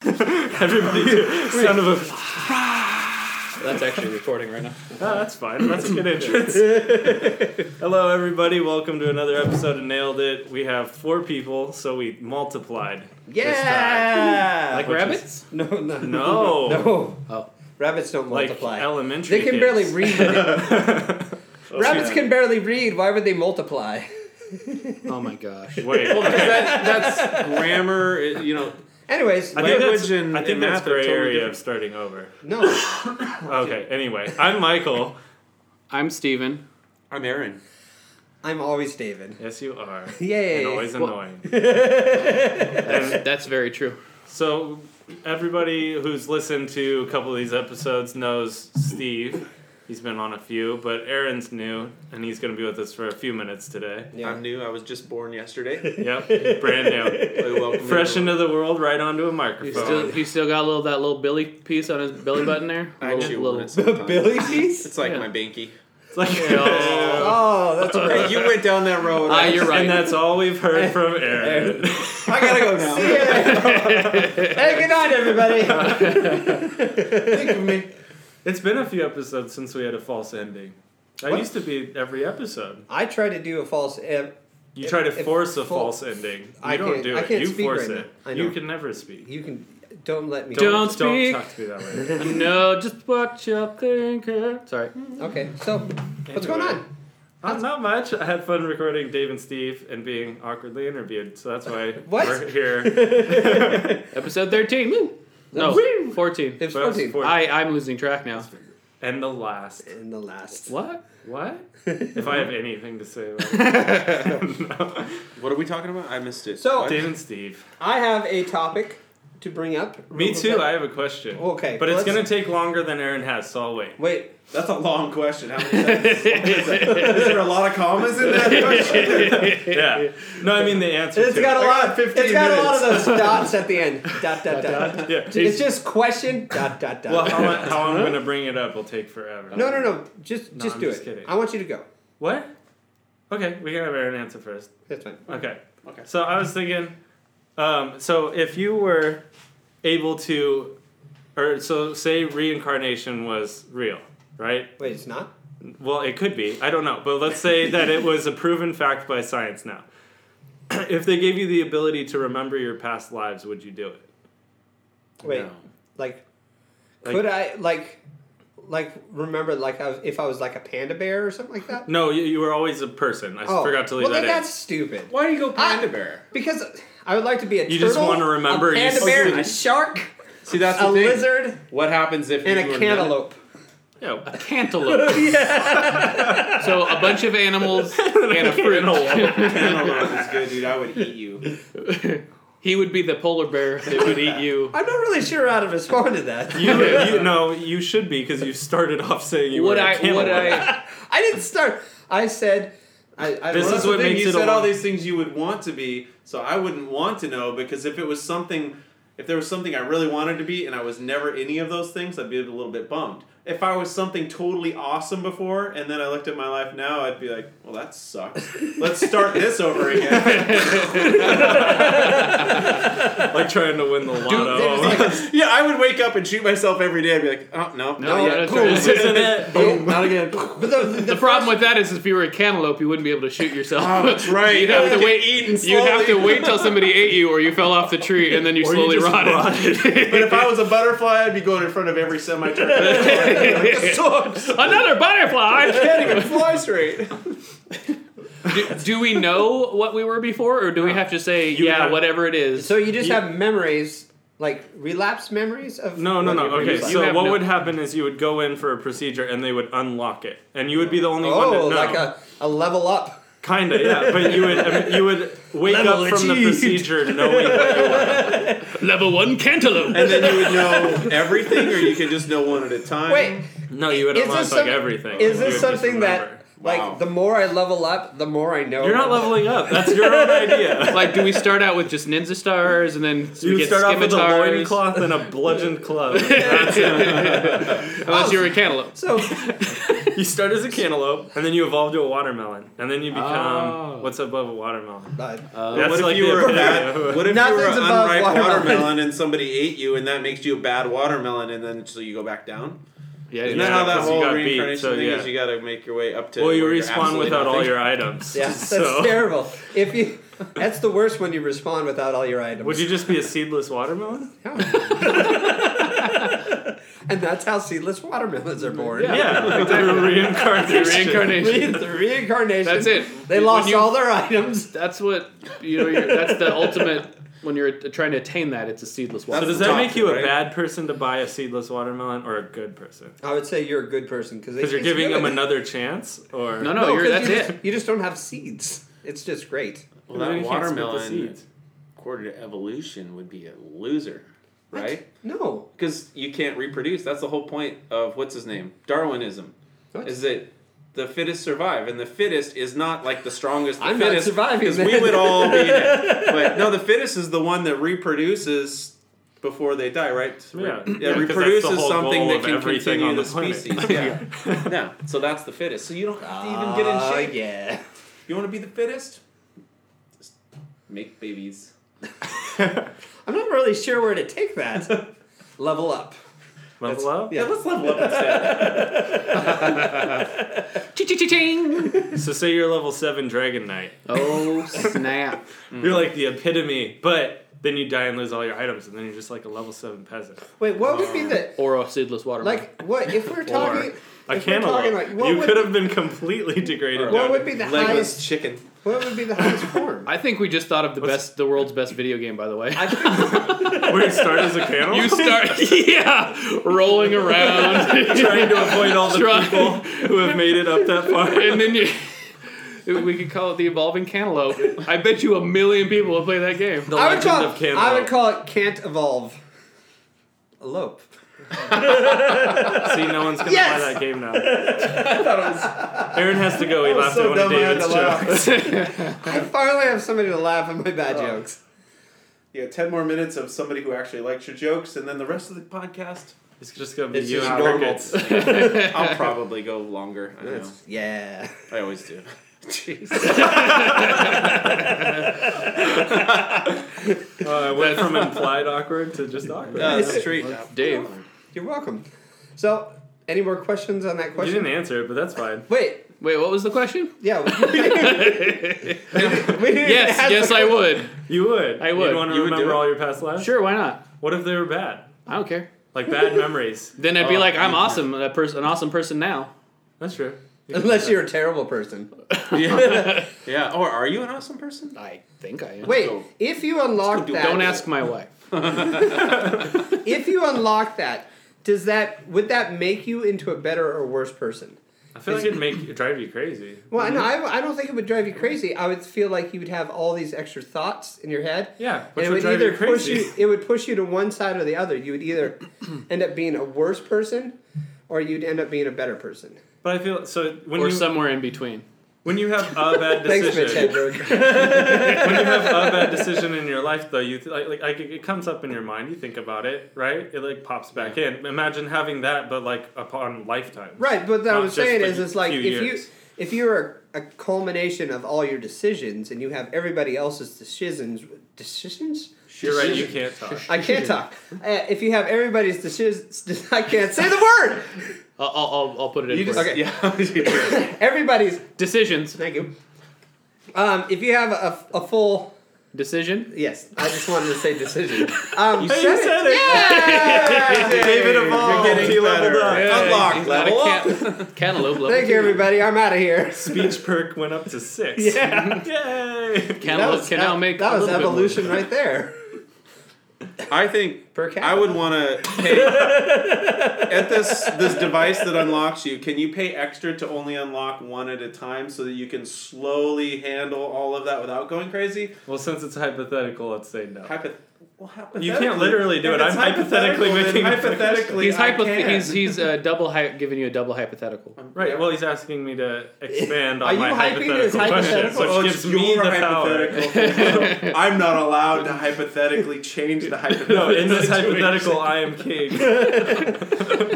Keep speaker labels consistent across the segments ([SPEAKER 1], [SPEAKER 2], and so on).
[SPEAKER 1] Everybody, do sound of a.
[SPEAKER 2] That's actually recording right now.
[SPEAKER 1] Ah, that's fine. That's a good entrance. Hello, everybody. Welcome to another episode of Nailed It. We have four people, so we multiplied. This time.
[SPEAKER 3] Yeah.
[SPEAKER 2] Like
[SPEAKER 1] Which is-
[SPEAKER 2] rabbits?
[SPEAKER 3] no, no,
[SPEAKER 1] No.
[SPEAKER 3] no.
[SPEAKER 2] Oh.
[SPEAKER 3] Rabbits don't
[SPEAKER 1] Like
[SPEAKER 3] multiply.
[SPEAKER 1] elementary.
[SPEAKER 3] they can
[SPEAKER 1] kids. Oh,
[SPEAKER 3] barely read. Rabbits
[SPEAKER 1] yeah.
[SPEAKER 3] can barely read. Why would they multiply?
[SPEAKER 2] Oh my gosh.
[SPEAKER 1] Wait.
[SPEAKER 2] Well, because that, that's grammar, it- you know.
[SPEAKER 3] Anyways,
[SPEAKER 1] I think that's,
[SPEAKER 2] Language and-
[SPEAKER 1] I think
[SPEAKER 2] and
[SPEAKER 1] that's
[SPEAKER 2] math are
[SPEAKER 1] gray
[SPEAKER 2] totally
[SPEAKER 1] area
[SPEAKER 2] different.
[SPEAKER 1] of starting over.
[SPEAKER 3] no.
[SPEAKER 1] Okay. Anyway, I'm Michael.
[SPEAKER 2] I'm Steven.
[SPEAKER 4] I'm Aaron.
[SPEAKER 3] I'm always David.
[SPEAKER 1] Yes, you are.
[SPEAKER 3] Yay.
[SPEAKER 1] And always
[SPEAKER 2] Well-
[SPEAKER 1] annoying.
[SPEAKER 2] That's, that's very true.
[SPEAKER 1] So everybody who's listened to a couple of these episodes knows Steve. He's been on a few, but Aaron's new, and he's going to be with us for a few minutes today.
[SPEAKER 3] Yeah.
[SPEAKER 4] I'm new. I was just born yesterday.
[SPEAKER 1] Yep, brand
[SPEAKER 4] Hey, welcome
[SPEAKER 1] new, fresh
[SPEAKER 4] everyone.
[SPEAKER 1] into the world, right onto a
[SPEAKER 2] He's
[SPEAKER 1] microphone.
[SPEAKER 2] still, he's still got a little that little Billy piece on his belly button there.
[SPEAKER 4] I
[SPEAKER 2] Little-
[SPEAKER 4] actually
[SPEAKER 2] little-
[SPEAKER 4] worn it sometimes.
[SPEAKER 3] Billy piece?
[SPEAKER 4] It's like
[SPEAKER 2] Yeah.
[SPEAKER 4] my binky.
[SPEAKER 1] it's like,
[SPEAKER 2] Yeah.
[SPEAKER 3] Oh, that's
[SPEAKER 4] Hey,
[SPEAKER 3] great.
[SPEAKER 4] you went down that road.
[SPEAKER 2] Ah, you're right.
[SPEAKER 1] and that's all we've heard from Aaron.
[SPEAKER 3] I gotta go now. See ya. hey, good night, everybody.
[SPEAKER 4] Think of me.
[SPEAKER 1] it's been a few episodes since we had a false ending. That
[SPEAKER 3] What?
[SPEAKER 1] used to be every episode.
[SPEAKER 3] I tried to do a false. eh, em-
[SPEAKER 1] You try to
[SPEAKER 3] If- if
[SPEAKER 1] force a
[SPEAKER 3] fal-
[SPEAKER 1] false ending. You
[SPEAKER 3] I
[SPEAKER 1] don't
[SPEAKER 3] can't-
[SPEAKER 1] do
[SPEAKER 3] I
[SPEAKER 1] it.
[SPEAKER 3] can't
[SPEAKER 1] you
[SPEAKER 3] speak
[SPEAKER 1] force
[SPEAKER 3] right
[SPEAKER 1] it.
[SPEAKER 3] now. I
[SPEAKER 1] You
[SPEAKER 3] know.
[SPEAKER 1] can never speak.
[SPEAKER 3] You can. Don't let me.
[SPEAKER 2] Don't
[SPEAKER 1] Don't
[SPEAKER 2] speak.
[SPEAKER 1] talk to me that way.
[SPEAKER 2] no, just what you're thinking. Sorry.
[SPEAKER 3] Okay, so what's going
[SPEAKER 1] Anyway.
[SPEAKER 3] on?
[SPEAKER 1] Uh, not much. I had fun recording Dave and Steve and being awkwardly interviewed, so that's why
[SPEAKER 3] What?
[SPEAKER 1] we're here.
[SPEAKER 2] Episode 13. Woo. No,
[SPEAKER 3] Woo.
[SPEAKER 2] 14.
[SPEAKER 3] It was
[SPEAKER 1] But I was
[SPEAKER 3] 14.
[SPEAKER 1] four-
[SPEAKER 2] I, I'm losing track now.
[SPEAKER 1] and the last.
[SPEAKER 3] In the last.
[SPEAKER 2] What?
[SPEAKER 1] What? If I have anything to say about it.
[SPEAKER 4] What are we talking about? I missed it.
[SPEAKER 3] So-
[SPEAKER 4] What?
[SPEAKER 1] Dave and Steve.
[SPEAKER 3] I have a topic to bring up.
[SPEAKER 1] Me
[SPEAKER 3] real
[SPEAKER 1] too,
[SPEAKER 3] quick.
[SPEAKER 1] I have a question.
[SPEAKER 3] Okay,
[SPEAKER 1] But it's
[SPEAKER 3] let's-
[SPEAKER 1] going to take longer than Aaron has, so I'll wait.
[SPEAKER 3] Wait,
[SPEAKER 4] that's a long question. How many seconds? Is there a lot of commas in that question?
[SPEAKER 1] Yeah. No, I mean the answer
[SPEAKER 3] It's
[SPEAKER 1] to
[SPEAKER 3] got
[SPEAKER 1] it.
[SPEAKER 3] a
[SPEAKER 4] I
[SPEAKER 3] lot
[SPEAKER 4] got
[SPEAKER 3] of
[SPEAKER 4] 15
[SPEAKER 3] It's got a lot of those dots at the end. Dot dot dot.
[SPEAKER 1] Yeah.
[SPEAKER 3] It's
[SPEAKER 1] he's-
[SPEAKER 3] just question dot dot dot.
[SPEAKER 1] well, how, I- how I'm going to bring it up will take forever.
[SPEAKER 3] no, no, no. Just
[SPEAKER 1] No,
[SPEAKER 3] just
[SPEAKER 1] I'm
[SPEAKER 3] do
[SPEAKER 1] just
[SPEAKER 3] it.
[SPEAKER 1] kidding.
[SPEAKER 3] I want you to go.
[SPEAKER 1] What? Okay, we can have Aaron answer first.
[SPEAKER 3] That's fine.
[SPEAKER 1] Okay.
[SPEAKER 4] Okay.
[SPEAKER 1] So I was thinking, um, so if you were able to, or so say reincarnation was real, right?
[SPEAKER 3] Wait, it's not.
[SPEAKER 1] Well, it could be. I don't know. But let's say that it was a proven fact by science now. if they gave you the ability to remember your past lives, would you do it?
[SPEAKER 3] Wait,
[SPEAKER 2] No.
[SPEAKER 3] like,
[SPEAKER 1] Like-
[SPEAKER 3] could I like, like remember like I was, if I was like a panda bear or something like that?
[SPEAKER 1] No, you, you were always a person. I forgot to leave
[SPEAKER 3] Oh. well,
[SPEAKER 1] that
[SPEAKER 3] then
[SPEAKER 1] in.
[SPEAKER 3] that's stupid.
[SPEAKER 4] Why do you go
[SPEAKER 3] I-
[SPEAKER 4] panda bear?
[SPEAKER 3] Because I would like to be a
[SPEAKER 1] You
[SPEAKER 3] turtle,
[SPEAKER 1] just wanna remember
[SPEAKER 3] a
[SPEAKER 1] you
[SPEAKER 3] panda
[SPEAKER 1] s-
[SPEAKER 3] bear,
[SPEAKER 4] Oh,
[SPEAKER 3] a shark,
[SPEAKER 4] See, that's the
[SPEAKER 3] a
[SPEAKER 4] thing.
[SPEAKER 3] lizard,
[SPEAKER 4] What happens if
[SPEAKER 3] and
[SPEAKER 4] you were
[SPEAKER 3] a
[SPEAKER 4] not-
[SPEAKER 3] cantaloupe.
[SPEAKER 1] Yeah.
[SPEAKER 2] Cantaloupe. So a bunch of animals and a fruit.
[SPEAKER 4] Cantaloupe is good, dude. I would eat you.
[SPEAKER 2] He would be the polar bear that would eat you.
[SPEAKER 3] I'm not really sure how to respond to that.
[SPEAKER 1] You, you, no, you should be because you started off saying you
[SPEAKER 2] Would
[SPEAKER 1] were a
[SPEAKER 2] I?
[SPEAKER 1] camel.
[SPEAKER 2] Would I?
[SPEAKER 3] I didn't start. I said, I. I
[SPEAKER 1] This
[SPEAKER 4] Well,
[SPEAKER 1] is
[SPEAKER 4] that's the
[SPEAKER 1] what
[SPEAKER 4] thing.
[SPEAKER 1] makes it
[SPEAKER 4] you
[SPEAKER 1] a
[SPEAKER 4] said all
[SPEAKER 1] long-
[SPEAKER 4] these things you would want to be, so I wouldn't want to know because if it was something, if there was something I really wanted to be and I was never any of those things, I'd be a little bit bummed. If I was something totally awesome before and then I looked at my life now, I'd be like, well, that sucks. Let's start this over again.
[SPEAKER 1] like trying to win the lotto.
[SPEAKER 4] yeah, I would wake up and shoot myself every day. I'd be like, oh no,
[SPEAKER 2] No,
[SPEAKER 3] No,
[SPEAKER 2] yeah, that's
[SPEAKER 3] cool.
[SPEAKER 2] right.
[SPEAKER 1] this isn't it.
[SPEAKER 3] Boom.
[SPEAKER 4] not again.
[SPEAKER 3] But the, the,
[SPEAKER 2] The problem with that is if you were a cantaloupe, you wouldn't be able to shoot yourself.
[SPEAKER 4] Oh, that's right.
[SPEAKER 2] You'd have
[SPEAKER 4] You'd
[SPEAKER 2] to
[SPEAKER 4] get
[SPEAKER 2] wait.
[SPEAKER 4] eaten
[SPEAKER 2] You'd have to
[SPEAKER 4] slowly.
[SPEAKER 2] wait till somebody ate you, or you fell off the tree, and then you
[SPEAKER 1] Or you
[SPEAKER 2] slowly
[SPEAKER 1] just
[SPEAKER 2] rotted.
[SPEAKER 4] But if I was a butterfly, I'd be going in front of every semi turtle.
[SPEAKER 2] Another butterfly.
[SPEAKER 4] can't even fly straight.
[SPEAKER 2] do, do we know what we were before, or do we have to say
[SPEAKER 1] You
[SPEAKER 2] yeah,
[SPEAKER 1] have-
[SPEAKER 2] whatever it is?
[SPEAKER 3] so you just
[SPEAKER 1] You-
[SPEAKER 3] have memories, like relapse memories of.
[SPEAKER 1] No, no,
[SPEAKER 3] what
[SPEAKER 1] no.
[SPEAKER 3] you
[SPEAKER 1] Okay,
[SPEAKER 3] relapse.
[SPEAKER 2] You
[SPEAKER 1] so
[SPEAKER 2] have
[SPEAKER 1] what
[SPEAKER 2] no-
[SPEAKER 1] would happen is you would go in for a procedure and they would unlock it, and you would be the only one to know.
[SPEAKER 3] oh, like a, a level up.
[SPEAKER 1] Kinda, yeah. But you would I mean, you would wake
[SPEAKER 3] Level
[SPEAKER 1] up from the
[SPEAKER 3] achieved.
[SPEAKER 1] procedure knowing what you were.
[SPEAKER 2] Level one cantaloupe.
[SPEAKER 4] And then you would know everything, or you could just know one at a time.
[SPEAKER 3] Wait,
[SPEAKER 1] No, you would
[SPEAKER 3] is
[SPEAKER 1] unlock
[SPEAKER 3] this
[SPEAKER 1] like
[SPEAKER 3] some-
[SPEAKER 1] everything.
[SPEAKER 3] is
[SPEAKER 1] You would
[SPEAKER 3] this
[SPEAKER 1] just
[SPEAKER 3] something
[SPEAKER 1] remember.
[SPEAKER 3] that like
[SPEAKER 4] Wow.
[SPEAKER 3] the more I level up, the more I know?
[SPEAKER 1] you're not leveling up? That's your own idea.
[SPEAKER 2] Like, do we start out with just ninja stars, and then we
[SPEAKER 1] You would
[SPEAKER 2] get
[SPEAKER 1] start off with a
[SPEAKER 2] scimitars?
[SPEAKER 1] loincloth and a bludgeoned club.
[SPEAKER 2] Unless you were a cantaloupe.
[SPEAKER 3] So
[SPEAKER 1] you start as a cantaloupe, and then you evolve to a watermelon, and then you become
[SPEAKER 2] Oh.
[SPEAKER 1] what's above a watermelon.
[SPEAKER 3] But
[SPEAKER 1] That's
[SPEAKER 4] what if
[SPEAKER 1] like
[SPEAKER 4] you
[SPEAKER 1] the
[SPEAKER 4] were
[SPEAKER 1] epitome
[SPEAKER 4] bad?
[SPEAKER 1] of-
[SPEAKER 4] What if you were
[SPEAKER 3] Nothing's
[SPEAKER 4] an
[SPEAKER 3] above
[SPEAKER 4] unripe watermelon.
[SPEAKER 3] watermelon.
[SPEAKER 4] and somebody ate you, and that makes you a bad watermelon, and then so you go back down?
[SPEAKER 2] yeah,
[SPEAKER 4] Isn't
[SPEAKER 2] yeah.
[SPEAKER 4] that how that
[SPEAKER 1] 'cause you
[SPEAKER 4] whole
[SPEAKER 1] got beat,
[SPEAKER 4] reincarnation
[SPEAKER 1] so
[SPEAKER 4] thing
[SPEAKER 1] yeah.
[SPEAKER 4] is? You got to make your way up to.
[SPEAKER 1] Well, you
[SPEAKER 4] where you're
[SPEAKER 1] respawn
[SPEAKER 4] absolutely
[SPEAKER 1] without all
[SPEAKER 4] nothing.
[SPEAKER 1] your items.
[SPEAKER 3] yeah, that's
[SPEAKER 1] so
[SPEAKER 3] terrible. If you, that's the worst when you respond without all your items.
[SPEAKER 1] would you just be a seedless watermelon?
[SPEAKER 3] Yeah. and that's how seedless watermelons are born.
[SPEAKER 2] Yeah.
[SPEAKER 1] Yeah, through reincarnation.
[SPEAKER 2] Reincarnation.
[SPEAKER 3] Re- the reincarnation.
[SPEAKER 2] That's it.
[SPEAKER 3] They
[SPEAKER 2] When
[SPEAKER 3] lost
[SPEAKER 2] you-
[SPEAKER 3] all their items.
[SPEAKER 2] That's what you know. You're, that's the ultimate when you're trying to attain that. It's a seedless
[SPEAKER 1] So
[SPEAKER 2] water.
[SPEAKER 1] does
[SPEAKER 4] the
[SPEAKER 1] that
[SPEAKER 4] top
[SPEAKER 1] make you a
[SPEAKER 4] right?
[SPEAKER 1] bad person to buy a seedless watermelon or a good person?
[SPEAKER 3] I would say you're a good person because
[SPEAKER 1] Because you're giving them another chance, or
[SPEAKER 2] no, no, you're, that's
[SPEAKER 3] you
[SPEAKER 2] it.
[SPEAKER 3] Just, you just don't have seeds. It's just great.
[SPEAKER 4] Well,
[SPEAKER 1] Well, then you
[SPEAKER 4] that
[SPEAKER 1] can't split the
[SPEAKER 4] watermelon,
[SPEAKER 1] seeds.
[SPEAKER 4] according to evolution, would be a loser, right?
[SPEAKER 3] No.
[SPEAKER 4] Because you can't reproduce. That's the whole point of what's his name, Darwinism,
[SPEAKER 3] What?
[SPEAKER 4] is that the fittest survive, and the fittest is not like the strongest. The
[SPEAKER 3] I'm not
[SPEAKER 4] fittest,
[SPEAKER 3] surviving,
[SPEAKER 4] Because we
[SPEAKER 3] man.
[SPEAKER 4] would all be. dead. But no, the fittest is the one that reproduces before they die, right?
[SPEAKER 1] Yeah. Yeah, 'cause that's the
[SPEAKER 4] reproduces
[SPEAKER 1] whole
[SPEAKER 4] something
[SPEAKER 1] goal
[SPEAKER 4] that
[SPEAKER 1] of
[SPEAKER 4] can
[SPEAKER 1] everything
[SPEAKER 4] continue
[SPEAKER 1] on
[SPEAKER 4] the,
[SPEAKER 1] the planet.
[SPEAKER 4] species. Yeah. yeah. So that's the fittest. So you don't have to even get in
[SPEAKER 1] Uh,
[SPEAKER 3] Ah,
[SPEAKER 4] shape.
[SPEAKER 3] yeah.
[SPEAKER 4] You want to be the fittest? Just make babies.
[SPEAKER 3] I'm not really sure where to take that. Level up.
[SPEAKER 1] level up.
[SPEAKER 4] Yeah, let's level up instead.
[SPEAKER 2] Ching.
[SPEAKER 1] So say you're level seven Dragon Knight.
[SPEAKER 2] Oh snap!
[SPEAKER 3] Mm.
[SPEAKER 1] You're like the epitome, but then you die and lose all your items, and then you're just like a level seven peasant.
[SPEAKER 3] Wait, what would be the
[SPEAKER 2] Or a seedless watermelon.
[SPEAKER 3] like? What if we're talking?
[SPEAKER 1] A
[SPEAKER 3] if we're talking
[SPEAKER 1] cantaloupe.
[SPEAKER 3] like, what
[SPEAKER 1] you
[SPEAKER 3] would,
[SPEAKER 1] could have been completely degraded.
[SPEAKER 3] What
[SPEAKER 1] down
[SPEAKER 3] would be the
[SPEAKER 4] Legless
[SPEAKER 3] highest?
[SPEAKER 4] chicken.
[SPEAKER 3] What would be the highest form?
[SPEAKER 2] I think we just thought of the
[SPEAKER 1] What's-
[SPEAKER 2] best, the world's best video game. By the way,
[SPEAKER 3] I think
[SPEAKER 1] to- where you start as a cantaloupe.
[SPEAKER 2] you start, yeah, rolling around,
[SPEAKER 1] trying to avoid all the
[SPEAKER 2] Try-
[SPEAKER 1] people who have made it up that far.
[SPEAKER 2] and then you. We could call it the evolving cantaloupe. I bet you a million people will play that game.
[SPEAKER 1] The
[SPEAKER 3] I would
[SPEAKER 1] legend
[SPEAKER 3] call.
[SPEAKER 1] of
[SPEAKER 3] It,
[SPEAKER 1] cantaloupe.
[SPEAKER 3] I would call it can't evolve. Elope.
[SPEAKER 1] See, no one's gonna
[SPEAKER 3] Yes!
[SPEAKER 1] play that game now. Aaron has to go. He laughed
[SPEAKER 4] so
[SPEAKER 1] at one of
[SPEAKER 4] dumb I had
[SPEAKER 1] David's
[SPEAKER 4] to laugh.
[SPEAKER 1] jokes.
[SPEAKER 3] I finally have somebody to laugh at my bad
[SPEAKER 4] Oh.
[SPEAKER 3] jokes.
[SPEAKER 4] Yeah, ten more minutes of somebody who actually likes your jokes, and then the rest of the podcast.
[SPEAKER 1] It's just gonna be
[SPEAKER 3] It's
[SPEAKER 1] you
[SPEAKER 3] just
[SPEAKER 1] and
[SPEAKER 3] normal.
[SPEAKER 1] crickets.
[SPEAKER 4] I'll probably go longer. I know.
[SPEAKER 3] Yeah.
[SPEAKER 4] I always do.
[SPEAKER 1] Uh, I went from implied awkward to just awkward.
[SPEAKER 4] Yeah, that's a treat.
[SPEAKER 2] Dave,
[SPEAKER 3] You're welcome. So, any more questions on that
[SPEAKER 1] You
[SPEAKER 3] question?
[SPEAKER 1] didn't answer it, but that's fine.
[SPEAKER 3] Wait.
[SPEAKER 2] wait, what was the question?
[SPEAKER 3] Yeah. we didn't- we didn't
[SPEAKER 2] Yes,
[SPEAKER 3] ask
[SPEAKER 2] yes,
[SPEAKER 3] the
[SPEAKER 2] I would.
[SPEAKER 1] You would.
[SPEAKER 2] I would.
[SPEAKER 1] You'd want to
[SPEAKER 4] You would do
[SPEAKER 1] remember
[SPEAKER 4] it?
[SPEAKER 1] all your past lives.
[SPEAKER 2] Sure, why not?
[SPEAKER 1] What if they were bad?
[SPEAKER 2] I don't care.
[SPEAKER 1] Like bad memories.
[SPEAKER 2] Then I'd be
[SPEAKER 1] Oh,
[SPEAKER 2] like, I'm awesome, a person, an awesome person now.
[SPEAKER 1] That's true.
[SPEAKER 3] Unless you're a terrible person.
[SPEAKER 4] Yeah. yeah. Or Oh, are you an awesome person?
[SPEAKER 1] Uh,
[SPEAKER 2] I think I am.
[SPEAKER 3] Wait,
[SPEAKER 4] go.
[SPEAKER 3] if you unlock
[SPEAKER 4] do-
[SPEAKER 3] that,
[SPEAKER 2] don't ask my wife.
[SPEAKER 3] If you unlock that, does that would that make you into a better or worse person?
[SPEAKER 1] I feel like it'd make it'd drive you crazy.
[SPEAKER 3] Well, I know
[SPEAKER 1] Mm-hmm.
[SPEAKER 3] I, I don't think it would drive you crazy. I would feel like you would have all these extra thoughts in your head.
[SPEAKER 1] Yeah,
[SPEAKER 3] And
[SPEAKER 1] which
[SPEAKER 3] it
[SPEAKER 1] would
[SPEAKER 3] would
[SPEAKER 1] drive
[SPEAKER 3] either
[SPEAKER 1] you
[SPEAKER 3] push
[SPEAKER 1] crazy.
[SPEAKER 3] you. It would push you to one side or the other. You would either end up being a worse person, or you'd end up being a better person.
[SPEAKER 1] But I feel so when
[SPEAKER 2] Or
[SPEAKER 1] you
[SPEAKER 2] somewhere in between.
[SPEAKER 1] when you have a bad
[SPEAKER 3] Thanks, Mitch
[SPEAKER 1] decision,
[SPEAKER 3] Hedberg.
[SPEAKER 1] when you have a bad decision in your life, though, you th- like, like, like it comes up in your mind. You think about it, right? It like pops back in. Imagine having that, but like upon lifetime.
[SPEAKER 3] right, but what I
[SPEAKER 1] Not
[SPEAKER 3] was
[SPEAKER 1] just
[SPEAKER 3] saying
[SPEAKER 1] the
[SPEAKER 3] is, it's like
[SPEAKER 1] few
[SPEAKER 3] if
[SPEAKER 1] years.
[SPEAKER 3] you if you're a, a culmination of all your decisions and you have everybody else's decisions decisions.
[SPEAKER 1] You're right. You can't talk.
[SPEAKER 3] I can't talk. Uh, if you have everybody's decisions, I can't say the word.
[SPEAKER 2] I'll, I'll, I'll, I'll put it in.
[SPEAKER 4] You
[SPEAKER 2] for
[SPEAKER 4] just
[SPEAKER 2] you.
[SPEAKER 3] Okay.
[SPEAKER 4] yeah.
[SPEAKER 3] Everybody's.
[SPEAKER 2] Decisions.
[SPEAKER 3] Thank you. Um, if you have a, a full
[SPEAKER 2] Decision.
[SPEAKER 3] yes, I just wanted to say decision. Um,
[SPEAKER 1] Hey, you said it.
[SPEAKER 3] yeah!
[SPEAKER 4] David evolved.
[SPEAKER 1] You're getting
[SPEAKER 4] He leveled
[SPEAKER 1] better.
[SPEAKER 4] up.
[SPEAKER 1] Yeah.
[SPEAKER 4] Unlock
[SPEAKER 2] He's not a
[SPEAKER 4] level up.
[SPEAKER 2] can- cantaloupe level.
[SPEAKER 3] Thank
[SPEAKER 2] two.
[SPEAKER 3] you, everybody. I'm out of here.
[SPEAKER 1] Speech perk went up to six. Yeah. Yay.
[SPEAKER 2] Cantaloupe
[SPEAKER 3] was
[SPEAKER 2] can now
[SPEAKER 3] ev-
[SPEAKER 2] make
[SPEAKER 3] that
[SPEAKER 2] a
[SPEAKER 3] was
[SPEAKER 2] little bit more.
[SPEAKER 3] evolution right there.
[SPEAKER 4] I think
[SPEAKER 3] Per
[SPEAKER 4] I
[SPEAKER 3] capita.
[SPEAKER 4] would want to pay at this this device that unlocks you. Can you pay extra to only unlock one at a time so that you can slowly handle all of that without going crazy?
[SPEAKER 1] Well, since it's hypothetical, let's say no.
[SPEAKER 4] Hypoth- Well,
[SPEAKER 1] You
[SPEAKER 4] hypothetically-
[SPEAKER 1] can't literally do
[SPEAKER 4] if
[SPEAKER 1] it.
[SPEAKER 4] it's
[SPEAKER 1] I'm hypothetically
[SPEAKER 4] hypothetical, then
[SPEAKER 1] making-
[SPEAKER 4] hypothetically.
[SPEAKER 2] He's
[SPEAKER 4] I
[SPEAKER 2] hypo-
[SPEAKER 4] can.
[SPEAKER 2] he's he's uh, double hy- giving you a double hypothetical.
[SPEAKER 1] Right. Well, he's asking me to expand
[SPEAKER 3] Are
[SPEAKER 1] on
[SPEAKER 3] you
[SPEAKER 1] my
[SPEAKER 3] hyping it as
[SPEAKER 1] hypothetical question,
[SPEAKER 3] hypothetical?
[SPEAKER 1] which
[SPEAKER 4] Oh, it's
[SPEAKER 1] gives me
[SPEAKER 4] your
[SPEAKER 1] the power.
[SPEAKER 4] hypothetical. I'm not allowed to hypothetically change the hypothetical.
[SPEAKER 1] No, in this
[SPEAKER 4] situation.
[SPEAKER 1] hypothetical, I am king.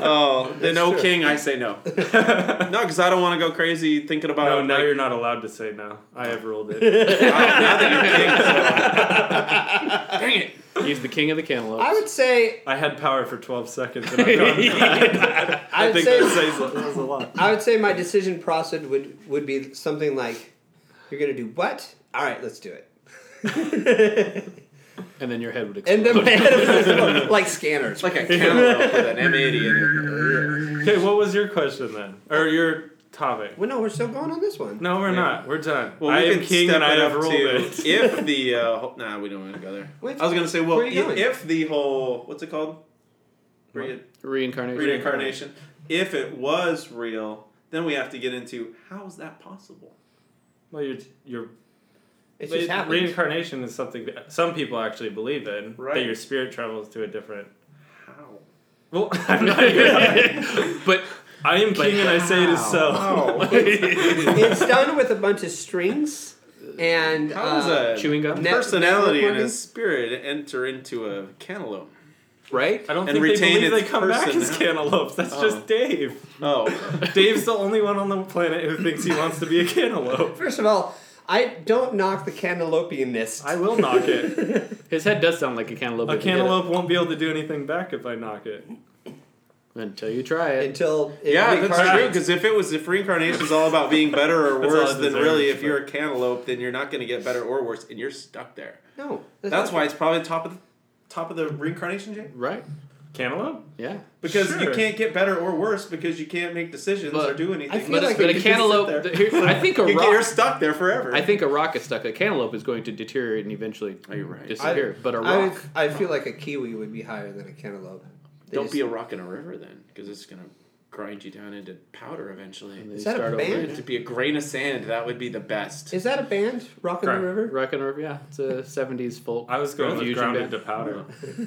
[SPEAKER 4] Oh, then no king, I say no. no, because I don't want to go crazy thinking about.
[SPEAKER 1] No, now
[SPEAKER 4] like,
[SPEAKER 1] you're not allowed to say no. I have ruled it.
[SPEAKER 4] now that you're king.
[SPEAKER 2] Dang it! He's the king of the cantaloupes.
[SPEAKER 3] I would say
[SPEAKER 1] I had power for 12 seconds, and I've gone back.
[SPEAKER 3] I
[SPEAKER 1] I
[SPEAKER 3] would
[SPEAKER 1] think
[SPEAKER 3] say
[SPEAKER 1] that says a- says a lot.
[SPEAKER 3] I would say my decision process would would be something like, "You're gonna do what? All right, let's do it."
[SPEAKER 2] and then your head would explode.
[SPEAKER 3] And then my head was just like scanners.
[SPEAKER 4] It's like a cantaloupe with an M80 in it.
[SPEAKER 1] Okay, what was your question then, or your topic?
[SPEAKER 3] well, no, we're still going on this one.
[SPEAKER 1] No, we're
[SPEAKER 4] Yeah.
[SPEAKER 1] not. We're done.
[SPEAKER 4] Well,
[SPEAKER 1] I
[SPEAKER 4] we
[SPEAKER 1] am
[SPEAKER 4] can
[SPEAKER 1] king,
[SPEAKER 4] step
[SPEAKER 1] and I
[SPEAKER 4] it
[SPEAKER 1] have
[SPEAKER 4] up
[SPEAKER 1] ruled
[SPEAKER 4] to
[SPEAKER 1] it.
[SPEAKER 4] if the uh, whole, nah, we don't want to go there.
[SPEAKER 3] Wait,
[SPEAKER 4] I was gonna say, well,
[SPEAKER 3] where are you
[SPEAKER 4] i-
[SPEAKER 3] going?
[SPEAKER 4] if the whole what's it called Re-
[SPEAKER 2] Reincarnation.
[SPEAKER 4] reincarnation, if it was real, then we have to get into how is that possible?
[SPEAKER 1] Well, you're you're
[SPEAKER 3] It's
[SPEAKER 1] But
[SPEAKER 3] just happened.
[SPEAKER 1] Reincarnation is something that some people actually believe in.
[SPEAKER 4] Right.
[SPEAKER 1] That your spirit travels to a different.
[SPEAKER 4] How?
[SPEAKER 1] Well, I'm not here.
[SPEAKER 2] but
[SPEAKER 1] I am
[SPEAKER 2] But
[SPEAKER 1] king and I say it is so.
[SPEAKER 3] it's done with a bunch of strings and
[SPEAKER 4] How does
[SPEAKER 3] uh,
[SPEAKER 4] a
[SPEAKER 2] chewing gum?
[SPEAKER 3] Net-
[SPEAKER 4] personality and
[SPEAKER 3] networking?
[SPEAKER 4] a spirit enter into a cantaloupe?
[SPEAKER 2] right?
[SPEAKER 1] I don't
[SPEAKER 4] And
[SPEAKER 1] think they
[SPEAKER 4] retain
[SPEAKER 1] believe they
[SPEAKER 4] its
[SPEAKER 1] come back
[SPEAKER 4] person.
[SPEAKER 1] as cantaloupes. That's just Dave.
[SPEAKER 4] Oh,
[SPEAKER 1] Dave's the only one on the planet who thinks he wants to be a cantaloupe.
[SPEAKER 3] First of all, I don't knock the cantaloupeanist.
[SPEAKER 1] I will knock it.
[SPEAKER 2] His head does sound like a cantaloupe.
[SPEAKER 1] A
[SPEAKER 2] if you get
[SPEAKER 1] cantaloupe won't be able to do anything back if I knock it.
[SPEAKER 2] it. until you try it.
[SPEAKER 3] until it
[SPEAKER 4] yeah, that's
[SPEAKER 3] reincarnates.
[SPEAKER 4] true. Because if it was, if reincarnation is all about being better or
[SPEAKER 1] That's all
[SPEAKER 4] worse,
[SPEAKER 1] it
[SPEAKER 4] then really,
[SPEAKER 1] deserves,
[SPEAKER 4] if you're a cantaloupe, then you're not going to get better or worse, and you're stuck there.
[SPEAKER 3] No, not
[SPEAKER 4] That's why it's probably top of the top of the reincarnation chain.
[SPEAKER 2] Right?
[SPEAKER 1] Cantaloupe?
[SPEAKER 2] Yeah.
[SPEAKER 4] Because you
[SPEAKER 1] Sure.
[SPEAKER 4] can't get better or worse because you can't make decisions
[SPEAKER 2] But
[SPEAKER 4] or do anything.
[SPEAKER 3] I feel
[SPEAKER 2] But,
[SPEAKER 3] like
[SPEAKER 2] but
[SPEAKER 3] you
[SPEAKER 2] a
[SPEAKER 3] could
[SPEAKER 2] cantaloupe.
[SPEAKER 4] sit
[SPEAKER 2] here- I think a
[SPEAKER 4] you get, you're
[SPEAKER 2] rock.
[SPEAKER 4] stuck there forever.
[SPEAKER 2] I think a rock is stuck. A cantaloupe is going to deteriorate and eventually
[SPEAKER 4] Oh, you're right.
[SPEAKER 2] disappear. but a
[SPEAKER 3] I,
[SPEAKER 2] rock.
[SPEAKER 3] I feel like a kiwi would be higher than a cantaloupe. They
[SPEAKER 4] Don't
[SPEAKER 3] just-
[SPEAKER 4] be a rock in a river then, because it's gonna grind you down into powder eventually.
[SPEAKER 2] They
[SPEAKER 3] that a
[SPEAKER 2] start over
[SPEAKER 3] band?
[SPEAKER 2] again.
[SPEAKER 4] To be a grain of sand, that would be the best.
[SPEAKER 3] Is that a band? Rockin'
[SPEAKER 1] Right.
[SPEAKER 3] the River?
[SPEAKER 2] Rock and a river. Yeah, it's a '70s folk.
[SPEAKER 1] I was going with
[SPEAKER 2] fusion Oh.
[SPEAKER 1] grounded to
[SPEAKER 2] band.
[SPEAKER 1] powder.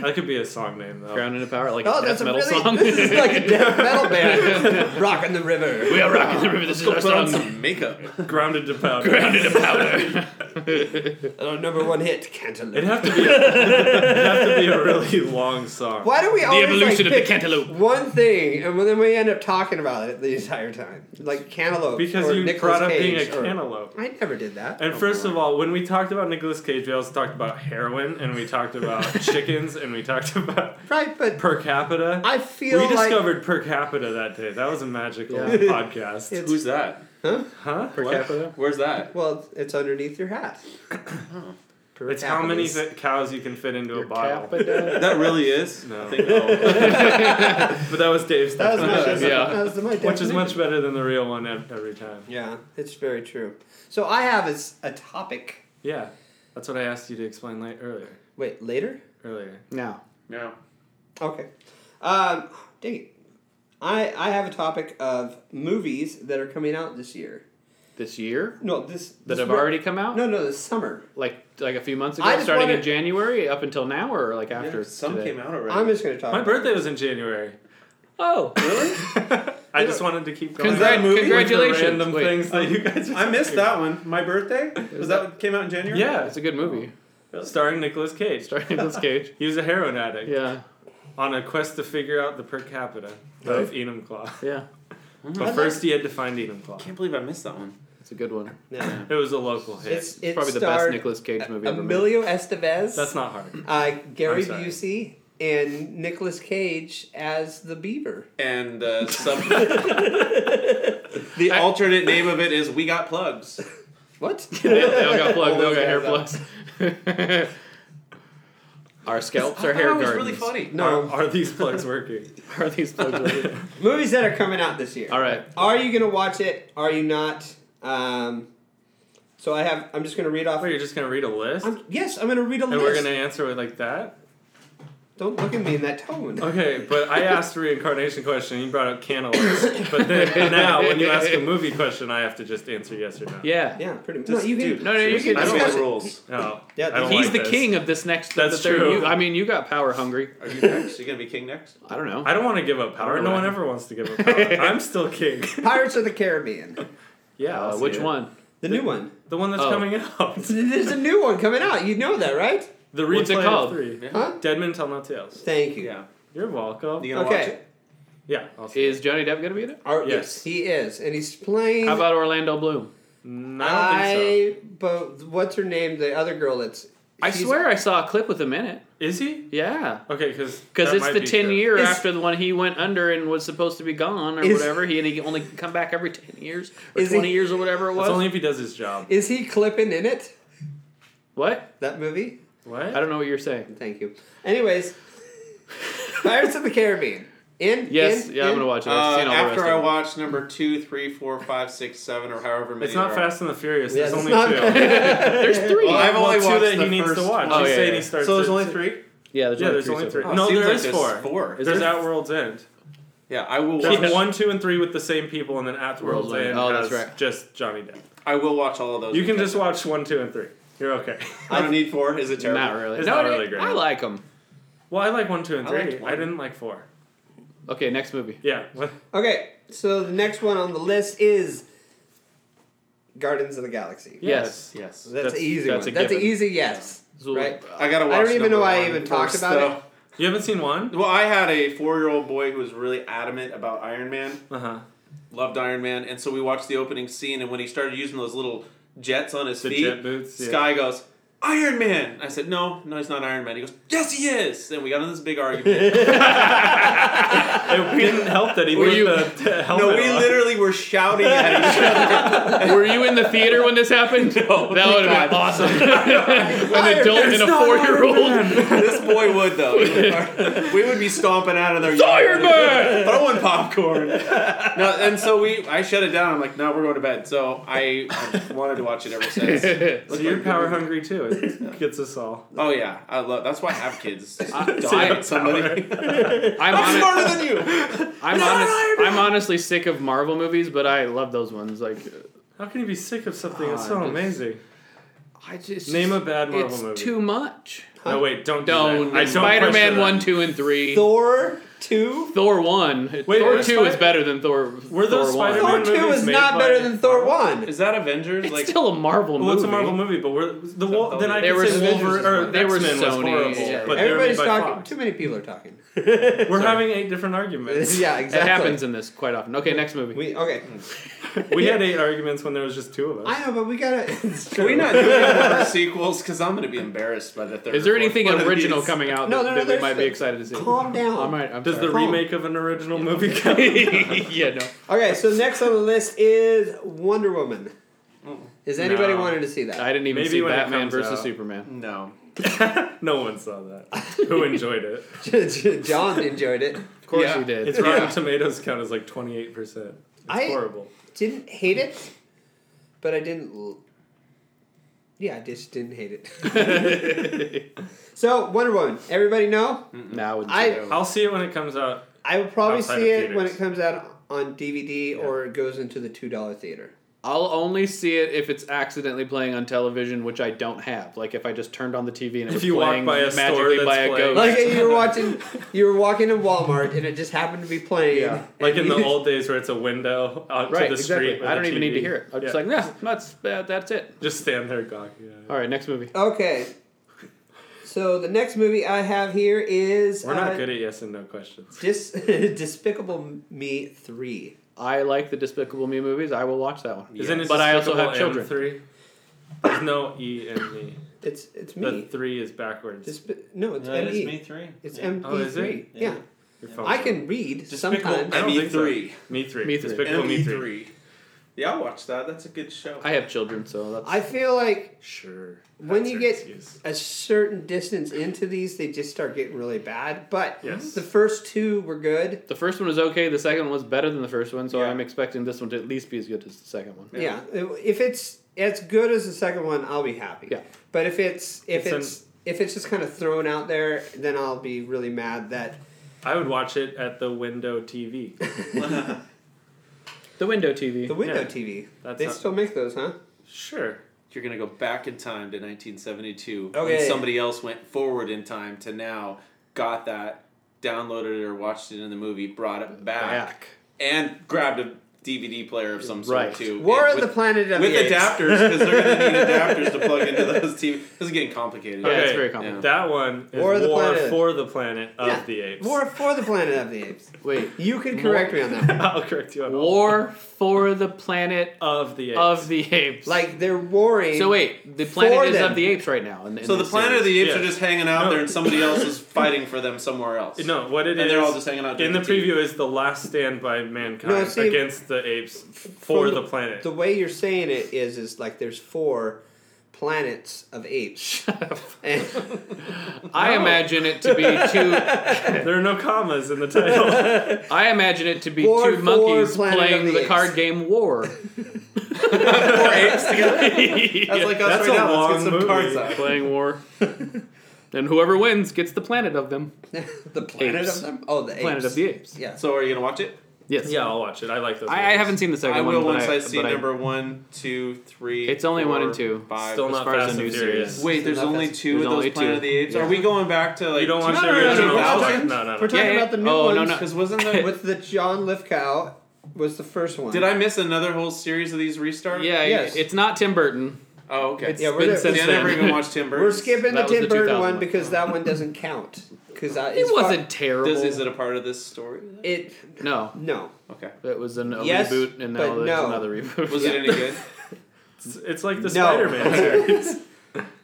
[SPEAKER 1] that could be a song name though.
[SPEAKER 2] Grounded to power, like
[SPEAKER 3] Oh,
[SPEAKER 2] a death
[SPEAKER 3] that's a
[SPEAKER 2] metal
[SPEAKER 3] really.
[SPEAKER 2] song.
[SPEAKER 3] This is like a death metal band. Rockin' the River.
[SPEAKER 2] we are rocking the river. This is our
[SPEAKER 4] Put on
[SPEAKER 2] song.
[SPEAKER 4] some makeup.
[SPEAKER 1] grounded to powder.
[SPEAKER 2] Grounded to powder.
[SPEAKER 3] Our number one hit,
[SPEAKER 1] It'd
[SPEAKER 3] Cantaloupe.
[SPEAKER 1] have to be. it'd have to be a really long song.
[SPEAKER 3] Why do we
[SPEAKER 2] the
[SPEAKER 3] always
[SPEAKER 2] evolution
[SPEAKER 3] like,
[SPEAKER 2] of the
[SPEAKER 3] pick
[SPEAKER 2] cantaloupe.
[SPEAKER 3] one thing and then we end up talking about it the entire time? Like cantaloupe.
[SPEAKER 1] Because
[SPEAKER 3] or
[SPEAKER 1] you
[SPEAKER 3] Nicolas
[SPEAKER 1] brought up being
[SPEAKER 3] Cage
[SPEAKER 1] a
[SPEAKER 3] or-
[SPEAKER 1] cantaloupe.
[SPEAKER 3] I never did that.
[SPEAKER 2] Oh,
[SPEAKER 1] And first of all, when we talked about Nicolas Cage, we also talked about heroin, and we talked about chickens, and we talked about
[SPEAKER 3] Right, but
[SPEAKER 1] per capita.
[SPEAKER 3] I feel
[SPEAKER 1] we
[SPEAKER 3] like.
[SPEAKER 1] discovered per capita that day. That was a magical
[SPEAKER 2] Yeah.
[SPEAKER 1] podcast.
[SPEAKER 3] It's-
[SPEAKER 4] Who's that?
[SPEAKER 1] Huh?
[SPEAKER 2] Per
[SPEAKER 4] What?
[SPEAKER 2] capita.
[SPEAKER 4] Where's that?
[SPEAKER 3] Well, it's underneath your hat. Per
[SPEAKER 1] It's how many
[SPEAKER 3] capitas.
[SPEAKER 1] fi- cows you can fit into a
[SPEAKER 2] Per
[SPEAKER 1] bottle.
[SPEAKER 2] capita.
[SPEAKER 4] That really is.
[SPEAKER 1] No.
[SPEAKER 4] I think, oh.
[SPEAKER 1] But that was Dave's
[SPEAKER 3] That was my,
[SPEAKER 1] definition,
[SPEAKER 2] Yeah.
[SPEAKER 3] that was my
[SPEAKER 1] which is
[SPEAKER 3] definition.
[SPEAKER 1] much better than the real one ev- every time.
[SPEAKER 3] Yeah, it's very true. So I have as a topic.
[SPEAKER 1] Yeah, that's what I asked you to explain late, earlier.
[SPEAKER 3] Wait, later?
[SPEAKER 1] Earlier.
[SPEAKER 2] Now,
[SPEAKER 4] no.
[SPEAKER 3] Okay. Um, dang it. I, I have a topic of movies that are coming out this year.
[SPEAKER 2] this year
[SPEAKER 3] No, this.
[SPEAKER 2] that
[SPEAKER 3] this
[SPEAKER 2] have
[SPEAKER 3] re-
[SPEAKER 2] already come out,
[SPEAKER 3] No, no, this summer.
[SPEAKER 2] like like a few months
[SPEAKER 3] I
[SPEAKER 2] ago,
[SPEAKER 3] just
[SPEAKER 2] starting in
[SPEAKER 3] wanted-
[SPEAKER 2] January up until now, or like after
[SPEAKER 4] Yeah, some
[SPEAKER 2] today?
[SPEAKER 4] came out already.
[SPEAKER 3] I'm just going to talk.
[SPEAKER 1] My
[SPEAKER 3] about
[SPEAKER 1] birthday was in January.
[SPEAKER 2] Oh,
[SPEAKER 4] really?
[SPEAKER 1] I just wanted to keep going.
[SPEAKER 2] Congrat-
[SPEAKER 1] That movie with the
[SPEAKER 2] congratulations.
[SPEAKER 1] Random
[SPEAKER 2] Wait.
[SPEAKER 1] things that you guys. Are
[SPEAKER 4] I missed that one. My birthday was that what came out in January.
[SPEAKER 1] Yeah,
[SPEAKER 2] that's a good movie.
[SPEAKER 1] starring Nicolas Cage.
[SPEAKER 2] Starring Nicolas Cage.
[SPEAKER 1] He was a heroin addict
[SPEAKER 2] Yeah,
[SPEAKER 1] on a quest to figure out the per capita of Enumclaw.
[SPEAKER 2] yeah,
[SPEAKER 1] But first, he had to find Enumclaw.
[SPEAKER 4] Can't believe I missed that one.
[SPEAKER 2] it's a good one.
[SPEAKER 3] it. No.
[SPEAKER 1] It was a local hit.
[SPEAKER 3] It's, it's
[SPEAKER 2] Probably the best Nicolas Cage movie ever made.
[SPEAKER 3] Emilio Estevez,
[SPEAKER 1] That's not hard.
[SPEAKER 3] uh, Gary
[SPEAKER 1] I'm sorry.
[SPEAKER 3] Busey, and Nicolas Cage as the Beaver.
[SPEAKER 4] And uh, some. the alternate name of it is "We Got Plugs."
[SPEAKER 3] What?
[SPEAKER 2] They, they all got plugs. They all
[SPEAKER 3] All
[SPEAKER 2] got hair
[SPEAKER 3] those
[SPEAKER 2] plugs. Our scalps are
[SPEAKER 4] I thought
[SPEAKER 2] hair
[SPEAKER 4] it was
[SPEAKER 2] gardens.
[SPEAKER 4] really funny.
[SPEAKER 3] No.
[SPEAKER 1] Are, are these plugs working?
[SPEAKER 2] Are these plugs? really-
[SPEAKER 3] Movies that are coming out this year.
[SPEAKER 2] all right.
[SPEAKER 3] Are you gonna watch it? Are you not? Um, so I have. I'm just gonna read off.
[SPEAKER 1] Wait, you're just gonna read a list,
[SPEAKER 3] I'm, yes, I'm gonna read a
[SPEAKER 1] and
[SPEAKER 3] list.
[SPEAKER 1] we're gonna answer it like that.
[SPEAKER 3] Don't look at me in that tone.
[SPEAKER 1] Okay, but I asked a reincarnation question. You brought up cantaloupes, but then now when you ask a movie question, I have to just answer yes or no.
[SPEAKER 2] Yeah.
[SPEAKER 3] Yeah, pretty much.
[SPEAKER 4] Just-
[SPEAKER 3] no, you can.
[SPEAKER 4] dude,
[SPEAKER 2] No, no, you
[SPEAKER 4] seriously,
[SPEAKER 2] can-
[SPEAKER 4] I don't
[SPEAKER 3] Yeah.
[SPEAKER 4] like rules.
[SPEAKER 1] No,
[SPEAKER 3] Yeah,
[SPEAKER 1] I don't
[SPEAKER 2] He's
[SPEAKER 1] like
[SPEAKER 2] the
[SPEAKER 1] this.
[SPEAKER 2] king of this next.
[SPEAKER 1] That's
[SPEAKER 2] the third-
[SPEAKER 1] true.
[SPEAKER 2] You, I mean, you got power hungry.
[SPEAKER 4] Are you next? You gonna be king next?
[SPEAKER 2] I don't know.
[SPEAKER 1] I don't want to give up power. No one ever wants to give up power. I'm still king.
[SPEAKER 3] Pirates of the Caribbean,
[SPEAKER 1] Yeah,
[SPEAKER 2] Uh,
[SPEAKER 1] I'll
[SPEAKER 2] which
[SPEAKER 1] see it.
[SPEAKER 2] one?
[SPEAKER 3] the new one.
[SPEAKER 1] The one that's
[SPEAKER 2] Oh.
[SPEAKER 1] coming out.
[SPEAKER 3] There's a new one coming out. You know that, right?
[SPEAKER 1] The replay
[SPEAKER 2] What's it called?
[SPEAKER 1] of three.
[SPEAKER 3] Huh?
[SPEAKER 1] Dead Men Tell No Tales.
[SPEAKER 3] Thank you.
[SPEAKER 4] Yeah.
[SPEAKER 1] You're welcome.
[SPEAKER 4] You gonna watch
[SPEAKER 3] Okay.
[SPEAKER 4] it?
[SPEAKER 1] Yeah, I'll see.
[SPEAKER 2] Is Johnny Depp gonna be in it?
[SPEAKER 3] Or-
[SPEAKER 1] Yes.
[SPEAKER 3] he is, and he's playing.
[SPEAKER 2] How about Orlando Bloom?
[SPEAKER 1] Mm, I don't think
[SPEAKER 3] I- But what's her name? The other girl that's.
[SPEAKER 2] I
[SPEAKER 3] she's-
[SPEAKER 2] swear I saw a clip with him in it.
[SPEAKER 1] so. Is he?
[SPEAKER 2] Yeah.
[SPEAKER 1] Okay, because
[SPEAKER 2] Because it's the ten year
[SPEAKER 3] Is-
[SPEAKER 2] after the one he went under and was supposed to be gone or
[SPEAKER 3] Is-
[SPEAKER 2] whatever. He and he only come back every ten years or
[SPEAKER 3] Is he-
[SPEAKER 2] twenty years or whatever it was.
[SPEAKER 1] It's only if he does his job.
[SPEAKER 3] Is he clipping in it?
[SPEAKER 2] what?
[SPEAKER 3] That movie?
[SPEAKER 1] What?
[SPEAKER 2] I don't know what you're saying.
[SPEAKER 3] Thank you. Anyways, Pirates of the Caribbean. In
[SPEAKER 2] Yes.
[SPEAKER 3] in-
[SPEAKER 2] yeah, I'm
[SPEAKER 3] in-
[SPEAKER 2] gonna watch it. I've
[SPEAKER 4] Uh,
[SPEAKER 2] seen all the
[SPEAKER 4] after
[SPEAKER 2] rest
[SPEAKER 4] I
[SPEAKER 2] of it.
[SPEAKER 4] watch number two, three, four, five, six, seven, or however many.
[SPEAKER 1] It's not
[SPEAKER 4] there are.
[SPEAKER 1] Fast and the Furious.
[SPEAKER 3] Yeah,
[SPEAKER 1] There's
[SPEAKER 3] it's
[SPEAKER 1] only
[SPEAKER 3] not-
[SPEAKER 1] two.
[SPEAKER 2] There's three.
[SPEAKER 4] Well, I've
[SPEAKER 1] Well,
[SPEAKER 4] only
[SPEAKER 1] two
[SPEAKER 4] watched
[SPEAKER 1] that
[SPEAKER 4] the
[SPEAKER 1] he needs
[SPEAKER 4] first
[SPEAKER 1] to watch.
[SPEAKER 4] one.
[SPEAKER 2] Oh,
[SPEAKER 1] He's
[SPEAKER 2] yeah,
[SPEAKER 1] saying
[SPEAKER 2] yeah.
[SPEAKER 1] he starts.
[SPEAKER 4] So there's
[SPEAKER 1] at
[SPEAKER 4] only
[SPEAKER 1] two-
[SPEAKER 4] three.
[SPEAKER 2] yeah. There's
[SPEAKER 1] Yeah,
[SPEAKER 2] only
[SPEAKER 1] there's
[SPEAKER 2] three
[SPEAKER 1] only
[SPEAKER 2] so
[SPEAKER 1] three.
[SPEAKER 2] far.
[SPEAKER 4] It
[SPEAKER 1] no,
[SPEAKER 4] seems
[SPEAKER 1] there
[SPEAKER 4] like
[SPEAKER 1] is
[SPEAKER 4] there's
[SPEAKER 1] four.
[SPEAKER 4] four.
[SPEAKER 1] There's
[SPEAKER 2] there?
[SPEAKER 1] at World's End.
[SPEAKER 4] Yeah, I will.
[SPEAKER 1] There's
[SPEAKER 4] Watch,
[SPEAKER 1] one, two, and three with the same people, and then at the World's,
[SPEAKER 2] World's End.
[SPEAKER 1] End,
[SPEAKER 2] Oh,
[SPEAKER 1] has
[SPEAKER 2] that's right.
[SPEAKER 1] just Johnny Depp.
[SPEAKER 4] I will watch all of those.
[SPEAKER 1] You can
[SPEAKER 4] because
[SPEAKER 1] just watch one, two, and three. You're okay.
[SPEAKER 4] I don't need four. Is it terrible?
[SPEAKER 2] Not really.
[SPEAKER 1] It's
[SPEAKER 2] no,
[SPEAKER 1] not
[SPEAKER 2] it-
[SPEAKER 1] really great.
[SPEAKER 2] I like them.
[SPEAKER 1] Well, I like one, two, and
[SPEAKER 4] I
[SPEAKER 1] three. I,
[SPEAKER 4] liked one.
[SPEAKER 1] didn't like four.
[SPEAKER 2] Okay, next movie.
[SPEAKER 1] Yeah. What?
[SPEAKER 3] Okay, so the next one on the list is Guardians of the Galaxy.
[SPEAKER 2] Yes.
[SPEAKER 4] Yes.
[SPEAKER 3] That's,
[SPEAKER 2] That's-
[SPEAKER 3] an easy
[SPEAKER 2] that's a
[SPEAKER 3] one. that's an
[SPEAKER 2] given.
[SPEAKER 3] easy yes.
[SPEAKER 2] Zul-
[SPEAKER 3] Right.
[SPEAKER 4] I gotta watch.
[SPEAKER 3] I don't even
[SPEAKER 4] number
[SPEAKER 3] know why I
[SPEAKER 4] one
[SPEAKER 3] even talked
[SPEAKER 4] first,
[SPEAKER 3] about it.
[SPEAKER 1] You haven't seen one?
[SPEAKER 4] though. Well, I had a four-year-old boy who was really adamant about Iron Man.
[SPEAKER 1] Uh huh.
[SPEAKER 4] Loved Iron Man, and so we watched the opening scene. And when he started using those little jets on his
[SPEAKER 1] The
[SPEAKER 4] feet,
[SPEAKER 1] jet boots, yeah.
[SPEAKER 4] Sky goes. Iron Man. I said, no, no, he's not Iron Man. He goes, yes, he is. And we got in this big argument.
[SPEAKER 1] It didn't help that he
[SPEAKER 2] Were
[SPEAKER 1] put
[SPEAKER 2] you-
[SPEAKER 1] the t- helmet
[SPEAKER 4] no, we
[SPEAKER 1] on.
[SPEAKER 4] literally were shouting at each other.
[SPEAKER 2] Were you in the theater when this happened?
[SPEAKER 4] No,
[SPEAKER 2] that
[SPEAKER 4] thank
[SPEAKER 2] would have
[SPEAKER 4] God.
[SPEAKER 2] been awesome. An adult
[SPEAKER 3] It's
[SPEAKER 2] and a
[SPEAKER 3] not
[SPEAKER 2] four-year-old.
[SPEAKER 4] this boy would though. we would be stomping out of their yard.
[SPEAKER 2] Fireman!
[SPEAKER 4] throwing popcorn. no, and so we, I shut it down. I'm like, no, we're going to bed. So I wanted to watch it ever since.
[SPEAKER 1] So you're power hungry too. It gets us all.
[SPEAKER 4] Oh yeah, I love. That's why I have kids.
[SPEAKER 1] I-
[SPEAKER 4] Die, somebody.
[SPEAKER 2] I'm,
[SPEAKER 4] I'm
[SPEAKER 2] honest,
[SPEAKER 4] smarter than you.
[SPEAKER 2] I'm, honest, I'm honestly sick of Marvel movies, but I love those ones. Like, uh,
[SPEAKER 1] How can you be sick of something that's so
[SPEAKER 2] God, Oh, this-
[SPEAKER 1] amazing?
[SPEAKER 2] I just
[SPEAKER 1] Name a bad Marvel
[SPEAKER 2] it's
[SPEAKER 1] movie.
[SPEAKER 2] too much.
[SPEAKER 1] No, wait, don't do
[SPEAKER 2] No,
[SPEAKER 1] that. I don't
[SPEAKER 2] Spider-Man
[SPEAKER 1] question
[SPEAKER 2] one,
[SPEAKER 1] that.
[SPEAKER 2] two, and three.
[SPEAKER 3] Thor two.
[SPEAKER 2] Thor one. Thor
[SPEAKER 1] were
[SPEAKER 2] two
[SPEAKER 1] Spi-
[SPEAKER 2] is better than Thor.
[SPEAKER 1] Were those
[SPEAKER 2] Thor one.
[SPEAKER 1] Spider-Man-
[SPEAKER 3] Thor
[SPEAKER 1] Every
[SPEAKER 3] two
[SPEAKER 1] movie's
[SPEAKER 3] is
[SPEAKER 1] made
[SPEAKER 3] not
[SPEAKER 1] by-
[SPEAKER 3] better than Thor one.
[SPEAKER 4] Is that Avengers?
[SPEAKER 2] It's
[SPEAKER 4] like,
[SPEAKER 2] still a Marvel
[SPEAKER 1] Well,
[SPEAKER 2] movie.
[SPEAKER 1] it's a Marvel movie, but we're the Wol-
[SPEAKER 4] Except
[SPEAKER 1] then I
[SPEAKER 2] They
[SPEAKER 1] could
[SPEAKER 2] were
[SPEAKER 1] say Wolverine
[SPEAKER 2] Sony.
[SPEAKER 1] or
[SPEAKER 2] They were
[SPEAKER 1] X-Men was
[SPEAKER 2] Sony,
[SPEAKER 1] horrible,
[SPEAKER 2] yeah.
[SPEAKER 1] but
[SPEAKER 3] Everybody's
[SPEAKER 1] they were made by
[SPEAKER 3] talking.
[SPEAKER 1] Fox.
[SPEAKER 3] Too many people are talking.
[SPEAKER 1] We're having eight different arguments.
[SPEAKER 3] yeah,
[SPEAKER 2] It
[SPEAKER 3] exactly.
[SPEAKER 2] happens in this quite often. Okay, next movie.
[SPEAKER 3] We okay.
[SPEAKER 1] We had eight arguments when there was just two of us.
[SPEAKER 3] I know, but we gotta. It's
[SPEAKER 4] Can
[SPEAKER 3] true.
[SPEAKER 4] we not do any more sequels? Because I'm going to be embarrassed by the third.
[SPEAKER 2] Is there
[SPEAKER 4] or fourth
[SPEAKER 2] anything
[SPEAKER 4] one of
[SPEAKER 2] original
[SPEAKER 4] these.
[SPEAKER 2] coming out
[SPEAKER 3] No,
[SPEAKER 2] that,
[SPEAKER 3] no, no,
[SPEAKER 2] that we
[SPEAKER 3] there's
[SPEAKER 2] might be
[SPEAKER 3] the-
[SPEAKER 2] excited to see?
[SPEAKER 3] Calm down.
[SPEAKER 2] I might. I'm
[SPEAKER 1] Does the
[SPEAKER 2] sorry.
[SPEAKER 3] Calm.
[SPEAKER 1] remake of an original movie count?
[SPEAKER 2] yeah, no.
[SPEAKER 3] Okay, so next on the list is Wonder Woman. Is anybody
[SPEAKER 1] No.
[SPEAKER 3] wanted to see that?
[SPEAKER 2] I didn't even
[SPEAKER 1] Maybe
[SPEAKER 2] see
[SPEAKER 1] when it
[SPEAKER 2] Batman
[SPEAKER 1] comes
[SPEAKER 2] versus
[SPEAKER 1] out.
[SPEAKER 2] Superman.
[SPEAKER 4] No,
[SPEAKER 1] no one saw that. Who enjoyed it?
[SPEAKER 3] John enjoyed it.
[SPEAKER 2] Of course
[SPEAKER 4] Yeah.
[SPEAKER 2] you did.
[SPEAKER 1] Its Rotten Tomatoes count is like twenty eight percent. It's
[SPEAKER 3] I-
[SPEAKER 1] horrible.
[SPEAKER 3] Didn't hate it, but I didn't. l- Yeah, I just didn't hate it. so Wonder Woman, everybody know
[SPEAKER 2] no, I wouldn't
[SPEAKER 3] I-
[SPEAKER 2] say that.
[SPEAKER 1] I'll see it when it comes out.
[SPEAKER 3] I will probably
[SPEAKER 1] Outside
[SPEAKER 3] see
[SPEAKER 1] of
[SPEAKER 3] it when
[SPEAKER 1] theaters.
[SPEAKER 3] it comes out on DVD or it goes into the two dollar theater.
[SPEAKER 2] I'll only see it if it's accidentally playing on television, which I don't have. Like if I just turned on the TV and it
[SPEAKER 1] If
[SPEAKER 2] was
[SPEAKER 1] you walk
[SPEAKER 2] playing
[SPEAKER 1] by a store
[SPEAKER 2] magically
[SPEAKER 1] that's
[SPEAKER 2] by a
[SPEAKER 1] playing-
[SPEAKER 2] ghost.
[SPEAKER 3] Like you were watching, you were walking in Walmart and it just happened to be playing.
[SPEAKER 4] Yeah.
[SPEAKER 3] and
[SPEAKER 1] Like in the
[SPEAKER 3] you-
[SPEAKER 1] old days where it's a window out
[SPEAKER 2] right,
[SPEAKER 1] to the
[SPEAKER 2] exactly.
[SPEAKER 1] street. with
[SPEAKER 2] I
[SPEAKER 1] a
[SPEAKER 2] don't even need to
[SPEAKER 1] TV.
[SPEAKER 2] hear it. I'm just
[SPEAKER 1] Yeah.
[SPEAKER 2] like, no, that's that, that's it.
[SPEAKER 1] just stand there gawking. at it.
[SPEAKER 2] All right, next movie.
[SPEAKER 3] Okay. So the next movie I have here is
[SPEAKER 1] We're not
[SPEAKER 3] uh,
[SPEAKER 1] good at yes and no questions.
[SPEAKER 3] Dis- Despicable Me three.
[SPEAKER 2] I like the Despicable Me movies. I will watch that one.
[SPEAKER 1] Isn't it
[SPEAKER 2] But I also have
[SPEAKER 1] Despicable M3?
[SPEAKER 2] children.
[SPEAKER 1] There's no E in the.
[SPEAKER 3] It's it's
[SPEAKER 1] The
[SPEAKER 3] me.
[SPEAKER 1] three is backwards.
[SPEAKER 3] Despi- no, it's
[SPEAKER 4] no
[SPEAKER 3] M
[SPEAKER 4] it is
[SPEAKER 3] E.
[SPEAKER 4] me three.
[SPEAKER 3] It's
[SPEAKER 4] Yeah. Oh,
[SPEAKER 3] M
[SPEAKER 1] Oh,
[SPEAKER 3] E
[SPEAKER 1] is
[SPEAKER 3] three.
[SPEAKER 1] it?
[SPEAKER 3] Yeah.
[SPEAKER 1] Your phone's
[SPEAKER 3] I can read
[SPEAKER 4] Despicable
[SPEAKER 3] sometimes.
[SPEAKER 1] I don't
[SPEAKER 4] E
[SPEAKER 1] think so.
[SPEAKER 4] ME3.
[SPEAKER 1] Me three.
[SPEAKER 2] Me three.
[SPEAKER 1] Despicable
[SPEAKER 3] E
[SPEAKER 1] Me three.
[SPEAKER 4] E Yeah, I'll watch that. That's a good show.
[SPEAKER 2] I have children, so that's.
[SPEAKER 3] I feel like
[SPEAKER 1] Sure.
[SPEAKER 3] When
[SPEAKER 1] That's
[SPEAKER 3] you
[SPEAKER 1] your
[SPEAKER 3] get-
[SPEAKER 1] excuse.
[SPEAKER 3] a certain distance into these, they just start getting really bad. But
[SPEAKER 1] Yes.
[SPEAKER 3] the first two were good.
[SPEAKER 2] the first one was okay. The second one was better than the first one, so
[SPEAKER 4] Yeah.
[SPEAKER 2] I'm expecting this one to at least be as good as the second one.
[SPEAKER 3] Yeah. If it's as good as the second one, I'll be happy.
[SPEAKER 2] Yeah.
[SPEAKER 3] But if it's if
[SPEAKER 1] It's an-
[SPEAKER 3] it's, if it's just kind of thrown out there, then I'll be really mad that
[SPEAKER 1] I would watch it at the window TV.
[SPEAKER 2] The window TV.
[SPEAKER 3] the window
[SPEAKER 1] Yeah.
[SPEAKER 3] TV.
[SPEAKER 1] That's
[SPEAKER 3] they
[SPEAKER 1] not-
[SPEAKER 3] still make those, huh?
[SPEAKER 1] Sure.
[SPEAKER 4] You're gonna go back in time to 1972,
[SPEAKER 3] Okay.
[SPEAKER 4] and somebody else went forward in time to now, got that, downloaded it or watched it in the movie, brought it back, and grabbed a DVD player of some sort
[SPEAKER 2] Right.
[SPEAKER 4] too.
[SPEAKER 3] War
[SPEAKER 4] and
[SPEAKER 3] of the Planet of
[SPEAKER 4] with
[SPEAKER 3] the Apes.
[SPEAKER 4] adapters because they're gonna need adapters to plug into those TV. This is getting complicated.
[SPEAKER 2] Yeah, it's
[SPEAKER 1] Okay,
[SPEAKER 2] very common.
[SPEAKER 1] That one is
[SPEAKER 3] War
[SPEAKER 1] War,
[SPEAKER 3] of the Planet.
[SPEAKER 1] for the Planet of
[SPEAKER 3] Yeah.
[SPEAKER 1] the Apes.
[SPEAKER 3] War for the Planet of the Apes.
[SPEAKER 2] Wait.
[SPEAKER 3] You can correct me on that. one.
[SPEAKER 1] I'll correct you on all-
[SPEAKER 2] War for the planet
[SPEAKER 1] of the Apes.
[SPEAKER 2] of the apes.
[SPEAKER 3] Like they're warring.
[SPEAKER 2] so wait, the
[SPEAKER 3] For
[SPEAKER 2] planet is
[SPEAKER 3] them.
[SPEAKER 2] of the apes right now. In, in
[SPEAKER 4] So the
[SPEAKER 2] this
[SPEAKER 4] Planet of
[SPEAKER 2] series.
[SPEAKER 4] the Apes
[SPEAKER 1] Yeah.
[SPEAKER 4] are just hanging out
[SPEAKER 1] No.
[SPEAKER 4] there, and somebody else is fighting for them somewhere else.
[SPEAKER 1] no, what it
[SPEAKER 4] and they're
[SPEAKER 1] is-
[SPEAKER 4] all just hanging out
[SPEAKER 1] in the
[SPEAKER 4] drinking tea.
[SPEAKER 1] preview is the last stand by mankind
[SPEAKER 3] No, see-
[SPEAKER 1] against the apes for
[SPEAKER 3] from
[SPEAKER 1] the planet.
[SPEAKER 3] The way you're saying it is is like there's four planets of apes. And-
[SPEAKER 2] I imagine it to be two.
[SPEAKER 1] there are no commas in the title.
[SPEAKER 2] I imagine it to be
[SPEAKER 3] War
[SPEAKER 2] two
[SPEAKER 3] for
[SPEAKER 2] monkeys
[SPEAKER 3] Planet of
[SPEAKER 2] playing
[SPEAKER 3] the
[SPEAKER 2] the,
[SPEAKER 3] Apes.
[SPEAKER 2] card game War.
[SPEAKER 4] Four apes together.
[SPEAKER 1] That's a
[SPEAKER 4] like us right now. Let's get
[SPEAKER 1] long
[SPEAKER 4] some
[SPEAKER 1] movie.
[SPEAKER 4] cards out.
[SPEAKER 2] playing War. And whoever wins gets the planet of them.
[SPEAKER 3] the planet
[SPEAKER 2] Apes.
[SPEAKER 3] of them? Oh, the apes.
[SPEAKER 2] Planet of the apes.
[SPEAKER 3] Yeah.
[SPEAKER 4] So are you gonna watch it?
[SPEAKER 2] Yes.
[SPEAKER 1] Yeah, I'll watch it. I like those.
[SPEAKER 2] I, I
[SPEAKER 1] movies.
[SPEAKER 2] haven't seen the second
[SPEAKER 4] I
[SPEAKER 2] one.
[SPEAKER 4] will
[SPEAKER 2] but
[SPEAKER 4] once I, see
[SPEAKER 2] but
[SPEAKER 4] number one, two, three.
[SPEAKER 2] It's only one and two.
[SPEAKER 4] Five.
[SPEAKER 1] Still not
[SPEAKER 2] far as
[SPEAKER 1] Fast
[SPEAKER 2] the
[SPEAKER 1] and
[SPEAKER 2] new
[SPEAKER 1] Furious.
[SPEAKER 2] series.
[SPEAKER 4] Wait, there's
[SPEAKER 3] Enough
[SPEAKER 4] only
[SPEAKER 3] that's-
[SPEAKER 4] two
[SPEAKER 2] There's
[SPEAKER 4] of those
[SPEAKER 2] only
[SPEAKER 4] Planet
[SPEAKER 2] two.
[SPEAKER 4] of the Apes.
[SPEAKER 3] Yeah.
[SPEAKER 4] Are we going back to like?
[SPEAKER 1] You don't watch
[SPEAKER 3] No,
[SPEAKER 1] the
[SPEAKER 3] no, no,
[SPEAKER 1] original?
[SPEAKER 4] no, no, no.
[SPEAKER 1] no, no,
[SPEAKER 3] We're
[SPEAKER 1] no.
[SPEAKER 3] talking
[SPEAKER 2] Yeah, yeah.
[SPEAKER 3] about the new
[SPEAKER 2] Oh,
[SPEAKER 3] ones
[SPEAKER 2] no, no.
[SPEAKER 4] Because wasn't there?
[SPEAKER 3] with the John Lithgow was the first one.
[SPEAKER 4] did I miss another whole series of these restarts?
[SPEAKER 2] Yeah,
[SPEAKER 3] Yes.
[SPEAKER 2] it's not Tim Burton.
[SPEAKER 4] Oh, okay.
[SPEAKER 2] It's
[SPEAKER 3] Yeah, we're
[SPEAKER 2] been
[SPEAKER 3] there-
[SPEAKER 2] since
[SPEAKER 4] See, I never
[SPEAKER 2] then.
[SPEAKER 4] even watched Tim Burton.
[SPEAKER 3] We're skipping the
[SPEAKER 2] That was
[SPEAKER 3] Tim
[SPEAKER 2] the
[SPEAKER 3] Burton
[SPEAKER 2] 2000
[SPEAKER 3] one
[SPEAKER 2] one.
[SPEAKER 3] because that one doesn't count. Because
[SPEAKER 2] It wasn't terrible.
[SPEAKER 4] Does, is it a part of this story?
[SPEAKER 3] It
[SPEAKER 2] no,
[SPEAKER 3] no.
[SPEAKER 4] Okay.
[SPEAKER 2] it was an, a
[SPEAKER 3] Yes,
[SPEAKER 2] reboot, and now
[SPEAKER 3] but
[SPEAKER 2] there's
[SPEAKER 3] no.
[SPEAKER 2] another reboot.
[SPEAKER 4] Was it any good?
[SPEAKER 1] It's, it's like the
[SPEAKER 3] No.
[SPEAKER 1] Spider-Man series.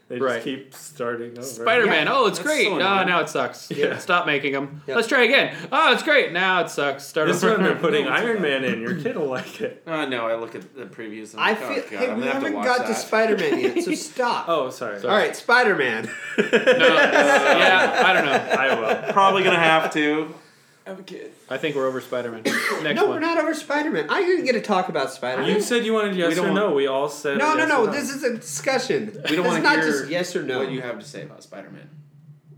[SPEAKER 1] They just
[SPEAKER 2] Right.
[SPEAKER 1] keep starting over.
[SPEAKER 2] Spider Man?
[SPEAKER 3] Yeah.
[SPEAKER 2] Oh, it's
[SPEAKER 4] That's
[SPEAKER 2] great.
[SPEAKER 4] so
[SPEAKER 2] Ah,
[SPEAKER 4] annoying.
[SPEAKER 2] now it sucks.
[SPEAKER 1] Yeah.
[SPEAKER 2] Stop making them.
[SPEAKER 3] Yeah.
[SPEAKER 2] Let's try again. Oh, it's great. Now it sucks. Start
[SPEAKER 1] This
[SPEAKER 2] over.
[SPEAKER 1] one they're putting
[SPEAKER 4] No, it's
[SPEAKER 1] Iron
[SPEAKER 4] not.
[SPEAKER 1] Man in. Your kid will like it.
[SPEAKER 4] Oh no, I look at the previews. And
[SPEAKER 3] I
[SPEAKER 4] I'm like,
[SPEAKER 3] feel
[SPEAKER 4] oh, God,
[SPEAKER 3] hey,
[SPEAKER 4] I'm
[SPEAKER 3] we
[SPEAKER 4] gonna have
[SPEAKER 3] haven't
[SPEAKER 4] to watch
[SPEAKER 3] got
[SPEAKER 4] that.
[SPEAKER 3] to Spider Man yet, so stop.
[SPEAKER 1] Oh, sorry.
[SPEAKER 3] All right, Spider Man.
[SPEAKER 2] no, yeah, I don't know.
[SPEAKER 1] I will.
[SPEAKER 4] Probably gonna have to. I have a kid.
[SPEAKER 2] I think we're over Spider Man. Next
[SPEAKER 3] No,
[SPEAKER 2] one.
[SPEAKER 3] we're not over Spider Man. I didn't get to talk about Spider Man.
[SPEAKER 1] You said you wanted yes
[SPEAKER 4] We don't
[SPEAKER 1] or
[SPEAKER 4] want-
[SPEAKER 1] no. We all said
[SPEAKER 3] No, no,
[SPEAKER 1] yes
[SPEAKER 3] no.
[SPEAKER 1] or
[SPEAKER 3] This is a discussion.
[SPEAKER 4] We don't
[SPEAKER 3] This
[SPEAKER 4] want
[SPEAKER 3] is
[SPEAKER 4] to
[SPEAKER 3] not
[SPEAKER 4] hear
[SPEAKER 3] just yes or no.
[SPEAKER 4] what you have to say about Spider-Man.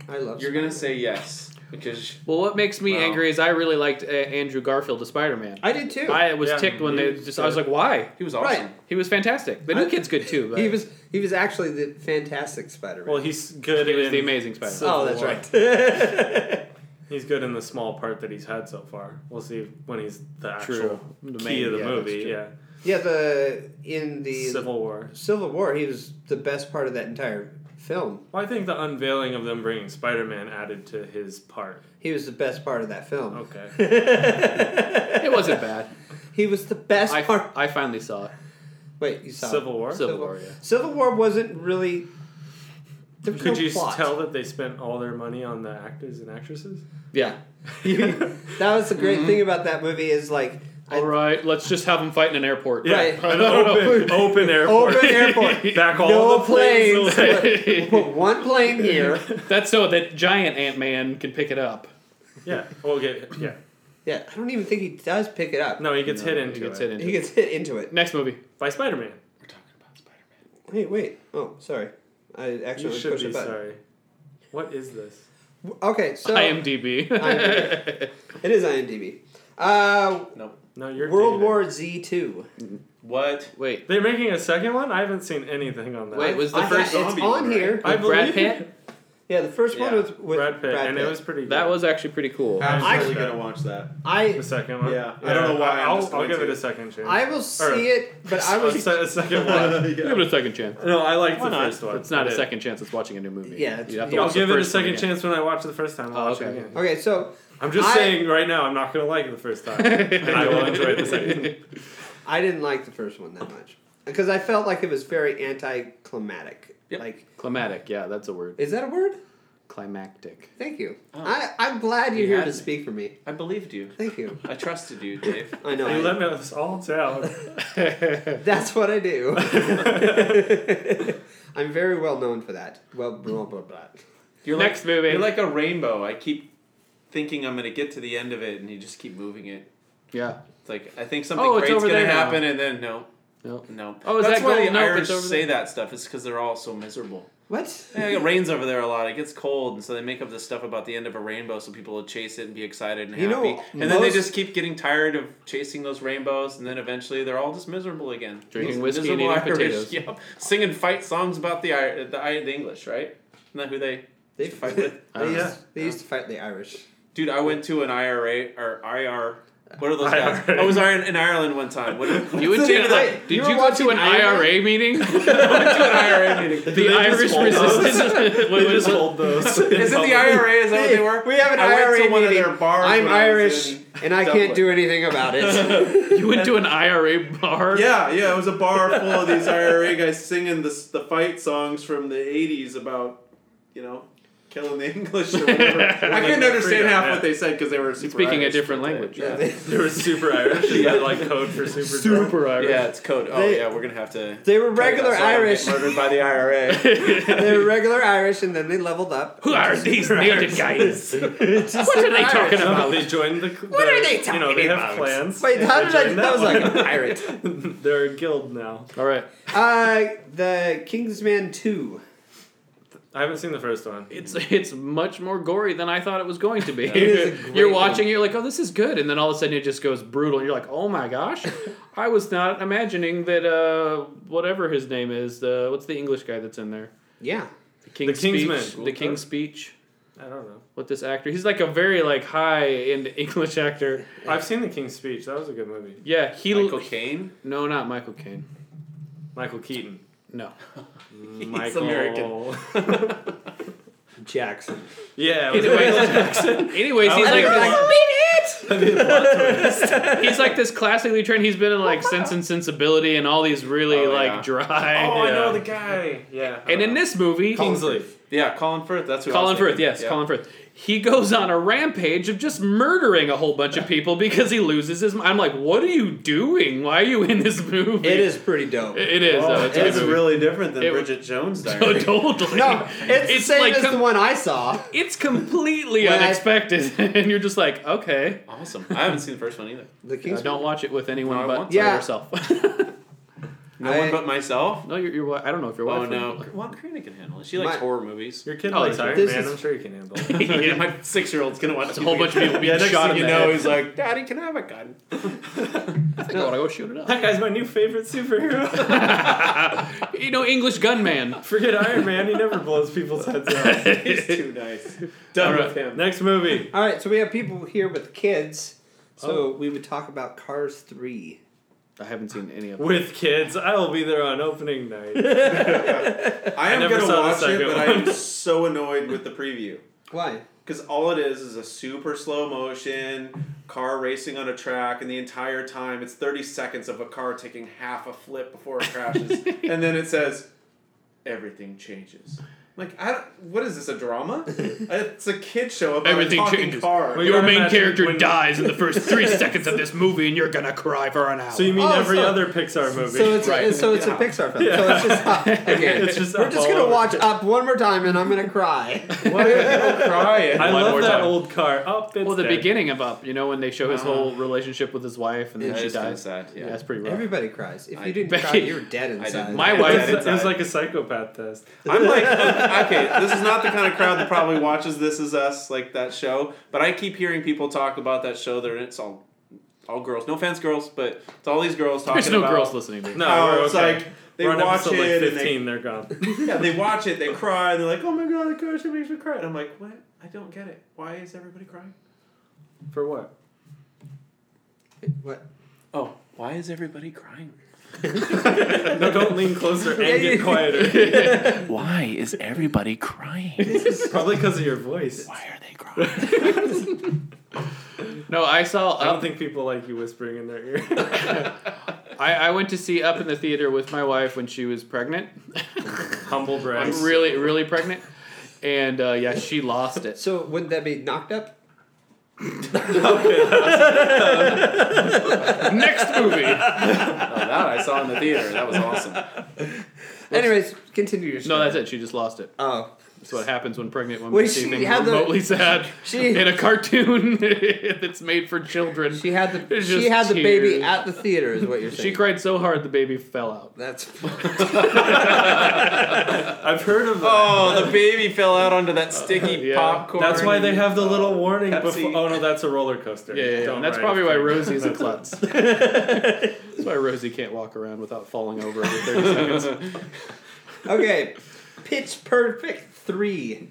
[SPEAKER 3] I love
[SPEAKER 4] You're
[SPEAKER 3] Spider-Man.
[SPEAKER 4] gonna say yes because
[SPEAKER 2] Well, what makes me
[SPEAKER 4] Wow.
[SPEAKER 2] angry is I really liked uh, Andrew Garfield as Spider Man.
[SPEAKER 3] I did too.
[SPEAKER 2] I was
[SPEAKER 1] Yeah,
[SPEAKER 2] ticked when they
[SPEAKER 1] he-
[SPEAKER 2] just. I was like, why?
[SPEAKER 4] he was awesome.
[SPEAKER 3] Right.
[SPEAKER 2] He was fantastic. The new
[SPEAKER 3] I-
[SPEAKER 2] kid's good too. But
[SPEAKER 3] he was he was actually the fantastic Spider Man.
[SPEAKER 1] Well, he's good.
[SPEAKER 2] he was
[SPEAKER 1] in,
[SPEAKER 2] the amazing Spider Man.
[SPEAKER 1] So-
[SPEAKER 3] oh, that's
[SPEAKER 1] War.
[SPEAKER 3] right.
[SPEAKER 1] He's good in the small part that he's had so far. We'll see when he's the actual
[SPEAKER 2] True. The
[SPEAKER 1] key
[SPEAKER 2] main-
[SPEAKER 1] of the
[SPEAKER 2] yeah,
[SPEAKER 1] movie.
[SPEAKER 2] that's true.
[SPEAKER 1] Yeah,
[SPEAKER 3] yeah, the in the
[SPEAKER 1] Civil War.
[SPEAKER 3] Civil War, he was the best part of that entire film.
[SPEAKER 1] Well, I think the unveiling of them bringing Spider-Man added to his part.
[SPEAKER 3] He was the best part of that film.
[SPEAKER 1] Okay.
[SPEAKER 2] It wasn't bad.
[SPEAKER 3] He was the best
[SPEAKER 2] I,
[SPEAKER 3] part.
[SPEAKER 2] I finally saw it.
[SPEAKER 3] Wait, you saw
[SPEAKER 1] Civil War.
[SPEAKER 2] Civil War, yeah.
[SPEAKER 3] Civil War wasn't really. There was
[SPEAKER 1] Could
[SPEAKER 3] no
[SPEAKER 1] you
[SPEAKER 3] plot.
[SPEAKER 1] tell that they spent all their money on the actors and actresses?
[SPEAKER 3] Yeah, that was the great
[SPEAKER 2] Mm-hmm.
[SPEAKER 3] thing about that movie is like I-
[SPEAKER 2] All right, let's just have them fight in an airport.
[SPEAKER 1] Yeah,
[SPEAKER 3] Right.
[SPEAKER 1] an open, open airport.
[SPEAKER 3] open airport.
[SPEAKER 1] Back all
[SPEAKER 3] no
[SPEAKER 1] the planes. away.
[SPEAKER 3] planes. We'll put one plane here.
[SPEAKER 2] That's so that giant Ant Man can pick it up.
[SPEAKER 1] yeah. Well, get yeah.
[SPEAKER 3] Yeah, I don't even think he does pick it up.
[SPEAKER 1] No, he gets hit into
[SPEAKER 2] He gets
[SPEAKER 1] it
[SPEAKER 2] hit into
[SPEAKER 3] He
[SPEAKER 2] it.
[SPEAKER 3] gets hit into it.
[SPEAKER 2] Next movie.
[SPEAKER 1] by Spider-Man.
[SPEAKER 4] We're talking about Spider-Man.
[SPEAKER 3] Hey, wait. Oh, sorry. I
[SPEAKER 1] You
[SPEAKER 3] actually
[SPEAKER 1] should
[SPEAKER 3] pushed a
[SPEAKER 1] be
[SPEAKER 3] button.
[SPEAKER 1] sorry. What is this?
[SPEAKER 3] Okay, so
[SPEAKER 2] IMDb.
[SPEAKER 3] IMDb. it is IMDb. Uh,
[SPEAKER 4] Nope.
[SPEAKER 1] No, you're
[SPEAKER 3] World
[SPEAKER 1] dated.
[SPEAKER 3] War Z two.
[SPEAKER 4] What?
[SPEAKER 2] Wait,
[SPEAKER 1] They're making a second one. I haven't seen anything on that.
[SPEAKER 2] wait, was the
[SPEAKER 3] I-
[SPEAKER 2] first
[SPEAKER 3] It's
[SPEAKER 4] zombie
[SPEAKER 3] on
[SPEAKER 4] one,
[SPEAKER 3] here.
[SPEAKER 1] I
[SPEAKER 2] with Brad
[SPEAKER 1] believe
[SPEAKER 2] Pitt?
[SPEAKER 3] Yeah, the first one
[SPEAKER 4] Yeah.
[SPEAKER 3] was with
[SPEAKER 1] Brad Pitt, and it was pretty. Good.
[SPEAKER 2] That was actually pretty cool.
[SPEAKER 4] Absolutely
[SPEAKER 1] I-
[SPEAKER 4] gonna watch that.
[SPEAKER 1] the
[SPEAKER 3] I
[SPEAKER 1] second one.
[SPEAKER 4] Yeah, I don't know why I'm
[SPEAKER 1] I'll,
[SPEAKER 4] just
[SPEAKER 1] I'll
[SPEAKER 4] going
[SPEAKER 1] give
[SPEAKER 4] to.
[SPEAKER 1] it a second chance.
[SPEAKER 3] I will see it, but I
[SPEAKER 1] I'll
[SPEAKER 3] was
[SPEAKER 1] se- a second one.
[SPEAKER 4] Yeah.
[SPEAKER 2] Give it a second chance.
[SPEAKER 1] No, I liked
[SPEAKER 4] Why
[SPEAKER 1] the
[SPEAKER 4] not?
[SPEAKER 1] first one.
[SPEAKER 2] It's not
[SPEAKER 1] I
[SPEAKER 2] a
[SPEAKER 1] did.
[SPEAKER 2] second chance. It's watching a new movie.
[SPEAKER 3] Yeah, it's-
[SPEAKER 2] you have to
[SPEAKER 3] yeah.
[SPEAKER 1] I'll
[SPEAKER 2] watch the
[SPEAKER 1] give it a
[SPEAKER 2] first one
[SPEAKER 1] second
[SPEAKER 2] again.
[SPEAKER 1] chance when I watch it the first time. I'll
[SPEAKER 2] Oh,
[SPEAKER 1] watch
[SPEAKER 2] okay.
[SPEAKER 1] it again.
[SPEAKER 3] okay. So
[SPEAKER 1] I'm just
[SPEAKER 3] I-
[SPEAKER 1] saying right now, I'm not gonna like it the first time, and I will enjoy it the second.
[SPEAKER 3] I didn't like the first one that much because I felt like it was very anticlimactic.
[SPEAKER 4] Yep.
[SPEAKER 3] Like,
[SPEAKER 2] Climatic. Yeah, that's a word.
[SPEAKER 3] is that a word?
[SPEAKER 2] Climactic.
[SPEAKER 3] Thank you.
[SPEAKER 4] Oh.
[SPEAKER 3] I, I'm glad you're
[SPEAKER 4] You
[SPEAKER 3] here
[SPEAKER 4] had
[SPEAKER 3] to
[SPEAKER 4] me.
[SPEAKER 3] speak for me.
[SPEAKER 4] I believed you.
[SPEAKER 3] Thank you.
[SPEAKER 4] I trusted you, Dave.
[SPEAKER 3] I know.
[SPEAKER 1] You
[SPEAKER 3] I-
[SPEAKER 1] let me us all down.
[SPEAKER 3] that's what I do. I'm very well known for that. Well, blah blah blah.
[SPEAKER 4] You're
[SPEAKER 2] Next
[SPEAKER 4] like,
[SPEAKER 2] movie.
[SPEAKER 4] You're like a rainbow. I keep thinking I'm gonna get to the end of it, and you just keep moving it.
[SPEAKER 2] Yeah.
[SPEAKER 4] It's like I think something
[SPEAKER 2] Oh, it's
[SPEAKER 4] great's
[SPEAKER 2] over
[SPEAKER 4] gonna
[SPEAKER 2] there now.
[SPEAKER 4] happen, and then no,
[SPEAKER 2] No.
[SPEAKER 4] no.
[SPEAKER 2] Oh, is
[SPEAKER 4] That's
[SPEAKER 2] that
[SPEAKER 4] why
[SPEAKER 2] gold?
[SPEAKER 4] the
[SPEAKER 2] Nope,
[SPEAKER 4] Irish
[SPEAKER 2] it's over
[SPEAKER 4] say that stuff. It's because they're all so miserable.
[SPEAKER 3] What?
[SPEAKER 4] Yeah, it rains over there a lot. It gets cold, and so they make up this stuff about the end of a rainbow, so people will chase it and be excited and
[SPEAKER 3] You know,
[SPEAKER 4] happy. and then they
[SPEAKER 3] most-
[SPEAKER 4] just keep getting tired of chasing those rainbows, and then eventually they're all just miserable again.
[SPEAKER 2] Drinking
[SPEAKER 4] Those
[SPEAKER 2] whiskey and
[SPEAKER 4] miserable
[SPEAKER 2] eating
[SPEAKER 4] Irish,
[SPEAKER 2] potatoes.
[SPEAKER 4] Yep. Singing fight songs about the Ir- the, Ir- the English, right? Isn't that who they?
[SPEAKER 3] They
[SPEAKER 4] Just fight with-
[SPEAKER 3] they, used,
[SPEAKER 4] yeah.
[SPEAKER 3] they used to fight the Irish.
[SPEAKER 4] Dude, I went to an IRA or IR. What are those guys?
[SPEAKER 1] IRA.
[SPEAKER 4] I was in in Ireland one time. What
[SPEAKER 2] You went
[SPEAKER 3] So
[SPEAKER 2] to
[SPEAKER 3] you're like-
[SPEAKER 2] did you,
[SPEAKER 3] you were
[SPEAKER 2] go to
[SPEAKER 3] watching
[SPEAKER 2] an
[SPEAKER 3] Iron Man?
[SPEAKER 2] IRA meeting?
[SPEAKER 4] an IRA meeting.
[SPEAKER 2] the Irish resistance.
[SPEAKER 1] Wait, wait, wait.
[SPEAKER 4] hold those. Is it the IRA? Is that what they were?
[SPEAKER 3] We have an
[SPEAKER 4] I went
[SPEAKER 3] IRA
[SPEAKER 4] to one
[SPEAKER 3] meeting.
[SPEAKER 4] of their bars.
[SPEAKER 3] I'm
[SPEAKER 4] when I was
[SPEAKER 3] Irish,
[SPEAKER 4] in
[SPEAKER 3] and I
[SPEAKER 4] Dublin.
[SPEAKER 3] can't do anything about it.
[SPEAKER 2] you went to an IRA bar.
[SPEAKER 4] Yeah, yeah, it was a bar full of these IRA guys singing the the fight songs from the '80s about, you know, killing the English. Or whatever. I couldn't understand
[SPEAKER 1] freedom,
[SPEAKER 4] half
[SPEAKER 1] yeah.
[SPEAKER 4] what they said because they were super
[SPEAKER 2] Speaking a
[SPEAKER 4] Irish,
[SPEAKER 2] different
[SPEAKER 4] but they-
[SPEAKER 2] language,
[SPEAKER 4] Yeah.
[SPEAKER 1] They were super Irish. Is that like code for super, drunk?
[SPEAKER 2] Super Irish.
[SPEAKER 4] Yeah, it's code. Oh
[SPEAKER 3] They-
[SPEAKER 4] yeah, we're gonna have to.
[SPEAKER 3] they were regular
[SPEAKER 4] Sorry, I'm getting
[SPEAKER 3] Irish.
[SPEAKER 4] Murdered by the IRA.
[SPEAKER 3] they were regular Irish, and then they leveled up.
[SPEAKER 2] Who are these bearded guys? what are they talking
[SPEAKER 1] No, but
[SPEAKER 2] about?
[SPEAKER 1] they joined the.
[SPEAKER 3] What are they
[SPEAKER 1] You know, they
[SPEAKER 3] talking
[SPEAKER 1] have
[SPEAKER 3] about?
[SPEAKER 1] clans.
[SPEAKER 3] Wait,
[SPEAKER 1] and
[SPEAKER 3] how
[SPEAKER 1] they
[SPEAKER 3] did I?
[SPEAKER 1] joined
[SPEAKER 3] That was
[SPEAKER 1] one.
[SPEAKER 3] like a pirate.
[SPEAKER 1] They're a guild now.
[SPEAKER 2] All right.
[SPEAKER 3] Uh, the Kingsman Two.
[SPEAKER 1] I haven't seen the first one.
[SPEAKER 2] It's it's much more gory than I thought it was going to be.
[SPEAKER 3] is a great
[SPEAKER 2] you're watching, you're like, oh, this is good, and then all of a sudden it just goes brutal. and You're like, oh my gosh, I was not imagining that. Uh, whatever his name is, uh, what's the English guy that's in there?
[SPEAKER 3] Yeah.
[SPEAKER 2] The King's
[SPEAKER 1] Kingsman.
[SPEAKER 2] Speech. The King's Speech.
[SPEAKER 1] I don't know.
[SPEAKER 2] With this actor, he's like a very like high end English actor.
[SPEAKER 1] I've seen The King's Speech. That was a good movie.
[SPEAKER 2] Yeah, he.
[SPEAKER 4] Michael Caine.
[SPEAKER 2] no, not Michael Caine.
[SPEAKER 1] Michael Keaton.
[SPEAKER 2] No,
[SPEAKER 1] Michael.
[SPEAKER 4] American.
[SPEAKER 3] Jackson.
[SPEAKER 1] yeah. it was Michael
[SPEAKER 2] Anyways, anyways, he's like he's like this classically trained. He's been in
[SPEAKER 3] Oh,
[SPEAKER 2] like Sense and Sensibility and all these really
[SPEAKER 4] Oh,
[SPEAKER 2] like
[SPEAKER 4] yeah.
[SPEAKER 2] dry.
[SPEAKER 1] Oh, I know
[SPEAKER 2] Yeah.
[SPEAKER 1] the guy. Yeah.
[SPEAKER 2] And in this movie,
[SPEAKER 1] Kingsley.
[SPEAKER 4] Yeah, Colin Firth. That's who. I was
[SPEAKER 2] Colin Firth,
[SPEAKER 4] thinking.
[SPEAKER 2] yes,
[SPEAKER 4] Yeah.
[SPEAKER 2] Colin Firth. He goes on a rampage of just murdering a whole bunch of people because he loses his. I'm like, what are you doing? Why are you in this movie?
[SPEAKER 3] It is pretty dope.
[SPEAKER 2] It is.
[SPEAKER 4] Oh,
[SPEAKER 2] though. it's, a good
[SPEAKER 4] it's
[SPEAKER 2] movie.
[SPEAKER 4] really different than
[SPEAKER 2] It-
[SPEAKER 4] Bridget Jones'
[SPEAKER 2] Oh,
[SPEAKER 4] diary.
[SPEAKER 2] totally.
[SPEAKER 3] No, it's, the same as
[SPEAKER 2] com-
[SPEAKER 3] the one I saw.
[SPEAKER 2] It's completely
[SPEAKER 3] When I-
[SPEAKER 2] unexpected, and you're just like, okay,
[SPEAKER 4] awesome. I haven't seen the first one either.
[SPEAKER 3] The
[SPEAKER 2] Uh,
[SPEAKER 3] Kingsman.
[SPEAKER 2] don't watch it with anyone
[SPEAKER 4] No, I
[SPEAKER 2] but
[SPEAKER 4] won't.
[SPEAKER 2] yeah.
[SPEAKER 3] Yeah.
[SPEAKER 2] yourself.
[SPEAKER 4] No
[SPEAKER 3] I-
[SPEAKER 4] one but myself.
[SPEAKER 2] no, you're, you're. wi- I don't know if you're.
[SPEAKER 4] Oh no. Well, Karina can handle it. She likes
[SPEAKER 3] My-
[SPEAKER 4] horror movies.
[SPEAKER 1] Your kid
[SPEAKER 2] Oh,
[SPEAKER 1] likes
[SPEAKER 2] sorry.
[SPEAKER 1] Iron
[SPEAKER 3] This
[SPEAKER 1] Man.
[SPEAKER 3] is-
[SPEAKER 1] I'm sure you can handle it.
[SPEAKER 4] Yeah,
[SPEAKER 2] yeah.
[SPEAKER 4] my six-year-old's gonna watch
[SPEAKER 2] a whole bunch of people being
[SPEAKER 4] yeah, next
[SPEAKER 2] shot in
[SPEAKER 4] thing you
[SPEAKER 2] the
[SPEAKER 4] know,
[SPEAKER 2] head.
[SPEAKER 4] he's like, "Daddy, can I have a gun?"
[SPEAKER 2] I think I want to go shoot it up.
[SPEAKER 1] that guy's my new favorite superhero.
[SPEAKER 2] You know, English gunman.
[SPEAKER 1] Forget Iron Man. He never blows people's heads off.
[SPEAKER 4] he's too nice. Done
[SPEAKER 2] Alright.
[SPEAKER 4] with him.
[SPEAKER 1] Next movie.
[SPEAKER 3] All right, so we have people here with kids, so we would talk about Cars Three.
[SPEAKER 2] I haven't seen any of.
[SPEAKER 1] With kids, I will be there on opening night.
[SPEAKER 4] I am
[SPEAKER 1] never
[SPEAKER 4] gonna
[SPEAKER 1] saw the
[SPEAKER 4] watch it,
[SPEAKER 1] second
[SPEAKER 4] but I am
[SPEAKER 1] one.
[SPEAKER 4] so annoyed with the preview
[SPEAKER 3] Why?
[SPEAKER 4] because all it is is a super slow motion car racing on a track, and the entire time it's thirty seconds of a car taking half a flip before it crashes, and then it says, "Everything changes." Like, I don't, what is this? A drama? it's a kid show about
[SPEAKER 2] Everything
[SPEAKER 4] a talking
[SPEAKER 2] changes.
[SPEAKER 4] car.
[SPEAKER 1] Well, you gotta imagine when-
[SPEAKER 2] dies in the first three seconds of this movie, and you're gonna cry for an hour.
[SPEAKER 1] So you mean
[SPEAKER 3] Oh,
[SPEAKER 1] every
[SPEAKER 3] so-
[SPEAKER 1] other Pixar movie?
[SPEAKER 3] So it's
[SPEAKER 2] Right.
[SPEAKER 3] so it's a
[SPEAKER 4] Yeah.
[SPEAKER 3] Pixar film. So it's just up again.
[SPEAKER 1] It's just
[SPEAKER 3] We're
[SPEAKER 1] up
[SPEAKER 3] just
[SPEAKER 1] all
[SPEAKER 3] gonna
[SPEAKER 1] over.
[SPEAKER 3] watch up one more time, and I'm gonna cry.
[SPEAKER 4] crying.
[SPEAKER 1] I
[SPEAKER 2] One
[SPEAKER 1] love
[SPEAKER 2] more
[SPEAKER 1] that
[SPEAKER 2] time.
[SPEAKER 1] old car. Up. It's
[SPEAKER 2] well, the
[SPEAKER 1] dead.
[SPEAKER 2] beginning of Up, you know, when they show his whole relationship with his wife, and then
[SPEAKER 3] That
[SPEAKER 2] she
[SPEAKER 4] is kinda
[SPEAKER 2] dies.
[SPEAKER 4] sad, yeah.
[SPEAKER 2] that's pretty rough.
[SPEAKER 3] Everybody cries. If
[SPEAKER 4] I-
[SPEAKER 3] you didn't cry,
[SPEAKER 2] Becky-
[SPEAKER 3] you were dead
[SPEAKER 4] didn't.
[SPEAKER 3] inside.
[SPEAKER 1] It
[SPEAKER 2] My
[SPEAKER 1] was-
[SPEAKER 2] wife.
[SPEAKER 1] It was, like a psychopath test.
[SPEAKER 4] I'm like, okay, okay, this is not the kind of crowd that probably watches This Is Us, like that show. But I keep hearing people talk about that show. There, it's all, all girls. No offense, girls, but it's all these girls talking
[SPEAKER 2] There's no
[SPEAKER 4] about.
[SPEAKER 2] girls listening to me.
[SPEAKER 1] No,
[SPEAKER 4] how
[SPEAKER 1] we're
[SPEAKER 4] Oh, it's
[SPEAKER 1] okay.
[SPEAKER 4] like they
[SPEAKER 1] we're on
[SPEAKER 4] watch
[SPEAKER 1] episode
[SPEAKER 4] it
[SPEAKER 1] like
[SPEAKER 4] and they,
[SPEAKER 1] 15. They're gone.
[SPEAKER 4] yeah, they watch it, they cry, and they're like, "Oh my god, the car show makes me cry." And I'm like, "What? I don't get it. Why is everybody crying?"
[SPEAKER 1] For what?
[SPEAKER 3] What?
[SPEAKER 4] Oh, why is everybody crying?
[SPEAKER 1] No, don't lean closer and
[SPEAKER 3] Yeah,
[SPEAKER 1] get
[SPEAKER 3] you-
[SPEAKER 1] quieter.
[SPEAKER 4] Why is everybody crying?
[SPEAKER 3] This is
[SPEAKER 1] Probably because of your voice.
[SPEAKER 4] Why are they crying?
[SPEAKER 2] No, I saw
[SPEAKER 1] I don't
[SPEAKER 2] Up.
[SPEAKER 1] think people like you whispering in their ear.
[SPEAKER 2] I, I went to see Up in the theater with my wife when she was pregnant.
[SPEAKER 1] Humble brag.
[SPEAKER 2] I'm really, really pregnant. And uh, yeah, she lost it.
[SPEAKER 3] so. Wouldn't that be knocked up?
[SPEAKER 2] Next movie.
[SPEAKER 4] oh, that I saw in the theater. That was awesome.
[SPEAKER 3] Anyways, continue your. Story.
[SPEAKER 2] No, that's it. She just lost it.
[SPEAKER 3] Oh,
[SPEAKER 2] That's what happens when pregnant women
[SPEAKER 3] Wait,
[SPEAKER 2] see
[SPEAKER 3] she
[SPEAKER 2] things
[SPEAKER 3] had the-
[SPEAKER 2] remotely sad
[SPEAKER 3] she-
[SPEAKER 2] in a cartoon that's made for children.
[SPEAKER 3] She had the
[SPEAKER 2] It's
[SPEAKER 3] she
[SPEAKER 2] just
[SPEAKER 3] had the baby
[SPEAKER 2] tears.
[SPEAKER 3] at the theater, is what you're saying.
[SPEAKER 2] She cried so hard the baby fell out.
[SPEAKER 3] That's
[SPEAKER 1] I've heard of
[SPEAKER 5] Oh, the baby fell out onto that sticky
[SPEAKER 2] Yeah.
[SPEAKER 5] popcorn.
[SPEAKER 1] That's why they have the little warning
[SPEAKER 4] Pepsi.
[SPEAKER 1] before. Oh no, that's a roller coaster.
[SPEAKER 2] Yeah, yeah, yeah.
[SPEAKER 1] Don't
[SPEAKER 2] And that's
[SPEAKER 1] ride
[SPEAKER 2] probably
[SPEAKER 1] it.
[SPEAKER 2] why Rosie's a klutz. that's why Rosie can't walk around without falling over every 30 seconds.
[SPEAKER 3] okay. Pitch Perfect three.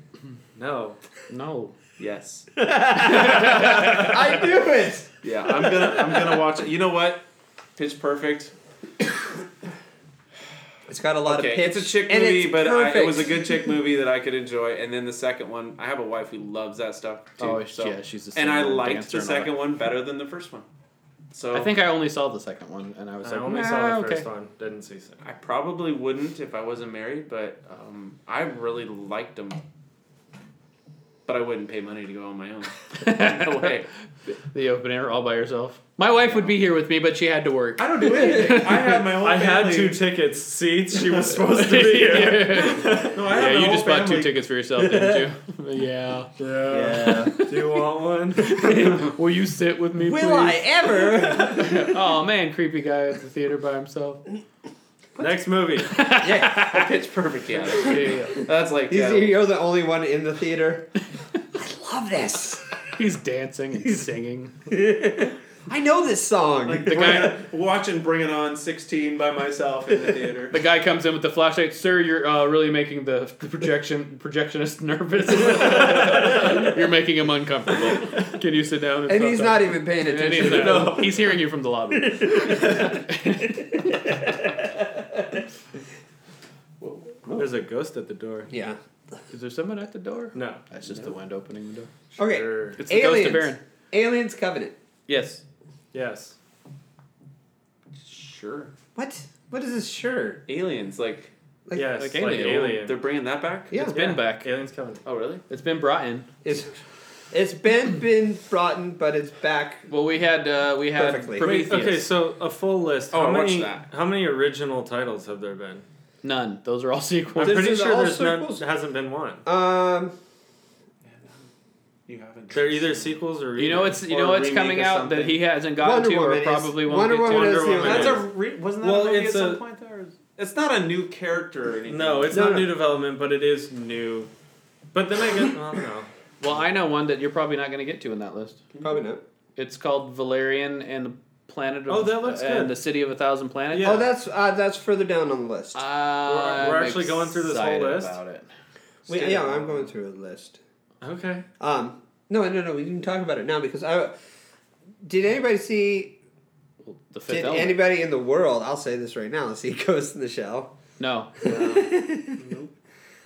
[SPEAKER 1] No.
[SPEAKER 2] No.
[SPEAKER 5] Yes.
[SPEAKER 3] I knew it.
[SPEAKER 5] Yeah.
[SPEAKER 4] I'm gonna I'm gonna watch it. You know what? Pitch Perfect.
[SPEAKER 3] It's got a lot
[SPEAKER 5] Okay,
[SPEAKER 3] of
[SPEAKER 5] it's
[SPEAKER 3] pitch.
[SPEAKER 5] a chick
[SPEAKER 3] and
[SPEAKER 5] movie,
[SPEAKER 3] it's
[SPEAKER 5] but I, it
[SPEAKER 3] perfect.
[SPEAKER 5] was a good chick movie that I could enjoy. And then the second one, I have a wife who loves that stuff too.
[SPEAKER 2] oh,
[SPEAKER 5] so.
[SPEAKER 2] yeah, she's the
[SPEAKER 5] And I
[SPEAKER 2] singer
[SPEAKER 5] liked the
[SPEAKER 2] dancer and all that.
[SPEAKER 5] second one better than the first one. So
[SPEAKER 2] I think I only saw the second one, and I was
[SPEAKER 1] I
[SPEAKER 2] like,
[SPEAKER 1] only
[SPEAKER 2] nah,
[SPEAKER 1] saw the
[SPEAKER 2] Ah, okay.
[SPEAKER 1] first one. Didn't see second.
[SPEAKER 5] I probably wouldn't if I wasn't married, but um, I really liked them. But I wouldn't pay money to go on my own. No way.
[SPEAKER 2] the open air all by yourself. My wife would be here with me, but she had to work.
[SPEAKER 4] I don't do anything. I have my whole.
[SPEAKER 1] I had two
[SPEAKER 4] family-
[SPEAKER 1] tickets. See, she was supposed to be here.
[SPEAKER 4] No, I have
[SPEAKER 2] yeah,
[SPEAKER 4] my
[SPEAKER 2] you
[SPEAKER 4] whole
[SPEAKER 2] just bought
[SPEAKER 4] family-
[SPEAKER 2] two tickets for yourself, didn't you? yeah.
[SPEAKER 1] Yeah. Do you want one?
[SPEAKER 2] Will you sit with me,
[SPEAKER 3] Will I ever?
[SPEAKER 2] please? oh man, creepy guy at the theater by himself.
[SPEAKER 1] Next movie.
[SPEAKER 3] yeah.
[SPEAKER 5] Pitch perfect, yeah.
[SPEAKER 2] Yeah, yeah.
[SPEAKER 5] That's like
[SPEAKER 3] He's,
[SPEAKER 5] yeah,
[SPEAKER 3] You're the only one in the theater. I love this.
[SPEAKER 2] He's dancing and singing.
[SPEAKER 3] I know this song.
[SPEAKER 4] Like
[SPEAKER 2] The
[SPEAKER 4] the
[SPEAKER 2] guy-
[SPEAKER 4] guy watching Bring It On 16 by myself in the theater.
[SPEAKER 2] The guy comes in with the flashlight. Sir, you're uh, really making the, the projection projectionist nervous. you're making him uncomfortable. Can you sit down? And,
[SPEAKER 3] and
[SPEAKER 2] stop
[SPEAKER 3] he's
[SPEAKER 2] talking?
[SPEAKER 3] not even paying
[SPEAKER 2] And he's,
[SPEAKER 3] attention.
[SPEAKER 2] not. he's hearing you from the lobby.
[SPEAKER 1] There's a ghost at the door.
[SPEAKER 3] Yeah.
[SPEAKER 2] Is there someone at the door?
[SPEAKER 1] No.
[SPEAKER 2] That's just the wind opening the door.
[SPEAKER 3] Okay.
[SPEAKER 1] Sure.
[SPEAKER 2] It's the ghost
[SPEAKER 3] Aliens.
[SPEAKER 2] of Aaron.
[SPEAKER 3] Aliens Covenant.
[SPEAKER 5] yes.
[SPEAKER 1] Yes.
[SPEAKER 5] Sure.
[SPEAKER 3] What? What is this sure?
[SPEAKER 5] Aliens, like
[SPEAKER 3] Like,
[SPEAKER 1] yes.
[SPEAKER 2] like
[SPEAKER 1] Like,
[SPEAKER 2] Alien.
[SPEAKER 1] alien.
[SPEAKER 5] they're bringing that back?
[SPEAKER 3] Yeah.
[SPEAKER 2] It's been back.
[SPEAKER 1] Aliens coming.
[SPEAKER 5] Oh really?
[SPEAKER 2] It's been brought in.
[SPEAKER 3] It's it's been been brought in, but it's back.
[SPEAKER 2] Well, we had uh, we had
[SPEAKER 3] Perfectly.
[SPEAKER 1] Wait,
[SPEAKER 2] Prometheus.
[SPEAKER 1] okay, so a full list.
[SPEAKER 5] Oh,
[SPEAKER 1] how
[SPEAKER 5] I watched
[SPEAKER 1] many,
[SPEAKER 5] that.
[SPEAKER 1] How many original titles have there been?
[SPEAKER 2] None. Those are all
[SPEAKER 1] I'm
[SPEAKER 2] sequels.
[SPEAKER 3] This
[SPEAKER 1] pretty
[SPEAKER 3] is
[SPEAKER 1] sure
[SPEAKER 3] all
[SPEAKER 1] there's none.
[SPEAKER 3] sequels?
[SPEAKER 1] Hasn't been one.
[SPEAKER 3] Um,
[SPEAKER 4] You haven't.
[SPEAKER 1] They're either sequels or
[SPEAKER 2] You know what's you
[SPEAKER 4] Or
[SPEAKER 2] know what's
[SPEAKER 4] remake
[SPEAKER 2] coming
[SPEAKER 4] of
[SPEAKER 2] out that he hasn't gotten
[SPEAKER 3] Wonder
[SPEAKER 2] to
[SPEAKER 3] Woman
[SPEAKER 2] or
[SPEAKER 3] is-
[SPEAKER 2] probably won't
[SPEAKER 3] Wonder
[SPEAKER 2] get to.
[SPEAKER 3] Woman is
[SPEAKER 1] Wonder
[SPEAKER 3] the
[SPEAKER 1] Woman
[SPEAKER 3] only-
[SPEAKER 5] That's a
[SPEAKER 1] is.
[SPEAKER 5] re- wasn't that
[SPEAKER 1] Well,
[SPEAKER 5] a movie
[SPEAKER 1] it's
[SPEAKER 5] at some
[SPEAKER 1] a-
[SPEAKER 5] point there? It's not a new character or anything.
[SPEAKER 1] No, it's
[SPEAKER 3] No,
[SPEAKER 1] not
[SPEAKER 3] no.
[SPEAKER 1] new development, but it is new. But then I guess well, no.
[SPEAKER 2] Well, I know one that you're probably not going to get to in that list.
[SPEAKER 3] probably not.
[SPEAKER 2] It's called Valerian and the Planet of
[SPEAKER 1] Oh, that looks
[SPEAKER 2] and
[SPEAKER 1] good.
[SPEAKER 2] the City of a Thousand Planets.
[SPEAKER 1] Yeah.
[SPEAKER 3] Oh, that's uh, that's further down on the list.
[SPEAKER 2] Uh, I'm
[SPEAKER 1] We're- we're actually going through this whole
[SPEAKER 2] excited
[SPEAKER 1] list?
[SPEAKER 2] about it.
[SPEAKER 3] Wait, yeah, I'm going through a list.
[SPEAKER 1] Okay.
[SPEAKER 3] Um, no, no, no. We can talk about it now because I did anybody see
[SPEAKER 2] Well, the Fifth
[SPEAKER 3] did
[SPEAKER 2] Element.
[SPEAKER 3] anybody in the world? I'll say this right now. See Ghost in the Shell.
[SPEAKER 2] No,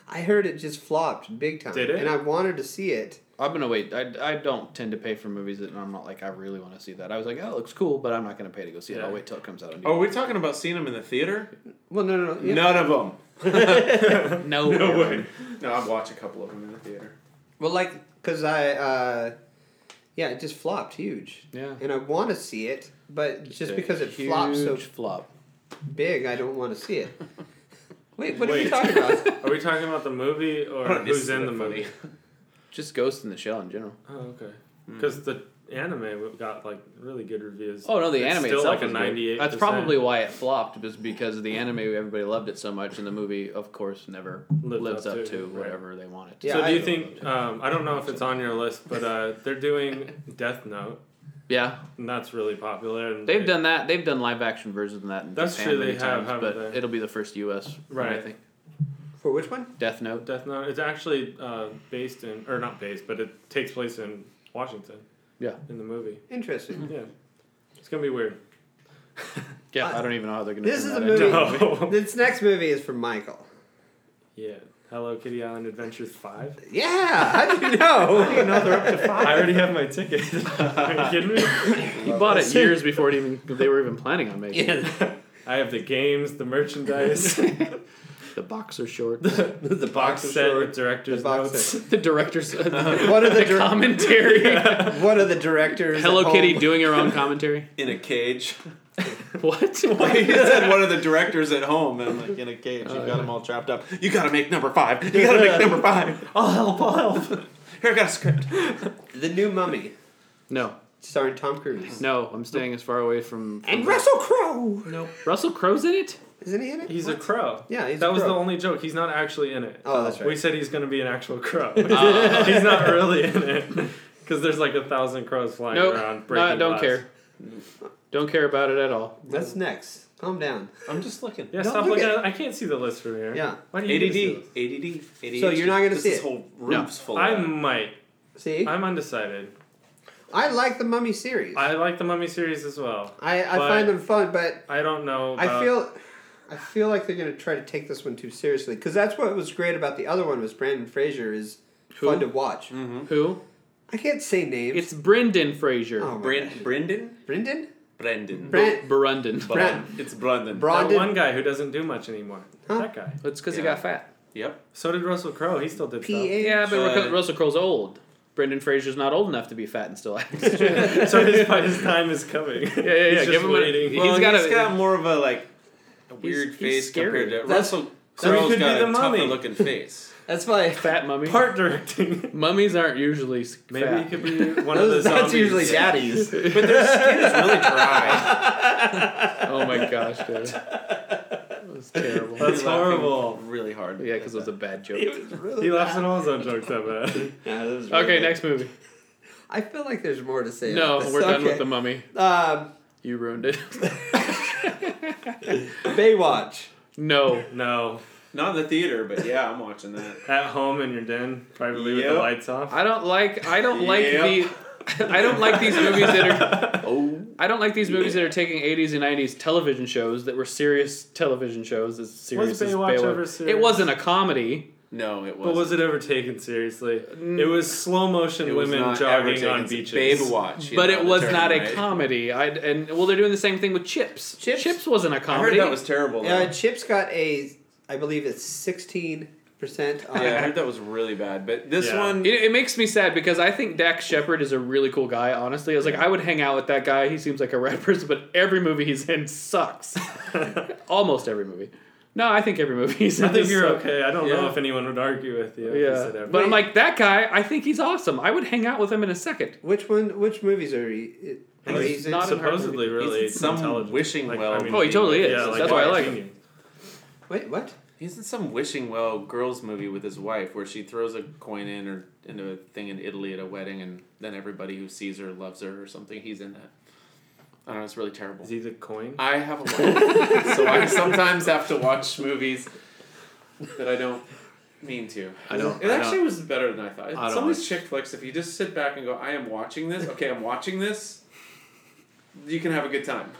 [SPEAKER 3] I heard it just flopped big time.
[SPEAKER 1] Did it?
[SPEAKER 3] And I wanted to see it.
[SPEAKER 2] I'm gonna wait. I, I don't tend to pay for movies that I'm not like I really want to see that. I was like, oh, it looks cool, but I'm not gonna pay to go see it.
[SPEAKER 1] Yeah. Oh,
[SPEAKER 2] I'll wait till it comes out. On
[SPEAKER 5] Are we talking about seeing them in the theater?
[SPEAKER 3] Well, no, no, no. yeah.
[SPEAKER 5] None of them.
[SPEAKER 2] DVD. no,
[SPEAKER 4] No way. No, I've watched a couple of them in the theater.
[SPEAKER 3] Well, like, cause I, uh, yeah, it just flopped huge,
[SPEAKER 2] Yeah,
[SPEAKER 3] and I want to see it, but just
[SPEAKER 2] A
[SPEAKER 3] because it flopped so
[SPEAKER 2] huge flop.
[SPEAKER 3] big, I don't want to see it. Wait, what are you
[SPEAKER 1] Wait.
[SPEAKER 3] talking about?
[SPEAKER 1] Are we talking about the movie or
[SPEAKER 2] Oh,
[SPEAKER 5] Hold on, this
[SPEAKER 1] who's
[SPEAKER 5] is
[SPEAKER 1] in the
[SPEAKER 5] kinda funny.
[SPEAKER 1] movie?
[SPEAKER 2] Just Ghost in the Shell in general.
[SPEAKER 1] Oh, okay.
[SPEAKER 4] Hmm.
[SPEAKER 1] Because the anime got like really good reviews.
[SPEAKER 2] Hmm. Oh no, the
[SPEAKER 1] It's
[SPEAKER 2] anime
[SPEAKER 1] still
[SPEAKER 2] itself
[SPEAKER 1] like a
[SPEAKER 2] was good.
[SPEAKER 1] ninety-eight.
[SPEAKER 2] That's probably why it flopped, was because of the anime. Everybody loved it so much, and the movie, of course, never
[SPEAKER 1] Lived
[SPEAKER 2] lives
[SPEAKER 1] up
[SPEAKER 2] up,
[SPEAKER 1] to,
[SPEAKER 2] to
[SPEAKER 1] right.
[SPEAKER 2] whatever they wanted. To.
[SPEAKER 3] Yeah,
[SPEAKER 1] so do
[SPEAKER 3] I-
[SPEAKER 1] you think? Um, I don't know if it's on your list, but uh, they're doing Death Note,
[SPEAKER 2] Yeah,
[SPEAKER 1] and that's really popular. And
[SPEAKER 2] they've done that. They've done live action versions of that. In
[SPEAKER 1] That's
[SPEAKER 2] Japan
[SPEAKER 1] true, they
[SPEAKER 2] many
[SPEAKER 1] have,
[SPEAKER 2] times,
[SPEAKER 1] haven't
[SPEAKER 2] but
[SPEAKER 1] they?
[SPEAKER 2] it'll be the first U.S. one, I
[SPEAKER 1] Right.
[SPEAKER 2] think
[SPEAKER 3] For which one?
[SPEAKER 2] Death Note.
[SPEAKER 1] Death Note. It's actually uh, based in, or not based, but it takes place in Washington.
[SPEAKER 2] Yeah.
[SPEAKER 1] In the movie.
[SPEAKER 3] Interesting.
[SPEAKER 1] Yeah. It's gonna be weird.
[SPEAKER 2] Yeah,
[SPEAKER 3] Uh,
[SPEAKER 2] I don't even know how they're gonna.
[SPEAKER 3] this
[SPEAKER 2] turn
[SPEAKER 3] is
[SPEAKER 2] that
[SPEAKER 3] a
[SPEAKER 2] into-
[SPEAKER 3] movie.
[SPEAKER 1] No.
[SPEAKER 3] this next movie is from Michael.
[SPEAKER 1] yeah. Hello Kitty Island Adventures Five.
[SPEAKER 3] Yeah, how do you know?
[SPEAKER 1] No, they're up to five. I already have my ticket. Are you kidding me?
[SPEAKER 2] He bought it years before it even they were even planning on making it.
[SPEAKER 1] I have the games, the merchandise,
[SPEAKER 2] the boxer short,
[SPEAKER 1] the box
[SPEAKER 3] of
[SPEAKER 1] set,
[SPEAKER 3] shorts,
[SPEAKER 1] director's
[SPEAKER 3] the box
[SPEAKER 1] notes.
[SPEAKER 3] set.
[SPEAKER 2] the director's
[SPEAKER 3] What are the,
[SPEAKER 2] the
[SPEAKER 3] dir-
[SPEAKER 2] commentary.
[SPEAKER 3] what are the directors?
[SPEAKER 2] Hello
[SPEAKER 3] at
[SPEAKER 2] Kitty
[SPEAKER 3] home?
[SPEAKER 2] doing her own commentary.
[SPEAKER 5] In a cage.
[SPEAKER 2] What?
[SPEAKER 4] he said one of the directors at home and like in a cage. You've
[SPEAKER 1] Uh.
[SPEAKER 4] got them all trapped up. You gotta make number five. You gotta make number five. I'll help. I'll help. Here, I got a script.
[SPEAKER 3] The new Mummy,
[SPEAKER 2] No,
[SPEAKER 3] starring Tom Cruise
[SPEAKER 2] no, I'm staying as far away from. from
[SPEAKER 3] and Russell Crowe.
[SPEAKER 2] No, Russell Crowe's in it.
[SPEAKER 3] Isn't he in it?
[SPEAKER 1] He's a crow.
[SPEAKER 3] Yeah, he's
[SPEAKER 1] that
[SPEAKER 3] a
[SPEAKER 1] was
[SPEAKER 3] crow.
[SPEAKER 1] the only joke. He's not actually in it.
[SPEAKER 3] Oh, that's right.
[SPEAKER 1] We said he's going to be an actual crow. he's not really in it because there's like a thousand crows flying
[SPEAKER 2] Nope.
[SPEAKER 1] around.
[SPEAKER 2] No, I
[SPEAKER 1] breaking
[SPEAKER 2] don't
[SPEAKER 1] glass.
[SPEAKER 2] care. Don't care about it at all.
[SPEAKER 3] That's next. Calm down.
[SPEAKER 4] I'm just looking.
[SPEAKER 1] Yeah,
[SPEAKER 3] Don't
[SPEAKER 1] stop
[SPEAKER 3] look
[SPEAKER 1] looking.
[SPEAKER 3] at-
[SPEAKER 1] At, I can't see the list from here.
[SPEAKER 3] Yeah.
[SPEAKER 1] Why do you give us the
[SPEAKER 4] ADD.
[SPEAKER 1] list?
[SPEAKER 4] ADD. ADD.
[SPEAKER 3] So you're not gonna
[SPEAKER 4] this,
[SPEAKER 3] see
[SPEAKER 4] This
[SPEAKER 3] it?
[SPEAKER 4] whole room's full.
[SPEAKER 1] I
[SPEAKER 4] of that.
[SPEAKER 1] might.
[SPEAKER 3] See, i
[SPEAKER 1] I'm undecided.
[SPEAKER 3] like the Mummy series. I
[SPEAKER 1] I like the Mummy series as well.
[SPEAKER 3] I,
[SPEAKER 1] but-
[SPEAKER 3] find them fun, but
[SPEAKER 1] I don't know.
[SPEAKER 3] I
[SPEAKER 1] about-
[SPEAKER 3] feel I feel like they're gonna try to take this one too seriously because that's what was great about the other one was Brandon Fraser is
[SPEAKER 2] Who?
[SPEAKER 3] fun to watch.
[SPEAKER 1] Mm.
[SPEAKER 2] Who?
[SPEAKER 3] I can't say names.
[SPEAKER 2] It's Brendan Fraser.
[SPEAKER 3] oh, Brandon.
[SPEAKER 4] Bren- Brendan.
[SPEAKER 3] Brendan.
[SPEAKER 4] Brendan.
[SPEAKER 3] Brand-
[SPEAKER 2] Burundan.
[SPEAKER 4] Bra-
[SPEAKER 3] Brand-
[SPEAKER 4] It's Brendan.
[SPEAKER 1] that
[SPEAKER 3] Brandon.
[SPEAKER 1] one guy who doesn't do much anymore.
[SPEAKER 3] Huh?
[SPEAKER 1] That guy.
[SPEAKER 2] That's because he
[SPEAKER 4] Yeah.
[SPEAKER 2] got fat.
[SPEAKER 4] Yep.
[SPEAKER 1] So did Russell Crowe. He still did
[SPEAKER 3] P
[SPEAKER 1] stuff.
[SPEAKER 3] A.
[SPEAKER 2] Yeah, but
[SPEAKER 4] But-
[SPEAKER 2] Russell Crowe's old. Brendan Fraser's not old enough to be fat and still act. yeah,
[SPEAKER 1] so his, his time is coming. Yeah,
[SPEAKER 2] yeah, yeah.
[SPEAKER 1] He's
[SPEAKER 2] give
[SPEAKER 1] just
[SPEAKER 2] him
[SPEAKER 1] waiting.
[SPEAKER 2] A,
[SPEAKER 4] Well,
[SPEAKER 2] he's got
[SPEAKER 4] he's
[SPEAKER 2] a.
[SPEAKER 4] got more of a like a weird
[SPEAKER 2] he's
[SPEAKER 4] face
[SPEAKER 2] scary.
[SPEAKER 4] compared to
[SPEAKER 3] That's-
[SPEAKER 4] Russell.
[SPEAKER 1] So he
[SPEAKER 4] Crowe's
[SPEAKER 1] could be
[SPEAKER 4] got
[SPEAKER 1] the
[SPEAKER 4] a
[SPEAKER 1] mummy.
[SPEAKER 4] tougher looking face.
[SPEAKER 3] That's why.
[SPEAKER 2] fat mummy.
[SPEAKER 1] Part directing.
[SPEAKER 2] Mummies aren't usually s-
[SPEAKER 1] Maybe
[SPEAKER 2] fat.
[SPEAKER 1] he could be one of the
[SPEAKER 3] Those, that's
[SPEAKER 1] zombies.
[SPEAKER 3] usually daddies.
[SPEAKER 4] But their skin is really dry.
[SPEAKER 2] Oh my gosh, dude. That was terrible.
[SPEAKER 1] That's
[SPEAKER 4] You're laughing
[SPEAKER 1] horrible.
[SPEAKER 4] Really hard.
[SPEAKER 2] yeah, because it was a bad joke.
[SPEAKER 1] He laughs at all his own jokes that bad.
[SPEAKER 2] Okay, next movie.
[SPEAKER 3] I feel like there's more to say.
[SPEAKER 2] No,
[SPEAKER 3] about this.
[SPEAKER 2] we're done
[SPEAKER 3] Okay.
[SPEAKER 2] with the mummy.
[SPEAKER 3] Um,
[SPEAKER 2] You ruined it.
[SPEAKER 3] Um, Baywatch.
[SPEAKER 2] no.
[SPEAKER 1] No,
[SPEAKER 4] Not in the theater, but yeah, I'm watching that.
[SPEAKER 1] at home in your den, privately with the
[SPEAKER 4] Yep.
[SPEAKER 1] lights off.
[SPEAKER 2] I don't like I don't like
[SPEAKER 4] Yep.
[SPEAKER 2] the I don't like these movies that are
[SPEAKER 4] Oh,
[SPEAKER 2] I don't like these movies that are taking 80s and 90s television shows that were serious television shows as serious as
[SPEAKER 1] Baywatch
[SPEAKER 2] Baywatch.
[SPEAKER 1] ever serious?
[SPEAKER 2] It wasn't a comedy.
[SPEAKER 4] no, it
[SPEAKER 1] But
[SPEAKER 4] wasn't.
[SPEAKER 1] was it ever taken seriously?
[SPEAKER 3] Mm.
[SPEAKER 1] It was slow motion
[SPEAKER 4] It was
[SPEAKER 1] women
[SPEAKER 4] not
[SPEAKER 1] jogging
[SPEAKER 4] ever taken
[SPEAKER 1] on
[SPEAKER 4] as-
[SPEAKER 1] beaches.
[SPEAKER 4] Babe Watch. you
[SPEAKER 2] But
[SPEAKER 4] know,
[SPEAKER 2] it
[SPEAKER 4] the
[SPEAKER 2] was
[SPEAKER 4] term,
[SPEAKER 2] not a
[SPEAKER 4] right?
[SPEAKER 2] comedy. I and well they're doing the same thing with Chips.
[SPEAKER 3] Chips?
[SPEAKER 2] wasn't a
[SPEAKER 4] I heard
[SPEAKER 2] comedy.
[SPEAKER 4] that was terrible. though.
[SPEAKER 3] Uh, Chip's got a, I believe it's sixteen percent on.
[SPEAKER 4] yeah, I heard that was really bad. But this
[SPEAKER 1] Yeah.
[SPEAKER 4] one,
[SPEAKER 2] It, it makes me sad because I think Dax Shepard is a really cool guy. Honestly, I was like, I would hang out with that guy. He seems like a rad person, but every movie he's in sucks. Almost every movie. No, I think every movie he's in.
[SPEAKER 1] I think
[SPEAKER 2] is
[SPEAKER 1] you're
[SPEAKER 2] suck.
[SPEAKER 1] okay. I don't know
[SPEAKER 4] Yeah.
[SPEAKER 1] if anyone would argue with you. if you
[SPEAKER 2] Yeah,
[SPEAKER 1] said ever.
[SPEAKER 2] but I'm like that guy. I think he's awesome. I would hang out with him in a second.
[SPEAKER 3] Which one? Which movies are? he-
[SPEAKER 1] I
[SPEAKER 3] are
[SPEAKER 1] think
[SPEAKER 3] he's
[SPEAKER 1] he's
[SPEAKER 3] in?
[SPEAKER 2] not in her
[SPEAKER 1] supposedly really
[SPEAKER 4] He's in some
[SPEAKER 1] intelligent.
[SPEAKER 4] wishing
[SPEAKER 1] Like,
[SPEAKER 4] well.
[SPEAKER 1] I mean,
[SPEAKER 2] Oh, he totally is.
[SPEAKER 1] yeah, like,
[SPEAKER 2] That's why I
[SPEAKER 1] why
[SPEAKER 2] like
[SPEAKER 1] isn't
[SPEAKER 2] him.
[SPEAKER 1] he?
[SPEAKER 3] Wait, what?
[SPEAKER 4] he's in some wishing well girls movie with his wife, where she throws a coin in or into a thing in Italy at a wedding, and then everybody who sees her loves her or something. He's in that. I don't know. It's really terrible.
[SPEAKER 1] Is he the coin?
[SPEAKER 4] I have a wife, so I sometimes have to watch movies that I don't mean to.
[SPEAKER 2] I don't-
[SPEAKER 4] It
[SPEAKER 2] I
[SPEAKER 4] actually was better than I thought.
[SPEAKER 2] I don't
[SPEAKER 4] Some of these
[SPEAKER 2] watch-
[SPEAKER 4] chick flicks, if you just sit back and go, "I am watching this," okay, I'm watching this. You can have a good time.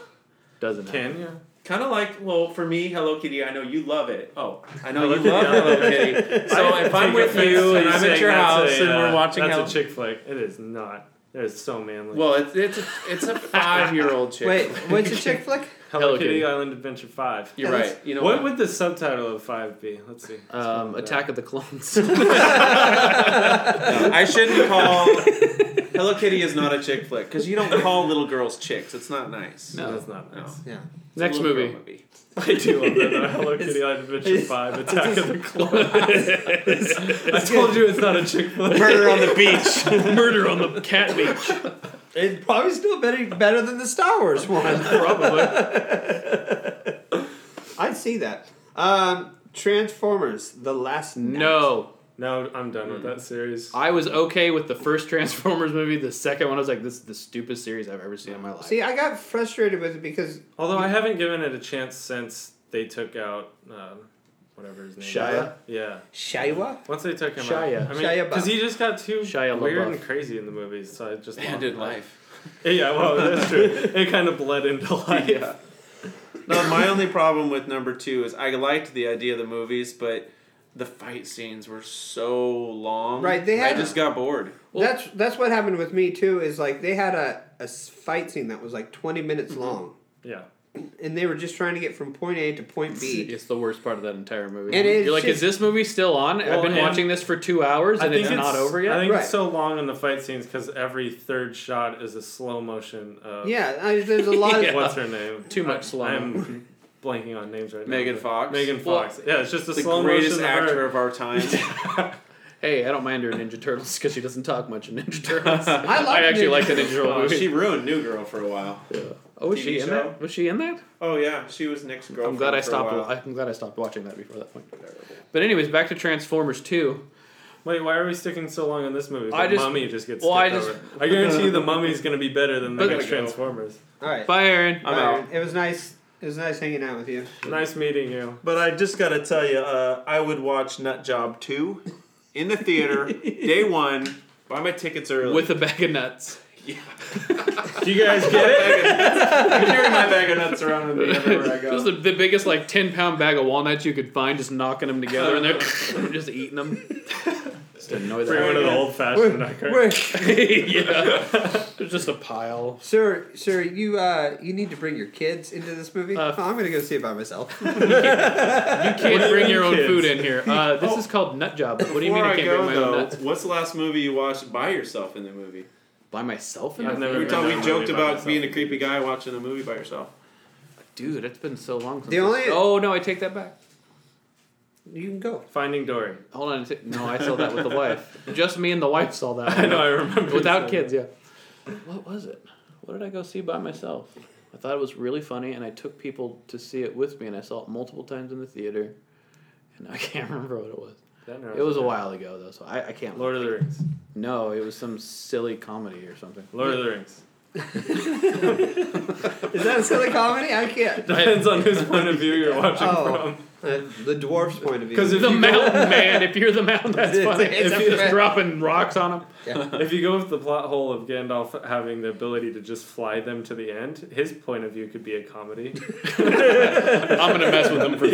[SPEAKER 2] Doesn't happen.
[SPEAKER 1] Can you?
[SPEAKER 4] Kind of like, well, for me, Hello Kitty. I know you love it. Oh, I know
[SPEAKER 1] Hello
[SPEAKER 4] you love
[SPEAKER 1] Kitty.
[SPEAKER 4] Hello Kitty. So
[SPEAKER 1] I
[SPEAKER 4] if I'm
[SPEAKER 1] take
[SPEAKER 4] with
[SPEAKER 1] offense
[SPEAKER 4] you
[SPEAKER 1] to
[SPEAKER 4] and I'm at
[SPEAKER 1] saying
[SPEAKER 4] your
[SPEAKER 1] that's
[SPEAKER 4] house
[SPEAKER 1] a,
[SPEAKER 4] and we're
[SPEAKER 1] uh,
[SPEAKER 4] watching
[SPEAKER 1] that's
[SPEAKER 4] Hello,
[SPEAKER 1] a chick flick. It is not. It is so manly.
[SPEAKER 4] well, it's it's a, it's a five year old chick.
[SPEAKER 3] Wait,
[SPEAKER 4] flick.
[SPEAKER 3] what's a chick flick?
[SPEAKER 1] Hello,
[SPEAKER 2] Hello
[SPEAKER 1] Kitty,
[SPEAKER 2] Kitty.
[SPEAKER 1] Island Adventure Five.
[SPEAKER 4] you're
[SPEAKER 3] that's-
[SPEAKER 4] right. You know
[SPEAKER 1] what would the subtitle of five be? Let's see.
[SPEAKER 2] Um, Attack of the Clones.
[SPEAKER 4] I shouldn't call Hello Kitty is not a chick flick because you don't call little girls chicks. It's not nice.
[SPEAKER 1] No,
[SPEAKER 2] No.
[SPEAKER 1] that's not nice.
[SPEAKER 3] Yeah.
[SPEAKER 4] It's a
[SPEAKER 2] Next
[SPEAKER 4] little girl
[SPEAKER 2] movie.
[SPEAKER 1] I do love that. though. Hello
[SPEAKER 3] It's-
[SPEAKER 1] Kitty Island Adventure
[SPEAKER 3] it's-
[SPEAKER 1] Five: Attack of the Clones. I told you it's not a chick flick.
[SPEAKER 4] Murder on the beach.
[SPEAKER 2] Murder on the Cat Beach.
[SPEAKER 3] It's probably still better better than the Star Wars one.
[SPEAKER 2] Probably.
[SPEAKER 3] I'd see that. Um, Transformers: The Last Night.
[SPEAKER 2] No,
[SPEAKER 1] No, I'm done
[SPEAKER 2] Hmm.
[SPEAKER 1] with that series.
[SPEAKER 2] I was okay with the first Transformers movie. The second one, I was like, this is the stupidest series I've ever seen in my life.
[SPEAKER 3] See, I got frustrated with it because
[SPEAKER 1] Although I haven't given it a chance since they took out um, whatever his name.
[SPEAKER 2] Shia.
[SPEAKER 1] Is. Yeah.
[SPEAKER 3] Shia.
[SPEAKER 1] Once they took him
[SPEAKER 2] Shia.
[SPEAKER 1] out, I mean,
[SPEAKER 3] Shia
[SPEAKER 1] because he just got too
[SPEAKER 2] Shia
[SPEAKER 1] weird
[SPEAKER 2] LaBeouf.
[SPEAKER 1] and crazy in the movies, so I just loved
[SPEAKER 4] Ended
[SPEAKER 1] that.
[SPEAKER 4] life.
[SPEAKER 1] Yeah, well, that's true. It kind of bled into life.
[SPEAKER 4] Yeah. No, my only problem with number two is I liked the idea of the movies, but the fight scenes were so long.
[SPEAKER 3] Right, they had-
[SPEAKER 4] I just got bored.
[SPEAKER 3] that's that's what
[SPEAKER 2] Mm-hmm.
[SPEAKER 3] happened with me too. Is like they had a, a s- fight scene that was like twenty minutes long,
[SPEAKER 1] Yeah.
[SPEAKER 3] and they were just trying to get from point A to point B.
[SPEAKER 2] It's the worst part of that entire movie.
[SPEAKER 3] It is
[SPEAKER 2] You're like,
[SPEAKER 3] just-
[SPEAKER 2] is this movie still on?
[SPEAKER 1] Well,
[SPEAKER 2] I've been
[SPEAKER 1] and-
[SPEAKER 2] watching this for two hours and it's, not over yet.
[SPEAKER 1] I think
[SPEAKER 3] Right.
[SPEAKER 1] it's so long in the fight scenes because every third shot is a slow motion of
[SPEAKER 3] Yeah, I, there's a lot
[SPEAKER 2] Yeah.
[SPEAKER 3] of.
[SPEAKER 1] what's her name?
[SPEAKER 2] Too much
[SPEAKER 1] I-
[SPEAKER 2] slow.
[SPEAKER 1] I'm blanking on names right
[SPEAKER 5] Megan
[SPEAKER 1] now.
[SPEAKER 5] Fox.
[SPEAKER 1] Megan
[SPEAKER 2] Well,
[SPEAKER 1] Fox. yeah, it's just a
[SPEAKER 5] the
[SPEAKER 1] slow
[SPEAKER 5] greatest
[SPEAKER 1] motion of her-
[SPEAKER 5] actor of our time.
[SPEAKER 2] hey, I don't mind her in Ninja Turtles because she doesn't talk much in Ninja Turtles. I,
[SPEAKER 3] like
[SPEAKER 2] actually
[SPEAKER 3] Ninja
[SPEAKER 2] like the Ninja Turtle
[SPEAKER 5] Oh,
[SPEAKER 2] movie.
[SPEAKER 5] she ruined New Girl for a while.
[SPEAKER 2] oh, was
[SPEAKER 5] TV
[SPEAKER 2] she in
[SPEAKER 5] show.
[SPEAKER 2] that? Was she in that?
[SPEAKER 4] Oh yeah, she was Nick's girlfriend.
[SPEAKER 2] I'm glad I
[SPEAKER 4] for a
[SPEAKER 2] stopped.
[SPEAKER 4] while.
[SPEAKER 2] I'm glad I stopped watching that before that point. But anyways, back to Transformers Two.
[SPEAKER 1] Wait, why are we sticking so long on this movie? The
[SPEAKER 2] I just-
[SPEAKER 1] mummy just gets
[SPEAKER 2] well, I
[SPEAKER 1] skipped
[SPEAKER 2] just-
[SPEAKER 1] over. I guarantee you the mummy's gonna be better than the
[SPEAKER 2] But-
[SPEAKER 1] next Transformers.
[SPEAKER 3] All right.
[SPEAKER 2] Bye, Aaron.
[SPEAKER 3] All
[SPEAKER 4] I'm
[SPEAKER 3] right.
[SPEAKER 4] out.
[SPEAKER 3] It was nice. It was nice hanging out with you.
[SPEAKER 1] Nice meeting you.
[SPEAKER 4] But I just gotta tell you, uh, I would watch Nut Job two in the theater day one. Buy my tickets early.
[SPEAKER 2] With a bag of nuts.
[SPEAKER 1] Do you guys get it?
[SPEAKER 4] I carry my bag of nuts around with me everywhere I
[SPEAKER 2] just
[SPEAKER 4] go.
[SPEAKER 2] the, the biggest like ten pound bag of walnuts you could find, just knocking them together and they're just eating them. Just annoy
[SPEAKER 1] Bring one of the
[SPEAKER 2] that.
[SPEAKER 1] old fashioned
[SPEAKER 3] Wait,
[SPEAKER 2] yeah, there's just a pile.
[SPEAKER 3] sir, sir, you uh, you need to bring your kids into this movie.
[SPEAKER 2] Uh,
[SPEAKER 3] oh, I'm gonna go see it by myself.
[SPEAKER 2] You can't bring your own
[SPEAKER 1] kids?
[SPEAKER 2] food in here. Uh, this is called nut job. What do you mean
[SPEAKER 5] Before
[SPEAKER 2] I
[SPEAKER 5] I
[SPEAKER 2] can't
[SPEAKER 5] go,
[SPEAKER 2] bring my own
[SPEAKER 5] though,
[SPEAKER 2] nuts
[SPEAKER 5] what's the last movie you watched by yourself in the movie?
[SPEAKER 2] by myself? In
[SPEAKER 1] I've
[SPEAKER 2] the
[SPEAKER 1] never
[SPEAKER 5] We,
[SPEAKER 2] fridge?
[SPEAKER 1] been-
[SPEAKER 5] thought
[SPEAKER 1] no
[SPEAKER 5] we
[SPEAKER 1] movie
[SPEAKER 5] joked
[SPEAKER 1] by
[SPEAKER 5] about
[SPEAKER 1] myself.
[SPEAKER 5] being a creepy guy watching a movie by yourself.
[SPEAKER 2] Dude, it's been so long. Since
[SPEAKER 3] The only-
[SPEAKER 2] I- oh no, I take that back.
[SPEAKER 3] you can go.
[SPEAKER 1] Finding Dory.
[SPEAKER 2] Hold on. a sec. no, I saw that with the wife. Just me and the wife saw that.
[SPEAKER 1] I know I remember.
[SPEAKER 2] Without
[SPEAKER 1] saying
[SPEAKER 2] kids, yeah. What was it? What did I go see by myself? I thought it was really funny, and I took people to see it with me, and I saw it multiple times in the theater, and I can't remember what it was.
[SPEAKER 1] that.
[SPEAKER 2] It was a while ago though, so I, I can't.
[SPEAKER 1] Lord of the Rings.
[SPEAKER 2] No, it was some silly comedy or something.
[SPEAKER 1] Lord of the Rings.
[SPEAKER 3] Is that a silly comedy? I can't.
[SPEAKER 1] Depends on whose point of view you're watching
[SPEAKER 3] Oh.
[SPEAKER 1] from.
[SPEAKER 3] Uh, the dwarf's point of view.
[SPEAKER 1] 'Cause if
[SPEAKER 2] The
[SPEAKER 1] you go-
[SPEAKER 2] mountain man. If you're the mountain, that's
[SPEAKER 3] It's-
[SPEAKER 2] funny. if
[SPEAKER 3] it's a
[SPEAKER 2] you're just
[SPEAKER 3] fact.
[SPEAKER 2] dropping rocks on him.
[SPEAKER 1] If you go with the plot hole of Gandalf having the ability to just fly them to the end, his point of view could be a comedy.
[SPEAKER 2] I'm gonna mess with them for,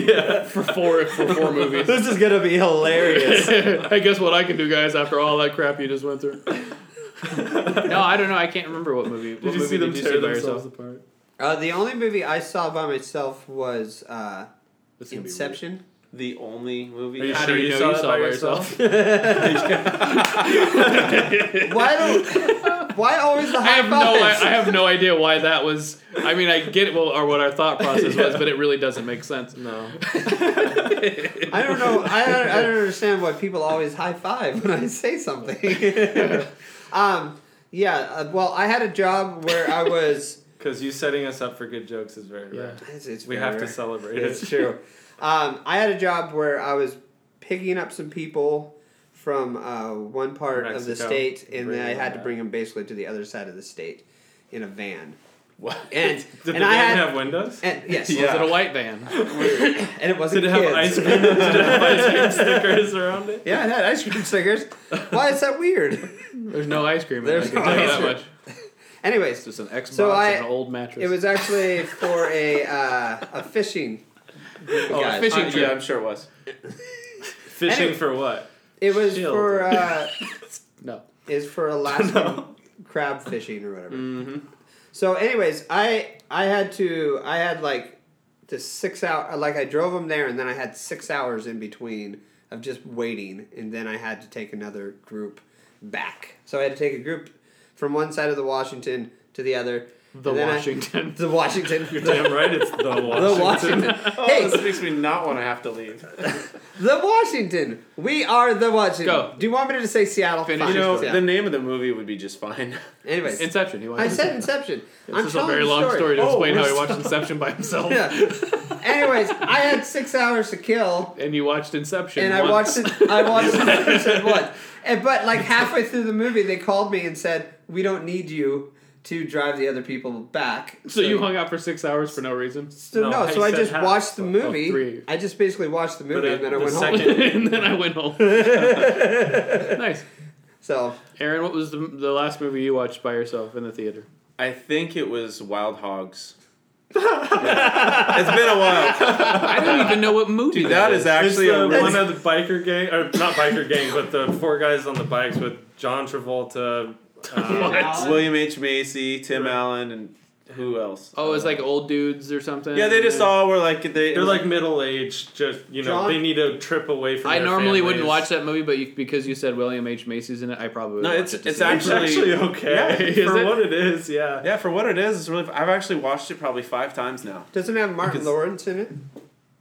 [SPEAKER 2] for four for four movies.
[SPEAKER 3] this is gonna be hilarious.
[SPEAKER 2] hey, guess what I can do, guys? After all that crap you just went through. no, I don't know. I can't remember what movie. What
[SPEAKER 1] Did you
[SPEAKER 2] movie
[SPEAKER 1] see them
[SPEAKER 2] did you
[SPEAKER 1] tear
[SPEAKER 2] see by
[SPEAKER 1] themselves
[SPEAKER 2] yourself?
[SPEAKER 1] apart?
[SPEAKER 3] uh, the only movie I saw by myself was uh,
[SPEAKER 2] This is gonna be weird.
[SPEAKER 3] Inception.
[SPEAKER 5] The only movie.
[SPEAKER 1] Are you
[SPEAKER 2] How
[SPEAKER 1] sure
[SPEAKER 2] do you
[SPEAKER 1] you
[SPEAKER 2] know
[SPEAKER 1] saw
[SPEAKER 2] you
[SPEAKER 1] that
[SPEAKER 2] saw
[SPEAKER 1] by
[SPEAKER 2] it by
[SPEAKER 1] yourself?
[SPEAKER 2] yourself?
[SPEAKER 3] Why don't? Why always the
[SPEAKER 2] I
[SPEAKER 3] high
[SPEAKER 2] have no. I,
[SPEAKER 3] fives?
[SPEAKER 2] I have no idea why that was. I mean, I get well, or what our thought process was, but it really doesn't make sense.
[SPEAKER 1] No.
[SPEAKER 3] I, don't know. I don't, I don't understand why people always high five when I say something. um, yeah. Uh, well, I had a job where I was.
[SPEAKER 1] Because you setting us up for good jokes is very
[SPEAKER 2] Yeah.
[SPEAKER 1] rare.
[SPEAKER 3] It's, it's
[SPEAKER 1] We
[SPEAKER 3] very
[SPEAKER 1] have to
[SPEAKER 3] rare.
[SPEAKER 1] celebrate it.
[SPEAKER 3] It's true. Um, I had a job where I was picking up some people from uh, one part of the
[SPEAKER 1] Mexico.
[SPEAKER 3] state, and
[SPEAKER 1] Bring
[SPEAKER 3] then I
[SPEAKER 1] them
[SPEAKER 3] had to
[SPEAKER 1] back.
[SPEAKER 3] bring them basically to the other side of the state in a van.
[SPEAKER 5] What?
[SPEAKER 3] And
[SPEAKER 1] Did
[SPEAKER 3] and
[SPEAKER 1] the
[SPEAKER 3] I
[SPEAKER 1] van
[SPEAKER 3] had
[SPEAKER 1] have windows?
[SPEAKER 3] and, yes,
[SPEAKER 2] Was
[SPEAKER 5] Yeah.
[SPEAKER 2] it a white van?
[SPEAKER 3] and it wasn't
[SPEAKER 1] Did it have
[SPEAKER 3] kids.
[SPEAKER 1] ice cream? Did it have ice cream stickers around it?
[SPEAKER 3] Yeah, it had ice cream stickers. Why is that weird?
[SPEAKER 2] There's no ice cream. In
[SPEAKER 3] There's
[SPEAKER 2] it. I
[SPEAKER 3] no
[SPEAKER 2] can tell you
[SPEAKER 3] ice
[SPEAKER 2] that
[SPEAKER 3] cream.
[SPEAKER 2] much. It's
[SPEAKER 3] Anyways,
[SPEAKER 2] just an Xbox
[SPEAKER 3] So I-
[SPEAKER 2] and an old mattress.
[SPEAKER 3] it was actually for a uh, a fishing. group of
[SPEAKER 2] Oh, a
[SPEAKER 3] guys.
[SPEAKER 2] fishing
[SPEAKER 5] Uh,
[SPEAKER 2] trip.
[SPEAKER 5] yeah, I'm sure it was.
[SPEAKER 1] Fishing
[SPEAKER 3] Anyway.
[SPEAKER 1] for what?
[SPEAKER 3] It was
[SPEAKER 1] Shield.
[SPEAKER 3] for uh,
[SPEAKER 2] No.
[SPEAKER 3] is for Alaskan crab fishing or whatever.
[SPEAKER 2] Mm-hmm.
[SPEAKER 3] So, anyways, I I had to I had like the six hour like I drove them there and then I had six hours in between of just waiting and then I had to take another group back. So I had to take a group from one side of the Washington to the other.
[SPEAKER 2] The
[SPEAKER 3] and then I-
[SPEAKER 2] Washington.
[SPEAKER 3] the Washington.
[SPEAKER 1] You're damn right it's the Washington.
[SPEAKER 3] The Washington.
[SPEAKER 5] Oh,
[SPEAKER 3] hey,
[SPEAKER 5] this makes me not want to have to leave.
[SPEAKER 3] the Washington. We are the Washington.
[SPEAKER 2] Go.
[SPEAKER 3] Do you want me to just say Seattle?
[SPEAKER 2] Finish
[SPEAKER 3] Fine,
[SPEAKER 5] You know,
[SPEAKER 3] Seattle.
[SPEAKER 5] the name of the movie would be just fine.
[SPEAKER 3] Anyways,
[SPEAKER 2] Inception. He watched
[SPEAKER 3] I said
[SPEAKER 2] Inception.
[SPEAKER 3] Inception. I'm
[SPEAKER 2] This is a
[SPEAKER 3] telling
[SPEAKER 2] very
[SPEAKER 3] the
[SPEAKER 2] long
[SPEAKER 3] story.
[SPEAKER 2] story to
[SPEAKER 5] Oh,
[SPEAKER 2] explain how
[SPEAKER 5] we're
[SPEAKER 2] he watched Inception by himself.
[SPEAKER 3] Yeah. Anyways, I had six hours to kill,
[SPEAKER 2] And you watched Inception.
[SPEAKER 3] and I watched it. I watched it once. And but like halfway through the movie, they called me and said, "We don't need you to drive the other people back."
[SPEAKER 2] So you hung out for six hours for no reason.
[SPEAKER 3] So,
[SPEAKER 1] No,
[SPEAKER 3] no,
[SPEAKER 1] he
[SPEAKER 3] so I
[SPEAKER 1] said
[SPEAKER 3] just
[SPEAKER 1] half,
[SPEAKER 3] watched the
[SPEAKER 1] but-
[SPEAKER 3] movie.
[SPEAKER 2] oh, three.
[SPEAKER 3] I just basically watched the movie
[SPEAKER 1] at
[SPEAKER 3] and then I
[SPEAKER 1] the
[SPEAKER 3] went home.
[SPEAKER 1] second-
[SPEAKER 2] and then I went home. nice.
[SPEAKER 3] So
[SPEAKER 2] Aaron, what was the, the last movie you watched by yourself in the theater?
[SPEAKER 5] I think it was Wild Hogs. Yeah. It's been a while.
[SPEAKER 2] I don't even know what movie
[SPEAKER 5] Dude, that is
[SPEAKER 1] It's
[SPEAKER 5] actually
[SPEAKER 1] the
[SPEAKER 5] a really
[SPEAKER 1] one of the biker gang, or not biker gang, but the four guys on the bikes with John Travolta. uh,
[SPEAKER 2] What?
[SPEAKER 5] William H. Macy, Tim
[SPEAKER 1] Right.
[SPEAKER 5] Allen, and
[SPEAKER 4] Who else? Uh,
[SPEAKER 2] Oh, it's like old dudes or something.
[SPEAKER 4] Yeah, they just all were like they.
[SPEAKER 1] They're like middle aged, just you know,
[SPEAKER 3] John-
[SPEAKER 1] they need a trip away from.
[SPEAKER 2] I
[SPEAKER 1] their
[SPEAKER 2] normally
[SPEAKER 1] families.
[SPEAKER 2] wouldn't watch that movie, but you, because you said William H Macy's in it, I probably would
[SPEAKER 4] No,
[SPEAKER 2] watch
[SPEAKER 4] it's-
[SPEAKER 2] it to
[SPEAKER 4] it's
[SPEAKER 2] see it.
[SPEAKER 1] It's actually okay
[SPEAKER 2] Yeah, is
[SPEAKER 1] for
[SPEAKER 2] it?
[SPEAKER 1] what it is. Yeah.
[SPEAKER 4] Yeah, for what it is, it's really. I've actually watched it probably five times now.
[SPEAKER 3] Doesn't it have Martin
[SPEAKER 4] Because-
[SPEAKER 3] Lawrence in it.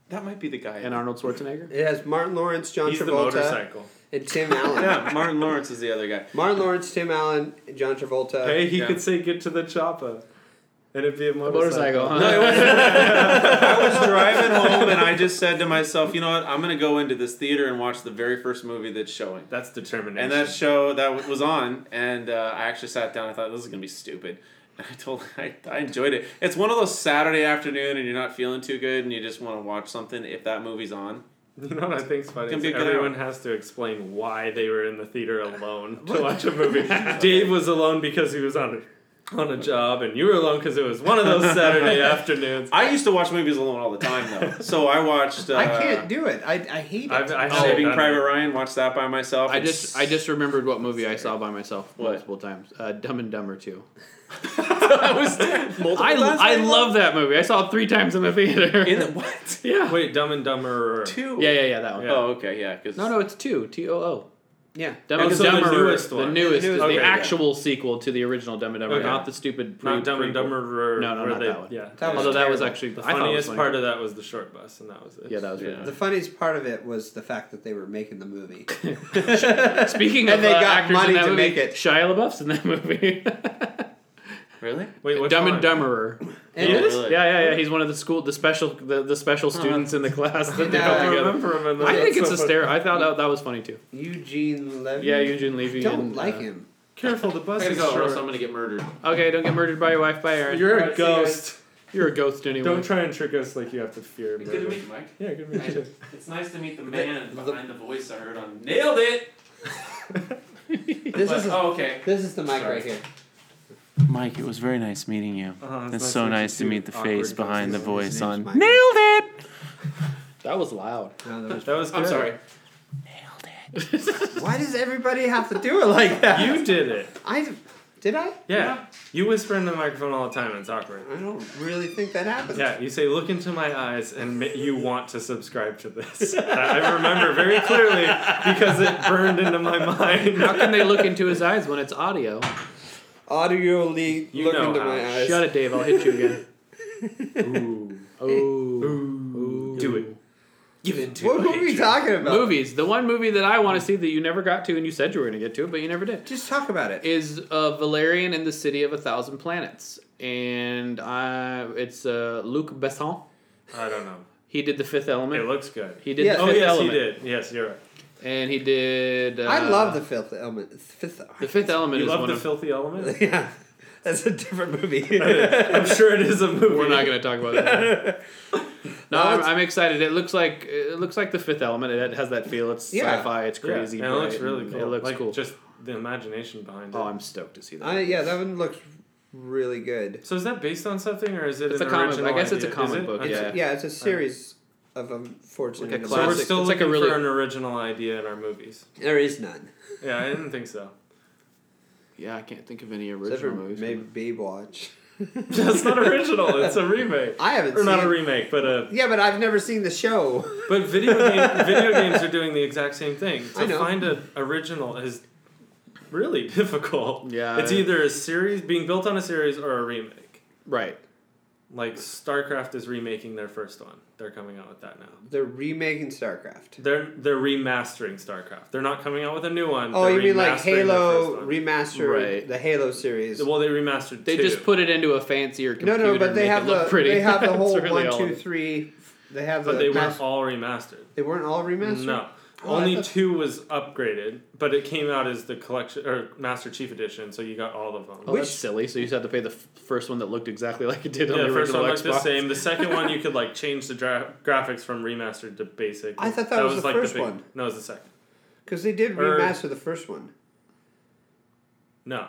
[SPEAKER 4] That might be the guy.
[SPEAKER 2] and Arnold Schwarzenegger.
[SPEAKER 3] It has Martin Lawrence, John
[SPEAKER 1] He's the
[SPEAKER 3] Travolta,
[SPEAKER 1] motorcycle.
[SPEAKER 4] Uh,
[SPEAKER 3] and Tim Allen.
[SPEAKER 4] yeah, Martin Lawrence is the other guy.
[SPEAKER 3] Martin Lawrence, Tim Allen, and John Travolta.
[SPEAKER 1] Hey, he
[SPEAKER 4] yeah.
[SPEAKER 1] could say "Get to the chopper," and it'd be a motorcycle.
[SPEAKER 2] Motorcycle. Huh?
[SPEAKER 4] No, it wasn't. I was driving home and I just said to myself, you know what? I'm gonna go into this theater and watch the very first movie that's showing.
[SPEAKER 1] That's determination.
[SPEAKER 4] And that show that w- was on, and uh, I actually sat down. I thought this is gonna be stupid. And I told I, I enjoyed it. It's one of those Saturday afternoon, and you're not feeling too good, and you just want to watch something. If that movie's on,
[SPEAKER 1] You know what I think's funny?
[SPEAKER 4] Can
[SPEAKER 1] Is
[SPEAKER 4] be a good
[SPEAKER 1] everyone has to explain why they were in the theater alone to watch a movie. Dave was alone because he was on a, on a job, and you were alone because it was one of those Saturday afternoons.
[SPEAKER 4] I used to watch movies alone all the time though. So I watched. Uh,
[SPEAKER 3] I can't do it. I, I hate it.
[SPEAKER 1] I've, I haven't
[SPEAKER 4] Saving
[SPEAKER 1] done
[SPEAKER 4] Private
[SPEAKER 1] it.
[SPEAKER 4] Ryan. Watched that by myself.
[SPEAKER 2] I
[SPEAKER 4] and
[SPEAKER 2] just I just remembered what movie I saw by myself
[SPEAKER 4] What?
[SPEAKER 2] multiple times. Uh, Dumb and Dumber Two. I was I,
[SPEAKER 4] times
[SPEAKER 2] I
[SPEAKER 4] by
[SPEAKER 2] love that movie. I saw it three times in the theater.
[SPEAKER 4] in the what
[SPEAKER 2] yeah.
[SPEAKER 1] Wait, Dumb and Dumber.
[SPEAKER 4] two?
[SPEAKER 2] Yeah, yeah, yeah, that one.
[SPEAKER 1] Yeah.
[SPEAKER 4] Oh, okay, yeah. Cause
[SPEAKER 2] No, no, it's two. T O O.
[SPEAKER 3] yeah.
[SPEAKER 2] Dumb
[SPEAKER 1] Oh,
[SPEAKER 2] and
[SPEAKER 1] so the
[SPEAKER 2] Dumber.
[SPEAKER 1] newest
[SPEAKER 2] the
[SPEAKER 1] one.
[SPEAKER 2] newest
[SPEAKER 3] The
[SPEAKER 2] is
[SPEAKER 3] newest
[SPEAKER 2] the
[SPEAKER 1] one. Okay,
[SPEAKER 2] actual sequel to the original Dumb and Dumber,
[SPEAKER 1] Okay.
[SPEAKER 2] not the stupid. Pre-
[SPEAKER 1] Not Dumb and
[SPEAKER 2] prequel.
[SPEAKER 1] Dumber.
[SPEAKER 2] No, no,
[SPEAKER 1] where
[SPEAKER 2] not
[SPEAKER 1] they,
[SPEAKER 2] that one.
[SPEAKER 1] Yeah.
[SPEAKER 3] That was
[SPEAKER 2] Although that was
[SPEAKER 3] terrible.
[SPEAKER 2] actually
[SPEAKER 1] the
[SPEAKER 2] I thought it was
[SPEAKER 1] funniest
[SPEAKER 2] funny.
[SPEAKER 1] part of that was the short bus, and that was it.
[SPEAKER 2] Yeah, that was.
[SPEAKER 4] Yeah.
[SPEAKER 2] really
[SPEAKER 3] The funniest part of it was the fact that they were making the movie.
[SPEAKER 2] Speaking
[SPEAKER 3] And
[SPEAKER 2] of,
[SPEAKER 3] they
[SPEAKER 2] uh,
[SPEAKER 3] got
[SPEAKER 2] actors
[SPEAKER 3] money
[SPEAKER 2] in that
[SPEAKER 3] to
[SPEAKER 2] movie,
[SPEAKER 3] make it.
[SPEAKER 2] Shia LaBeouf's in that movie.
[SPEAKER 4] really.
[SPEAKER 1] Wait, which
[SPEAKER 2] Dumb
[SPEAKER 1] one?
[SPEAKER 2] and Dumberer.
[SPEAKER 3] And
[SPEAKER 1] Yeah,
[SPEAKER 3] it was-
[SPEAKER 4] really.
[SPEAKER 2] Yeah, yeah, yeah. He's one of the school, the special, the, the special students in the class that they
[SPEAKER 3] Yeah,
[SPEAKER 1] I
[SPEAKER 2] all
[SPEAKER 1] don't
[SPEAKER 2] together.
[SPEAKER 1] remember him. In that.
[SPEAKER 2] I think
[SPEAKER 1] That's
[SPEAKER 2] it's
[SPEAKER 1] so funny.
[SPEAKER 2] hysterical. I thought that, that was funny too.
[SPEAKER 3] Eugene Levy.
[SPEAKER 2] Yeah, Eugene Levy.
[SPEAKER 3] I don't
[SPEAKER 2] and,
[SPEAKER 3] like
[SPEAKER 2] uh,
[SPEAKER 3] him.
[SPEAKER 1] Careful, the bus
[SPEAKER 5] I gotta
[SPEAKER 1] is
[SPEAKER 5] go, or else I'm
[SPEAKER 1] short.
[SPEAKER 5] gonna get murdered.
[SPEAKER 2] Okay, don't get murdered by your wife, by Aaron.
[SPEAKER 1] You're a
[SPEAKER 5] Alright, see you guys.
[SPEAKER 1] ghost.
[SPEAKER 2] You're a ghost anyway.
[SPEAKER 1] Don't try and trick us like you have to fear.
[SPEAKER 5] Good to
[SPEAKER 1] murder.
[SPEAKER 5] meet you, Mike.
[SPEAKER 1] Yeah, good to meet you.
[SPEAKER 5] It's nice to meet the man behind the voice I heard on Nailed It.
[SPEAKER 3] This
[SPEAKER 5] But-
[SPEAKER 3] is
[SPEAKER 5] oh, okay.
[SPEAKER 3] this is the mic
[SPEAKER 5] Sorry.
[SPEAKER 3] right here.
[SPEAKER 4] Mike, it was very nice meeting you.
[SPEAKER 1] Uh-huh,
[SPEAKER 4] It's so Oh, nice to meet the face behind the voice
[SPEAKER 3] His
[SPEAKER 4] on
[SPEAKER 3] name's
[SPEAKER 4] Nailed
[SPEAKER 3] Mike.
[SPEAKER 4] It!
[SPEAKER 2] That was loud.
[SPEAKER 3] No, that
[SPEAKER 1] That was good.
[SPEAKER 5] I'm sorry.
[SPEAKER 3] was- Why does everybody have to do it like that?
[SPEAKER 1] You did it.
[SPEAKER 3] I did I?
[SPEAKER 1] Yeah. You whisper in the microphone all the time and it's awkward.
[SPEAKER 3] I don't really think that happened.
[SPEAKER 1] Yeah, you say, look into my eyes and ma- you want to subscribe to this. I I remember very clearly because it burned into my
[SPEAKER 2] How
[SPEAKER 1] mind.
[SPEAKER 2] can they look into his eyes when it's audio?
[SPEAKER 3] Audio leak.
[SPEAKER 1] You
[SPEAKER 3] look
[SPEAKER 1] know
[SPEAKER 3] into
[SPEAKER 1] how.
[SPEAKER 3] my eyes.
[SPEAKER 2] Shut it, Dave. I'll hit you again.
[SPEAKER 1] Ooh.
[SPEAKER 2] Oh,
[SPEAKER 1] Ooh. Do it. Give in to
[SPEAKER 3] What were we talking about?
[SPEAKER 2] Movies. The one movie that I want to see that you never got to, and you said you were going to get to, but you never did.
[SPEAKER 3] Just talk about it.
[SPEAKER 2] is uh, Valerian in the City of a Thousand Planets, and uh, it's uh, Luc Besson.
[SPEAKER 1] I don't know.
[SPEAKER 2] He did The Fifth
[SPEAKER 1] It
[SPEAKER 2] Element.
[SPEAKER 1] looks good.
[SPEAKER 2] he did
[SPEAKER 3] Yeah.
[SPEAKER 2] The
[SPEAKER 1] Oh,
[SPEAKER 2] Fifth
[SPEAKER 1] yes,
[SPEAKER 2] Element,
[SPEAKER 1] he did. Yes, you're right.
[SPEAKER 2] and he did. Uh,
[SPEAKER 3] I love the Fifth Element. Fifth.
[SPEAKER 2] The Fifth Element
[SPEAKER 1] You
[SPEAKER 2] is
[SPEAKER 1] love
[SPEAKER 2] one
[SPEAKER 1] the
[SPEAKER 2] of.
[SPEAKER 1] filthy element?
[SPEAKER 3] Yeah, that's a different movie.
[SPEAKER 1] I'm sure it is a movie.
[SPEAKER 2] We're not going to talk about that. No, I'm,
[SPEAKER 3] it's-
[SPEAKER 2] I'm excited. It looks like it looks like the Fifth Element. It has that feel. It's
[SPEAKER 3] Yeah.
[SPEAKER 2] sci-fi. It's
[SPEAKER 1] Yeah,
[SPEAKER 2] crazy.
[SPEAKER 1] and it looks
[SPEAKER 2] bright,
[SPEAKER 1] really
[SPEAKER 2] and
[SPEAKER 1] cool.
[SPEAKER 2] It looks
[SPEAKER 1] like,
[SPEAKER 2] cool.
[SPEAKER 1] Just the imagination behind it.
[SPEAKER 2] oh, I'm stoked to see that.
[SPEAKER 3] I, yeah, that one looks really good.
[SPEAKER 1] so is that based on something or is it
[SPEAKER 2] It's
[SPEAKER 1] an
[SPEAKER 2] a comic-
[SPEAKER 1] original
[SPEAKER 2] I guess it's a
[SPEAKER 1] idea? Is
[SPEAKER 2] comic
[SPEAKER 1] it?
[SPEAKER 2] book,
[SPEAKER 1] Okay.
[SPEAKER 2] yeah.
[SPEAKER 3] Yeah, it's a series of unfortunate
[SPEAKER 2] Like a
[SPEAKER 3] events.
[SPEAKER 1] So we're
[SPEAKER 2] Classic.
[SPEAKER 1] still
[SPEAKER 2] It's like a
[SPEAKER 1] looking
[SPEAKER 2] really-
[SPEAKER 1] for an original idea in our movies.
[SPEAKER 3] There is none.
[SPEAKER 1] Yeah, I didn't think so.
[SPEAKER 2] yeah, I can't think of any original
[SPEAKER 3] Except for
[SPEAKER 2] movies.
[SPEAKER 3] maybe Baywatch.
[SPEAKER 1] That's not original. It's a remake.
[SPEAKER 3] I haven't
[SPEAKER 1] Or
[SPEAKER 3] seen.
[SPEAKER 1] not a remake, but a
[SPEAKER 3] yeah, but I've never seen the show.
[SPEAKER 1] but video game, video games are doing the exact same thing. To
[SPEAKER 3] I know.
[SPEAKER 1] find an original is really difficult.
[SPEAKER 2] Yeah.
[SPEAKER 1] it's either a series being built on a series or a remake.
[SPEAKER 2] Right.
[SPEAKER 1] Like StarCraft is remaking their first one. They're coming out with that now.
[SPEAKER 3] They're remaking StarCraft.
[SPEAKER 1] They're they're remastering StarCraft. They're not coming out with a new one.
[SPEAKER 3] Oh,
[SPEAKER 1] They're
[SPEAKER 3] you mean like
[SPEAKER 1] remastering their first
[SPEAKER 3] Halo
[SPEAKER 1] one.
[SPEAKER 3] remaster
[SPEAKER 2] Right.
[SPEAKER 3] the Halo series?
[SPEAKER 1] well, they remastered.
[SPEAKER 2] They
[SPEAKER 1] two.
[SPEAKER 2] just put it into a fancier
[SPEAKER 3] No,
[SPEAKER 2] computer.
[SPEAKER 3] no, but
[SPEAKER 2] and
[SPEAKER 3] they
[SPEAKER 2] make
[SPEAKER 3] have
[SPEAKER 2] it look
[SPEAKER 3] the
[SPEAKER 2] pretty.
[SPEAKER 3] they have the
[SPEAKER 2] That's
[SPEAKER 3] whole
[SPEAKER 2] really
[SPEAKER 3] one,
[SPEAKER 2] all
[SPEAKER 3] two,
[SPEAKER 2] it is.
[SPEAKER 3] three. They have the
[SPEAKER 1] But they
[SPEAKER 3] mas-
[SPEAKER 1] weren't all remastered.
[SPEAKER 3] they weren't all remastered.
[SPEAKER 1] No,
[SPEAKER 3] Oh, I
[SPEAKER 1] only
[SPEAKER 3] thought-
[SPEAKER 1] two was upgraded, but it came out as the collection or Master Chief Edition, so you got all of them.
[SPEAKER 2] Oh,
[SPEAKER 3] Which-
[SPEAKER 2] that's silly. So you just had to pay the f- first one that looked exactly like it did on
[SPEAKER 1] yeah,
[SPEAKER 2] the
[SPEAKER 1] the
[SPEAKER 2] original
[SPEAKER 1] first one looked
[SPEAKER 2] Xbox.
[SPEAKER 1] the same. The second one you could like change the dra- graphics from remastered to basic.
[SPEAKER 3] I thought that was the
[SPEAKER 1] like
[SPEAKER 3] first
[SPEAKER 1] big-
[SPEAKER 3] one.
[SPEAKER 1] No, it was the second.
[SPEAKER 3] because they did
[SPEAKER 1] Or-
[SPEAKER 3] remaster the first one.
[SPEAKER 1] No,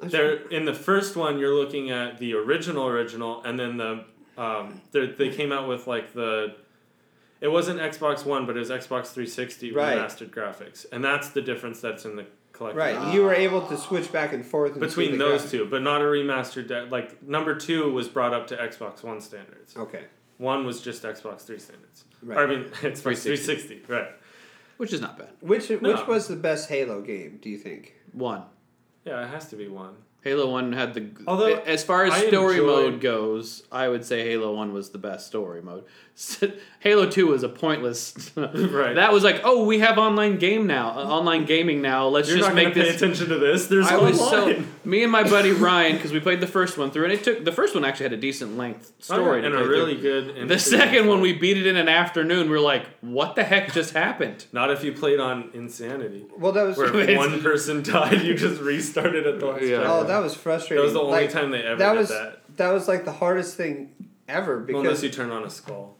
[SPEAKER 3] That's
[SPEAKER 1] They're
[SPEAKER 3] right.
[SPEAKER 1] in the first one. You're looking at the original, original, and then the um, they're- they came out with like the. It wasn't Xbox One, but it was Xbox 360
[SPEAKER 3] Right.
[SPEAKER 1] remastered graphics, and that's the difference that's in the collected.
[SPEAKER 3] Right, you were able to switch back and forth and see
[SPEAKER 1] Between
[SPEAKER 3] the
[SPEAKER 1] those
[SPEAKER 3] graphic-
[SPEAKER 1] two, but not a remastered deck. Like number two was brought up to Xbox One standards.
[SPEAKER 3] Okay,
[SPEAKER 1] One was just Xbox Three standards.
[SPEAKER 3] Right.
[SPEAKER 1] Or, I mean, Xbox 360. Right.
[SPEAKER 2] which is not bad.
[SPEAKER 3] which
[SPEAKER 1] No.
[SPEAKER 3] which was the best Halo game? Do you think?
[SPEAKER 2] One.
[SPEAKER 1] Yeah, it has to be one.
[SPEAKER 2] Halo One had the
[SPEAKER 1] Although,
[SPEAKER 2] as far as
[SPEAKER 1] I
[SPEAKER 2] story
[SPEAKER 1] enjoyed-
[SPEAKER 2] mode goes, I would say Halo One was the best story mode. Halo Two was a pointless.
[SPEAKER 1] Right.
[SPEAKER 2] That was like, oh, we have online game now, uh, online gaming now. Let's
[SPEAKER 1] You're
[SPEAKER 2] just
[SPEAKER 1] not
[SPEAKER 2] make
[SPEAKER 1] gonna pay
[SPEAKER 2] this.
[SPEAKER 1] attention to this. There's
[SPEAKER 2] I
[SPEAKER 1] online.
[SPEAKER 2] was so me and my buddy Ryan because we played the first one through, and it took the first one actually had a decent length story to
[SPEAKER 1] Oh, and
[SPEAKER 2] play
[SPEAKER 1] a
[SPEAKER 2] through.
[SPEAKER 1] really good.
[SPEAKER 2] The
[SPEAKER 1] intriguing
[SPEAKER 2] second one,
[SPEAKER 1] story.
[SPEAKER 2] we beat it in an afternoon. We are like, what the heck just happened?
[SPEAKER 1] not if you played on Insanity,
[SPEAKER 3] Well, that was
[SPEAKER 1] where
[SPEAKER 2] It's-
[SPEAKER 1] if one person died, you just restarted at the last.
[SPEAKER 5] Yeah.
[SPEAKER 1] Yeah.
[SPEAKER 3] oh, that was frustrating.
[SPEAKER 1] That was the only
[SPEAKER 3] Like,
[SPEAKER 1] time they ever
[SPEAKER 3] that
[SPEAKER 1] did
[SPEAKER 3] was
[SPEAKER 1] that.
[SPEAKER 3] that was like the hardest thing ever
[SPEAKER 1] Well, unless
[SPEAKER 3] because
[SPEAKER 1] you turn on a skull.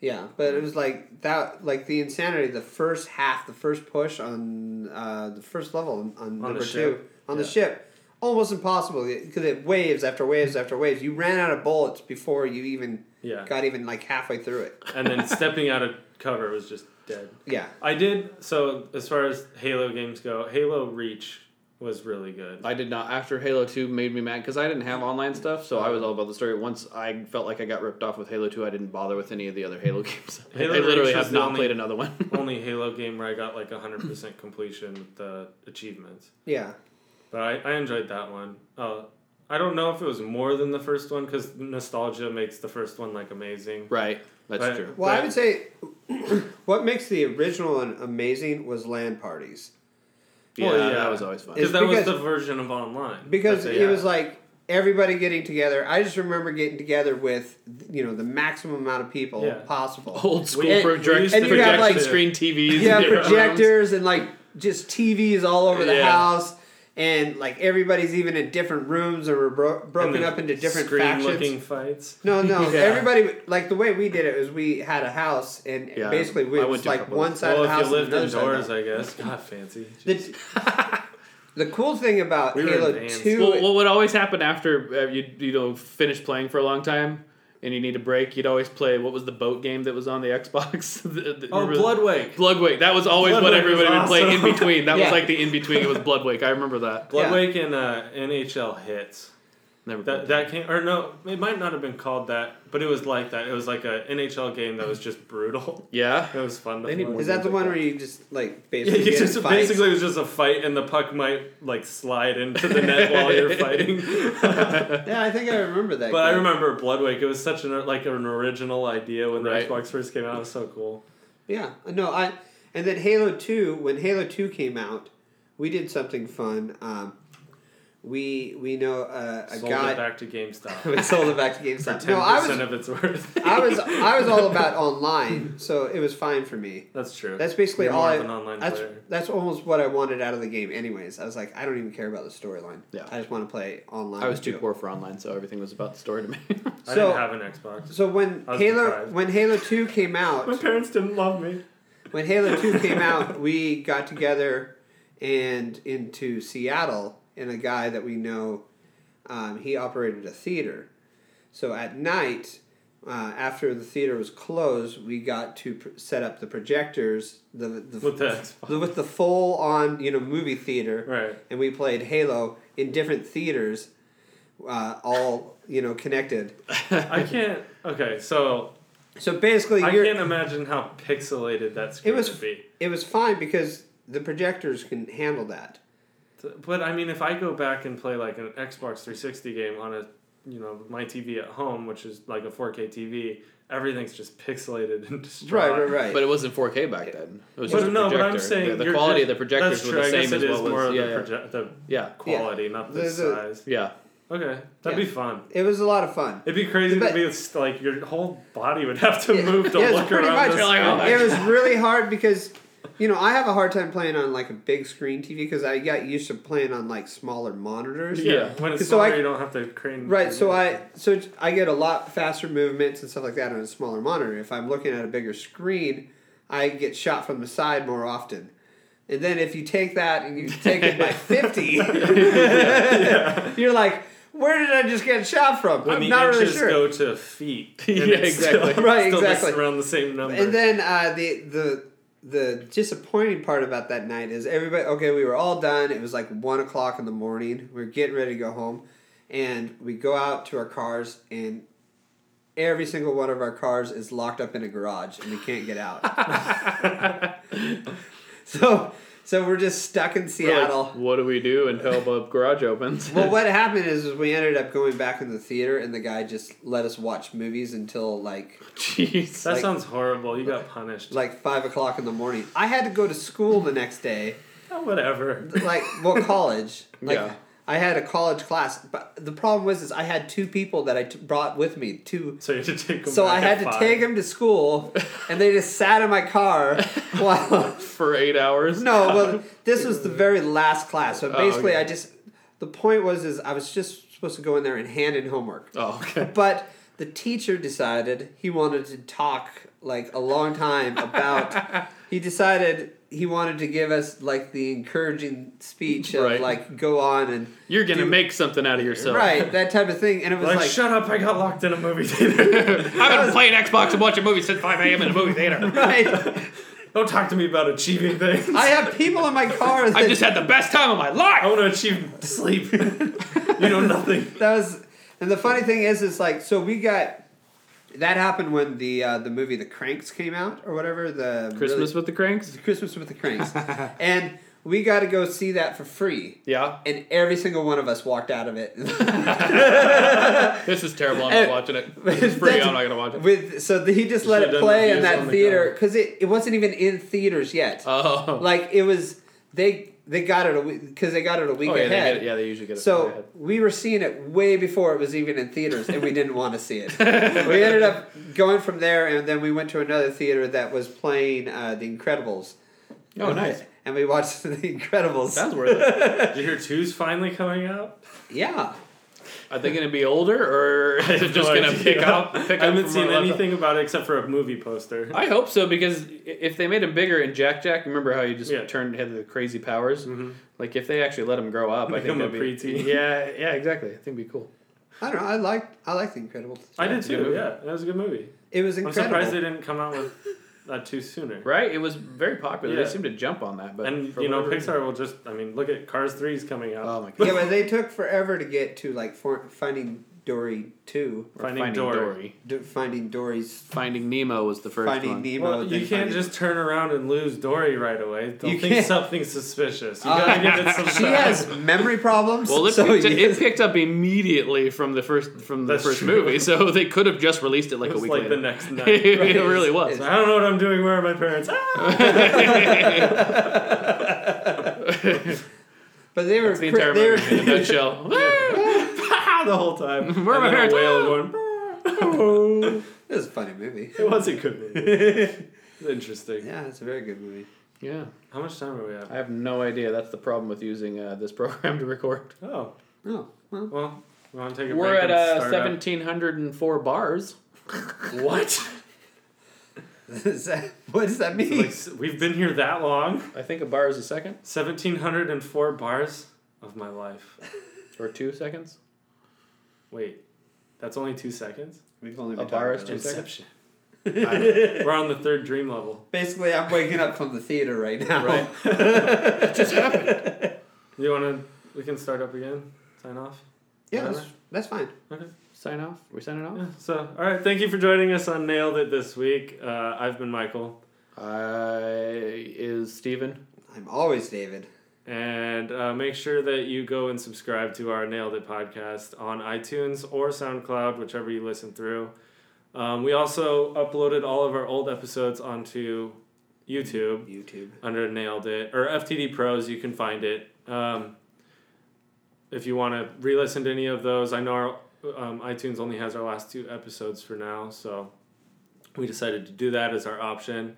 [SPEAKER 3] yeah, but it was like that like the insanity. The first half, the first push on uh, the first level on, on
[SPEAKER 1] the
[SPEAKER 3] number two
[SPEAKER 1] ship.
[SPEAKER 3] on
[SPEAKER 1] Yeah.
[SPEAKER 3] the ship. Almost impossible because it waves after waves after waves. You ran out of bullets before you even
[SPEAKER 1] Yeah.
[SPEAKER 3] got even like halfway through it.
[SPEAKER 1] and then stepping out of cover was just dead.
[SPEAKER 3] Yeah,
[SPEAKER 1] I did so as far as Halo games go. Halo Reach was really good.
[SPEAKER 2] I did not. After Halo Two made me mad because I didn't have online stuff, so I was all about the story. Once I felt like I got ripped off with Halo Two, I didn't bother with any of the other Halo games.
[SPEAKER 1] Halo
[SPEAKER 2] I literally
[SPEAKER 1] Reach was
[SPEAKER 2] have
[SPEAKER 1] the
[SPEAKER 2] not
[SPEAKER 1] only-
[SPEAKER 2] played another one.
[SPEAKER 1] Only Halo game where I got like hundred percent completion with the achievements,
[SPEAKER 3] yeah.
[SPEAKER 1] but I, I enjoyed that one. Uh, I don't know if it was more than the first one because nostalgia makes the first one like amazing.
[SPEAKER 2] right, that's
[SPEAKER 1] But-
[SPEAKER 2] true.
[SPEAKER 3] Well, I
[SPEAKER 1] But-
[SPEAKER 3] would say what makes the original one amazing was land parties
[SPEAKER 2] Yeah,
[SPEAKER 1] Well, yeah.
[SPEAKER 2] that was always fun.
[SPEAKER 3] It's
[SPEAKER 1] Because that was
[SPEAKER 3] because-
[SPEAKER 1] the version of online.
[SPEAKER 3] because
[SPEAKER 1] That's
[SPEAKER 3] it was like everybody getting together. I just remember getting together with you know the maximum amount of people
[SPEAKER 1] Yeah.
[SPEAKER 3] possible.
[SPEAKER 2] Old school
[SPEAKER 1] we-
[SPEAKER 2] project-
[SPEAKER 1] we used to
[SPEAKER 2] projection
[SPEAKER 3] And you have, like-
[SPEAKER 2] screen TVs.
[SPEAKER 3] yeah,
[SPEAKER 2] in your rooms.
[SPEAKER 3] projectors and like just TVs all over the
[SPEAKER 1] Yeah.
[SPEAKER 3] house, and like everybody's even in different rooms or we're bro-
[SPEAKER 1] And
[SPEAKER 3] broken
[SPEAKER 1] the
[SPEAKER 3] up into different
[SPEAKER 1] screen
[SPEAKER 3] factions.
[SPEAKER 1] looking fights.
[SPEAKER 3] No, no.
[SPEAKER 2] Yeah.
[SPEAKER 3] Everybody like the way we did it was we had a house and
[SPEAKER 2] Yeah,
[SPEAKER 3] basically we
[SPEAKER 2] I
[SPEAKER 3] it
[SPEAKER 2] went
[SPEAKER 3] was
[SPEAKER 2] to a
[SPEAKER 3] like
[SPEAKER 2] couple of
[SPEAKER 3] one side
[SPEAKER 1] well,
[SPEAKER 3] of the house
[SPEAKER 1] if you lived
[SPEAKER 3] and another
[SPEAKER 1] indoors,
[SPEAKER 3] side.
[SPEAKER 1] I guess. God, fancy.
[SPEAKER 3] of the- The, the cool thing about
[SPEAKER 1] We were
[SPEAKER 3] Halo
[SPEAKER 1] advanced.
[SPEAKER 3] Two,
[SPEAKER 2] Well, what would always happen after uh, you you know finish playing for a long time and you need a break? You'd always play what was the boat game that was on the Xbox? The- the-
[SPEAKER 1] Oh,
[SPEAKER 2] remember-
[SPEAKER 1] Bloodwake.
[SPEAKER 2] Bloodwake. That was always
[SPEAKER 1] Bloodwake
[SPEAKER 2] what
[SPEAKER 1] was
[SPEAKER 2] everybody would play in
[SPEAKER 1] awesome.
[SPEAKER 2] between. That
[SPEAKER 3] Yeah.
[SPEAKER 2] was like the in between. It was Bloodwake. I remember that.
[SPEAKER 3] Yeah.
[SPEAKER 1] Bloodwake and uh, NHL hits.
[SPEAKER 2] Never
[SPEAKER 1] That
[SPEAKER 2] played that.
[SPEAKER 1] that came or no, it might not have been called that, but it was like that. It was like a NHL game that was just brutal.
[SPEAKER 2] Yeah.
[SPEAKER 1] It was fun to
[SPEAKER 2] They need
[SPEAKER 1] play.
[SPEAKER 2] more
[SPEAKER 3] is that the one where you just like basically
[SPEAKER 1] Yeah, you
[SPEAKER 3] get in
[SPEAKER 1] just-
[SPEAKER 3] fights?
[SPEAKER 1] basically it was just a fight, and the puck might like slide into the net while you're fighting. but
[SPEAKER 3] Yeah, I think I remember that.
[SPEAKER 1] I
[SPEAKER 3] game.
[SPEAKER 1] remember Bloodwake. It was such an like an original idea when
[SPEAKER 2] Right.
[SPEAKER 1] the Xbox first came out. It was so cool.
[SPEAKER 3] Yeah, no, I and then Halo Two. When Halo Two came out, we did something fun. Um, we we know uh, a
[SPEAKER 1] Sold
[SPEAKER 3] guy.
[SPEAKER 1] it back to GameStop.
[SPEAKER 3] we sold it back to GameStop.
[SPEAKER 1] Ten
[SPEAKER 3] No, I
[SPEAKER 1] percent
[SPEAKER 3] was
[SPEAKER 1] of its worth.
[SPEAKER 3] I was I was all about online, so it was fine for me.
[SPEAKER 1] That's true.
[SPEAKER 3] That's basically
[SPEAKER 1] You're
[SPEAKER 3] all.
[SPEAKER 1] more
[SPEAKER 3] I,
[SPEAKER 1] of an online
[SPEAKER 3] that's
[SPEAKER 1] player.
[SPEAKER 3] that's almost what I wanted out of the game. Anyways, I was like, I don't even care about the storyline.
[SPEAKER 2] Yeah.
[SPEAKER 3] I just want to play online.
[SPEAKER 2] I was
[SPEAKER 3] with
[SPEAKER 2] too
[SPEAKER 3] you.
[SPEAKER 2] poor for online, so everything was about the story to me.
[SPEAKER 1] I
[SPEAKER 3] So-
[SPEAKER 1] didn't have an Xbox.
[SPEAKER 3] So when
[SPEAKER 1] I was
[SPEAKER 3] Halo
[SPEAKER 1] deprived.
[SPEAKER 3] when Halo Two came out,
[SPEAKER 1] My parents didn't love me.
[SPEAKER 3] when Halo 2 came out, we got together and into Seattle, and a guy that we know, um, he operated a theater. So at night, uh, after the theater was closed, we got to pr- set up the projectors, the, the
[SPEAKER 1] With the Xbox.
[SPEAKER 3] the- with the full on you know movie theater,
[SPEAKER 1] Right.
[SPEAKER 3] and we played Halo in different theaters, uh, all you know connected.
[SPEAKER 1] I can't. Okay, so
[SPEAKER 3] So basically,
[SPEAKER 1] I
[SPEAKER 3] you're,
[SPEAKER 1] can't imagine how pixelated that
[SPEAKER 3] it
[SPEAKER 1] screen
[SPEAKER 3] was
[SPEAKER 1] would be.
[SPEAKER 3] it was fine because the projectors can handle that.
[SPEAKER 1] But I mean, if I go back and play like an Xbox 360 game on a, you know, my TV at home, which is like a 4K TV, everything's just pixelated and
[SPEAKER 3] Right,
[SPEAKER 1] destroyed.
[SPEAKER 3] right, right.
[SPEAKER 2] but it wasn't 4K back then. It was just
[SPEAKER 1] But
[SPEAKER 2] a
[SPEAKER 1] no, but
[SPEAKER 2] projector.
[SPEAKER 1] I'm saying
[SPEAKER 2] the, the
[SPEAKER 1] you're
[SPEAKER 2] quality
[SPEAKER 1] just-
[SPEAKER 2] of the projectors
[SPEAKER 1] that's
[SPEAKER 2] were
[SPEAKER 1] true,
[SPEAKER 2] the
[SPEAKER 1] I
[SPEAKER 2] same
[SPEAKER 1] guess
[SPEAKER 2] as
[SPEAKER 1] it is
[SPEAKER 2] what
[SPEAKER 1] more
[SPEAKER 2] was.
[SPEAKER 1] of
[SPEAKER 2] Yeah,
[SPEAKER 1] the,
[SPEAKER 2] yeah.
[SPEAKER 1] proje- the
[SPEAKER 2] yeah,
[SPEAKER 1] quality, not the,
[SPEAKER 3] The- the-
[SPEAKER 1] size.
[SPEAKER 2] yeah.
[SPEAKER 1] Okay, that'd
[SPEAKER 3] Yeah.
[SPEAKER 1] be fun.
[SPEAKER 3] it was a lot of fun.
[SPEAKER 1] It'd be crazy
[SPEAKER 3] But-
[SPEAKER 1] to be it's like your whole body would have to
[SPEAKER 3] Yeah,
[SPEAKER 1] move to
[SPEAKER 3] yeah, it was
[SPEAKER 1] look
[SPEAKER 3] pretty
[SPEAKER 1] around.
[SPEAKER 3] much.
[SPEAKER 1] this-
[SPEAKER 2] like, oh my
[SPEAKER 3] it was really hard because, you know, I have a hard time playing on like a big screen TV because I got used to playing on like smaller monitors.
[SPEAKER 1] yeah.
[SPEAKER 2] Yeah.
[SPEAKER 1] when it's
[SPEAKER 3] So
[SPEAKER 1] smaller,
[SPEAKER 3] I-
[SPEAKER 1] you don't have to crane.
[SPEAKER 3] Right, so I so I get a lot faster movements and stuff like that on a smaller monitor. If I'm looking at a bigger screen, I get shot from the side more often. And then if you take that and you take it by fifty, you're like, where did I just get shot from?
[SPEAKER 1] when
[SPEAKER 3] I'm
[SPEAKER 1] the
[SPEAKER 3] not
[SPEAKER 1] inches
[SPEAKER 3] really sure.
[SPEAKER 1] go to feet. and
[SPEAKER 2] Yeah,
[SPEAKER 1] it's
[SPEAKER 2] exactly.
[SPEAKER 1] Still,
[SPEAKER 3] Right,
[SPEAKER 1] still just
[SPEAKER 3] exactly.
[SPEAKER 1] around the same number.
[SPEAKER 3] And then uh, the the the disappointing part about that night is everybody. Okay, we were all done. It was like one o'clock in the morning. We are getting ready to go home, and we go out to our cars, and every single one of our cars is locked up in a garage, and we can't get out. so, so we're just stuck in Seattle.
[SPEAKER 2] what do we do until the garage opens?
[SPEAKER 3] Well, what happened is, is we ended up going back in the theater, and the guy just let us watch movies until like
[SPEAKER 2] Jeez.
[SPEAKER 1] That
[SPEAKER 3] Like-
[SPEAKER 1] sounds horrible. You got punished.
[SPEAKER 3] like five o'clock in the morning. I had to go to school the next day,
[SPEAKER 1] Oh, whatever.
[SPEAKER 3] like well, college. Like
[SPEAKER 2] Yeah.
[SPEAKER 3] I had a college class, but the problem was is I had two people that I t- brought with me. Two,
[SPEAKER 1] So you had to take them
[SPEAKER 3] so
[SPEAKER 1] back
[SPEAKER 3] I
[SPEAKER 1] at
[SPEAKER 3] had to
[SPEAKER 1] five.
[SPEAKER 3] take them to school, and they just sat in my car while
[SPEAKER 2] For eight hours?
[SPEAKER 3] No, well, this was the very last class. So
[SPEAKER 2] Oh,
[SPEAKER 3] basically,
[SPEAKER 2] okay.
[SPEAKER 3] I just the point was is I was just supposed to go in there and hand in homework,
[SPEAKER 2] Oh, okay.
[SPEAKER 3] but the teacher decided he wanted to talk like a long time about. he decided he wanted to give us like the encouraging speech of
[SPEAKER 2] Right.
[SPEAKER 3] like go on and
[SPEAKER 2] You're going to
[SPEAKER 3] do-
[SPEAKER 2] make something out of yourself.
[SPEAKER 3] right that type of thing, and it was
[SPEAKER 1] Like,
[SPEAKER 3] like
[SPEAKER 1] shut up! I got locked in a movie theater.
[SPEAKER 2] I've been playing Xbox and watching movies since 5 a.m. in a movie theater.
[SPEAKER 3] right.
[SPEAKER 1] Don't talk to me about achieving things.
[SPEAKER 3] I
[SPEAKER 1] I,
[SPEAKER 3] have people in my car. That,
[SPEAKER 2] I've just had the best time of my life.
[SPEAKER 1] want to achieve sleep. you know nothing.
[SPEAKER 3] that was, and the funny thing is, is like so we got. That happened when the uh, the movie The Cranks came out or whatever the really-
[SPEAKER 2] Christmas with the Cranks?
[SPEAKER 3] Christmas with the Cranks. and we got to go see that for free.
[SPEAKER 2] Yeah.
[SPEAKER 3] And every single one of us walked out of it.
[SPEAKER 2] This is terrible. I'm not
[SPEAKER 1] Eh,
[SPEAKER 3] Uh,
[SPEAKER 2] watching it. It's free. I'm not going to watch it.
[SPEAKER 3] With so the, he just let
[SPEAKER 1] should've
[SPEAKER 3] it
[SPEAKER 1] done
[SPEAKER 3] play in
[SPEAKER 1] reviews
[SPEAKER 3] that
[SPEAKER 1] on the
[SPEAKER 3] theater
[SPEAKER 1] cover.
[SPEAKER 3] because it, it wasn't even in theaters yet.
[SPEAKER 2] Oh.
[SPEAKER 3] like it was they they got it a because they got it a week
[SPEAKER 2] oh, yeah, they
[SPEAKER 3] ahead.
[SPEAKER 2] get it. Yeah, they usually get it.
[SPEAKER 3] So we were seeing it way before it was even in theaters, and we didn't want to see it. we ended up going from there, and then we went to another theater that was playing uh, The Incredibles.
[SPEAKER 2] Oh, nice.
[SPEAKER 3] And we watched The Incredibles.
[SPEAKER 2] Sounds worth it.
[SPEAKER 1] Did you hear two's finally coming out?
[SPEAKER 3] yeah.
[SPEAKER 2] Are they going to be older or is it just
[SPEAKER 1] No
[SPEAKER 2] going to
[SPEAKER 1] idea.
[SPEAKER 2] pick up? Pick
[SPEAKER 1] I
[SPEAKER 2] up
[SPEAKER 1] haven't
[SPEAKER 2] from
[SPEAKER 1] seen
[SPEAKER 2] where it left off?
[SPEAKER 1] anything about it except for a movie poster.
[SPEAKER 2] I hope so because i- if they made him bigger in Jack Jack, remember how you just
[SPEAKER 1] Yeah. Mm-hmm.
[SPEAKER 2] turned him the crazy powers? Like if they actually let him grow up,
[SPEAKER 1] Make
[SPEAKER 2] I think
[SPEAKER 1] him a
[SPEAKER 2] that'd be
[SPEAKER 1] preteen.
[SPEAKER 2] Yeah, yeah, exactly. I think it'd be cool.
[SPEAKER 3] I don't know. I liked I liked The Incredibles.
[SPEAKER 1] I did
[SPEAKER 2] it's a good
[SPEAKER 1] too.
[SPEAKER 2] movie.
[SPEAKER 1] Yeah, that was a good movie.
[SPEAKER 3] It was
[SPEAKER 1] I'm
[SPEAKER 3] incredible.
[SPEAKER 1] surprised they didn't come out with that too sooner.
[SPEAKER 2] Right? It was very popular.
[SPEAKER 1] Yeah.
[SPEAKER 2] They seemed to jump on that, but
[SPEAKER 1] And
[SPEAKER 2] for
[SPEAKER 1] you know,
[SPEAKER 2] whatever reason-
[SPEAKER 1] Pixar will just. I mean, look at Cars Three is coming out.
[SPEAKER 2] Oh my god.
[SPEAKER 3] yeah, but they took forever to get to like for, Finding Dory two,
[SPEAKER 2] Or
[SPEAKER 1] Finding Dory.
[SPEAKER 3] D- Finding Dory's
[SPEAKER 2] Finding Nemo was the first
[SPEAKER 3] Finding
[SPEAKER 2] one.
[SPEAKER 3] Nemo.
[SPEAKER 1] Well,
[SPEAKER 3] then
[SPEAKER 1] you can't
[SPEAKER 3] Finding-
[SPEAKER 1] just turn around and lose Dory right away. Don't
[SPEAKER 3] You
[SPEAKER 1] think
[SPEAKER 3] can't.
[SPEAKER 1] something's suspicious. You
[SPEAKER 3] Uh,
[SPEAKER 1] gotta give it some
[SPEAKER 3] She
[SPEAKER 1] time.
[SPEAKER 3] has memory problems.
[SPEAKER 2] well, it,
[SPEAKER 3] so
[SPEAKER 2] picked,
[SPEAKER 3] you-
[SPEAKER 2] it picked up immediately from the first from the
[SPEAKER 1] That's
[SPEAKER 2] first
[SPEAKER 1] true.
[SPEAKER 2] movie, so they could have just released it like
[SPEAKER 1] It
[SPEAKER 2] a
[SPEAKER 1] was
[SPEAKER 2] week
[SPEAKER 1] like
[SPEAKER 2] later.
[SPEAKER 1] the next night.
[SPEAKER 2] it
[SPEAKER 3] Right,
[SPEAKER 2] really
[SPEAKER 3] it's-
[SPEAKER 2] was.
[SPEAKER 1] So I don't know what I'm doing. Where are my parents? Ah!
[SPEAKER 3] but they were
[SPEAKER 2] That's the
[SPEAKER 3] pre-
[SPEAKER 2] entire
[SPEAKER 3] they were,
[SPEAKER 2] movie in a nutshell.
[SPEAKER 1] the whole time.
[SPEAKER 2] Where are
[SPEAKER 1] And
[SPEAKER 2] my
[SPEAKER 1] then
[SPEAKER 2] parents?
[SPEAKER 1] A whale going, "Brrr."
[SPEAKER 3] it was a funny movie.
[SPEAKER 1] it was a good movie. Interesting.
[SPEAKER 3] Yeah, it's a very good movie.
[SPEAKER 2] yeah.
[SPEAKER 1] How much time are we at?
[SPEAKER 2] I have no idea. That's the problem with using uh, this program to record.
[SPEAKER 1] Oh,
[SPEAKER 3] Oh, well,
[SPEAKER 1] well, we want to take a
[SPEAKER 2] We're
[SPEAKER 1] break
[SPEAKER 2] at
[SPEAKER 1] and
[SPEAKER 2] uh,
[SPEAKER 1] start up?
[SPEAKER 2] 1,704 bars.
[SPEAKER 1] What?
[SPEAKER 3] is that, what does that mean?
[SPEAKER 1] like, s- we've been here that long.
[SPEAKER 2] I think a bar is a second
[SPEAKER 1] 1,704 bars of my life.
[SPEAKER 2] or two seconds.
[SPEAKER 1] Wait, that's only two seconds?
[SPEAKER 3] We've only
[SPEAKER 2] a bar is
[SPEAKER 3] about
[SPEAKER 2] two
[SPEAKER 3] it.
[SPEAKER 2] seconds.
[SPEAKER 1] We're on the third dream level.
[SPEAKER 3] Basically, I'm waking up from the theater right now.
[SPEAKER 1] Right. You want to? We can start up again. Sign off.
[SPEAKER 3] Yeah, that's, that's fine.
[SPEAKER 1] Okay.
[SPEAKER 2] Sign off. we signing off?
[SPEAKER 1] Yeah, so, all right. Thank you for joining us on Nailed It this week. Uh, I've been Michael,
[SPEAKER 2] Uh, is Steven.
[SPEAKER 3] I'm always David.
[SPEAKER 1] and uh, make sure that you go and subscribe to our Nailed It podcast on iTunes or SoundCloud, whichever you listen through. Um, we also uploaded all of our old episodes onto YouTube.
[SPEAKER 3] YouTube.
[SPEAKER 1] under Nailed It or FTD Pros. You can find it. Um, if you want to re-listen to any of those, I know our um, iTunes only has our last two episodes for now, so we decided to do that as our option.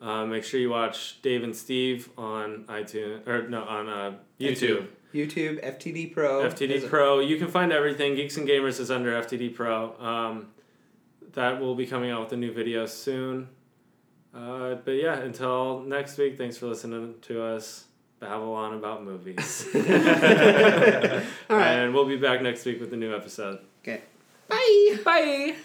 [SPEAKER 1] Uh, make sure you watch Dave and Steve on iTunes or no on uh, YouTube.
[SPEAKER 2] YouTube.
[SPEAKER 3] YouTube, FTD Pro. There's
[SPEAKER 1] FTD
[SPEAKER 3] a-
[SPEAKER 1] Pro. You can find everything. Geeks and Gamers is under FTD Pro. Um, that will be coming out with a new video soon. Uh, but yeah, until next week, thanks for listening to us babble on about movies.
[SPEAKER 3] All right.
[SPEAKER 1] And we'll be back next week with a new episode.
[SPEAKER 3] Okay. Bye.
[SPEAKER 2] Bye.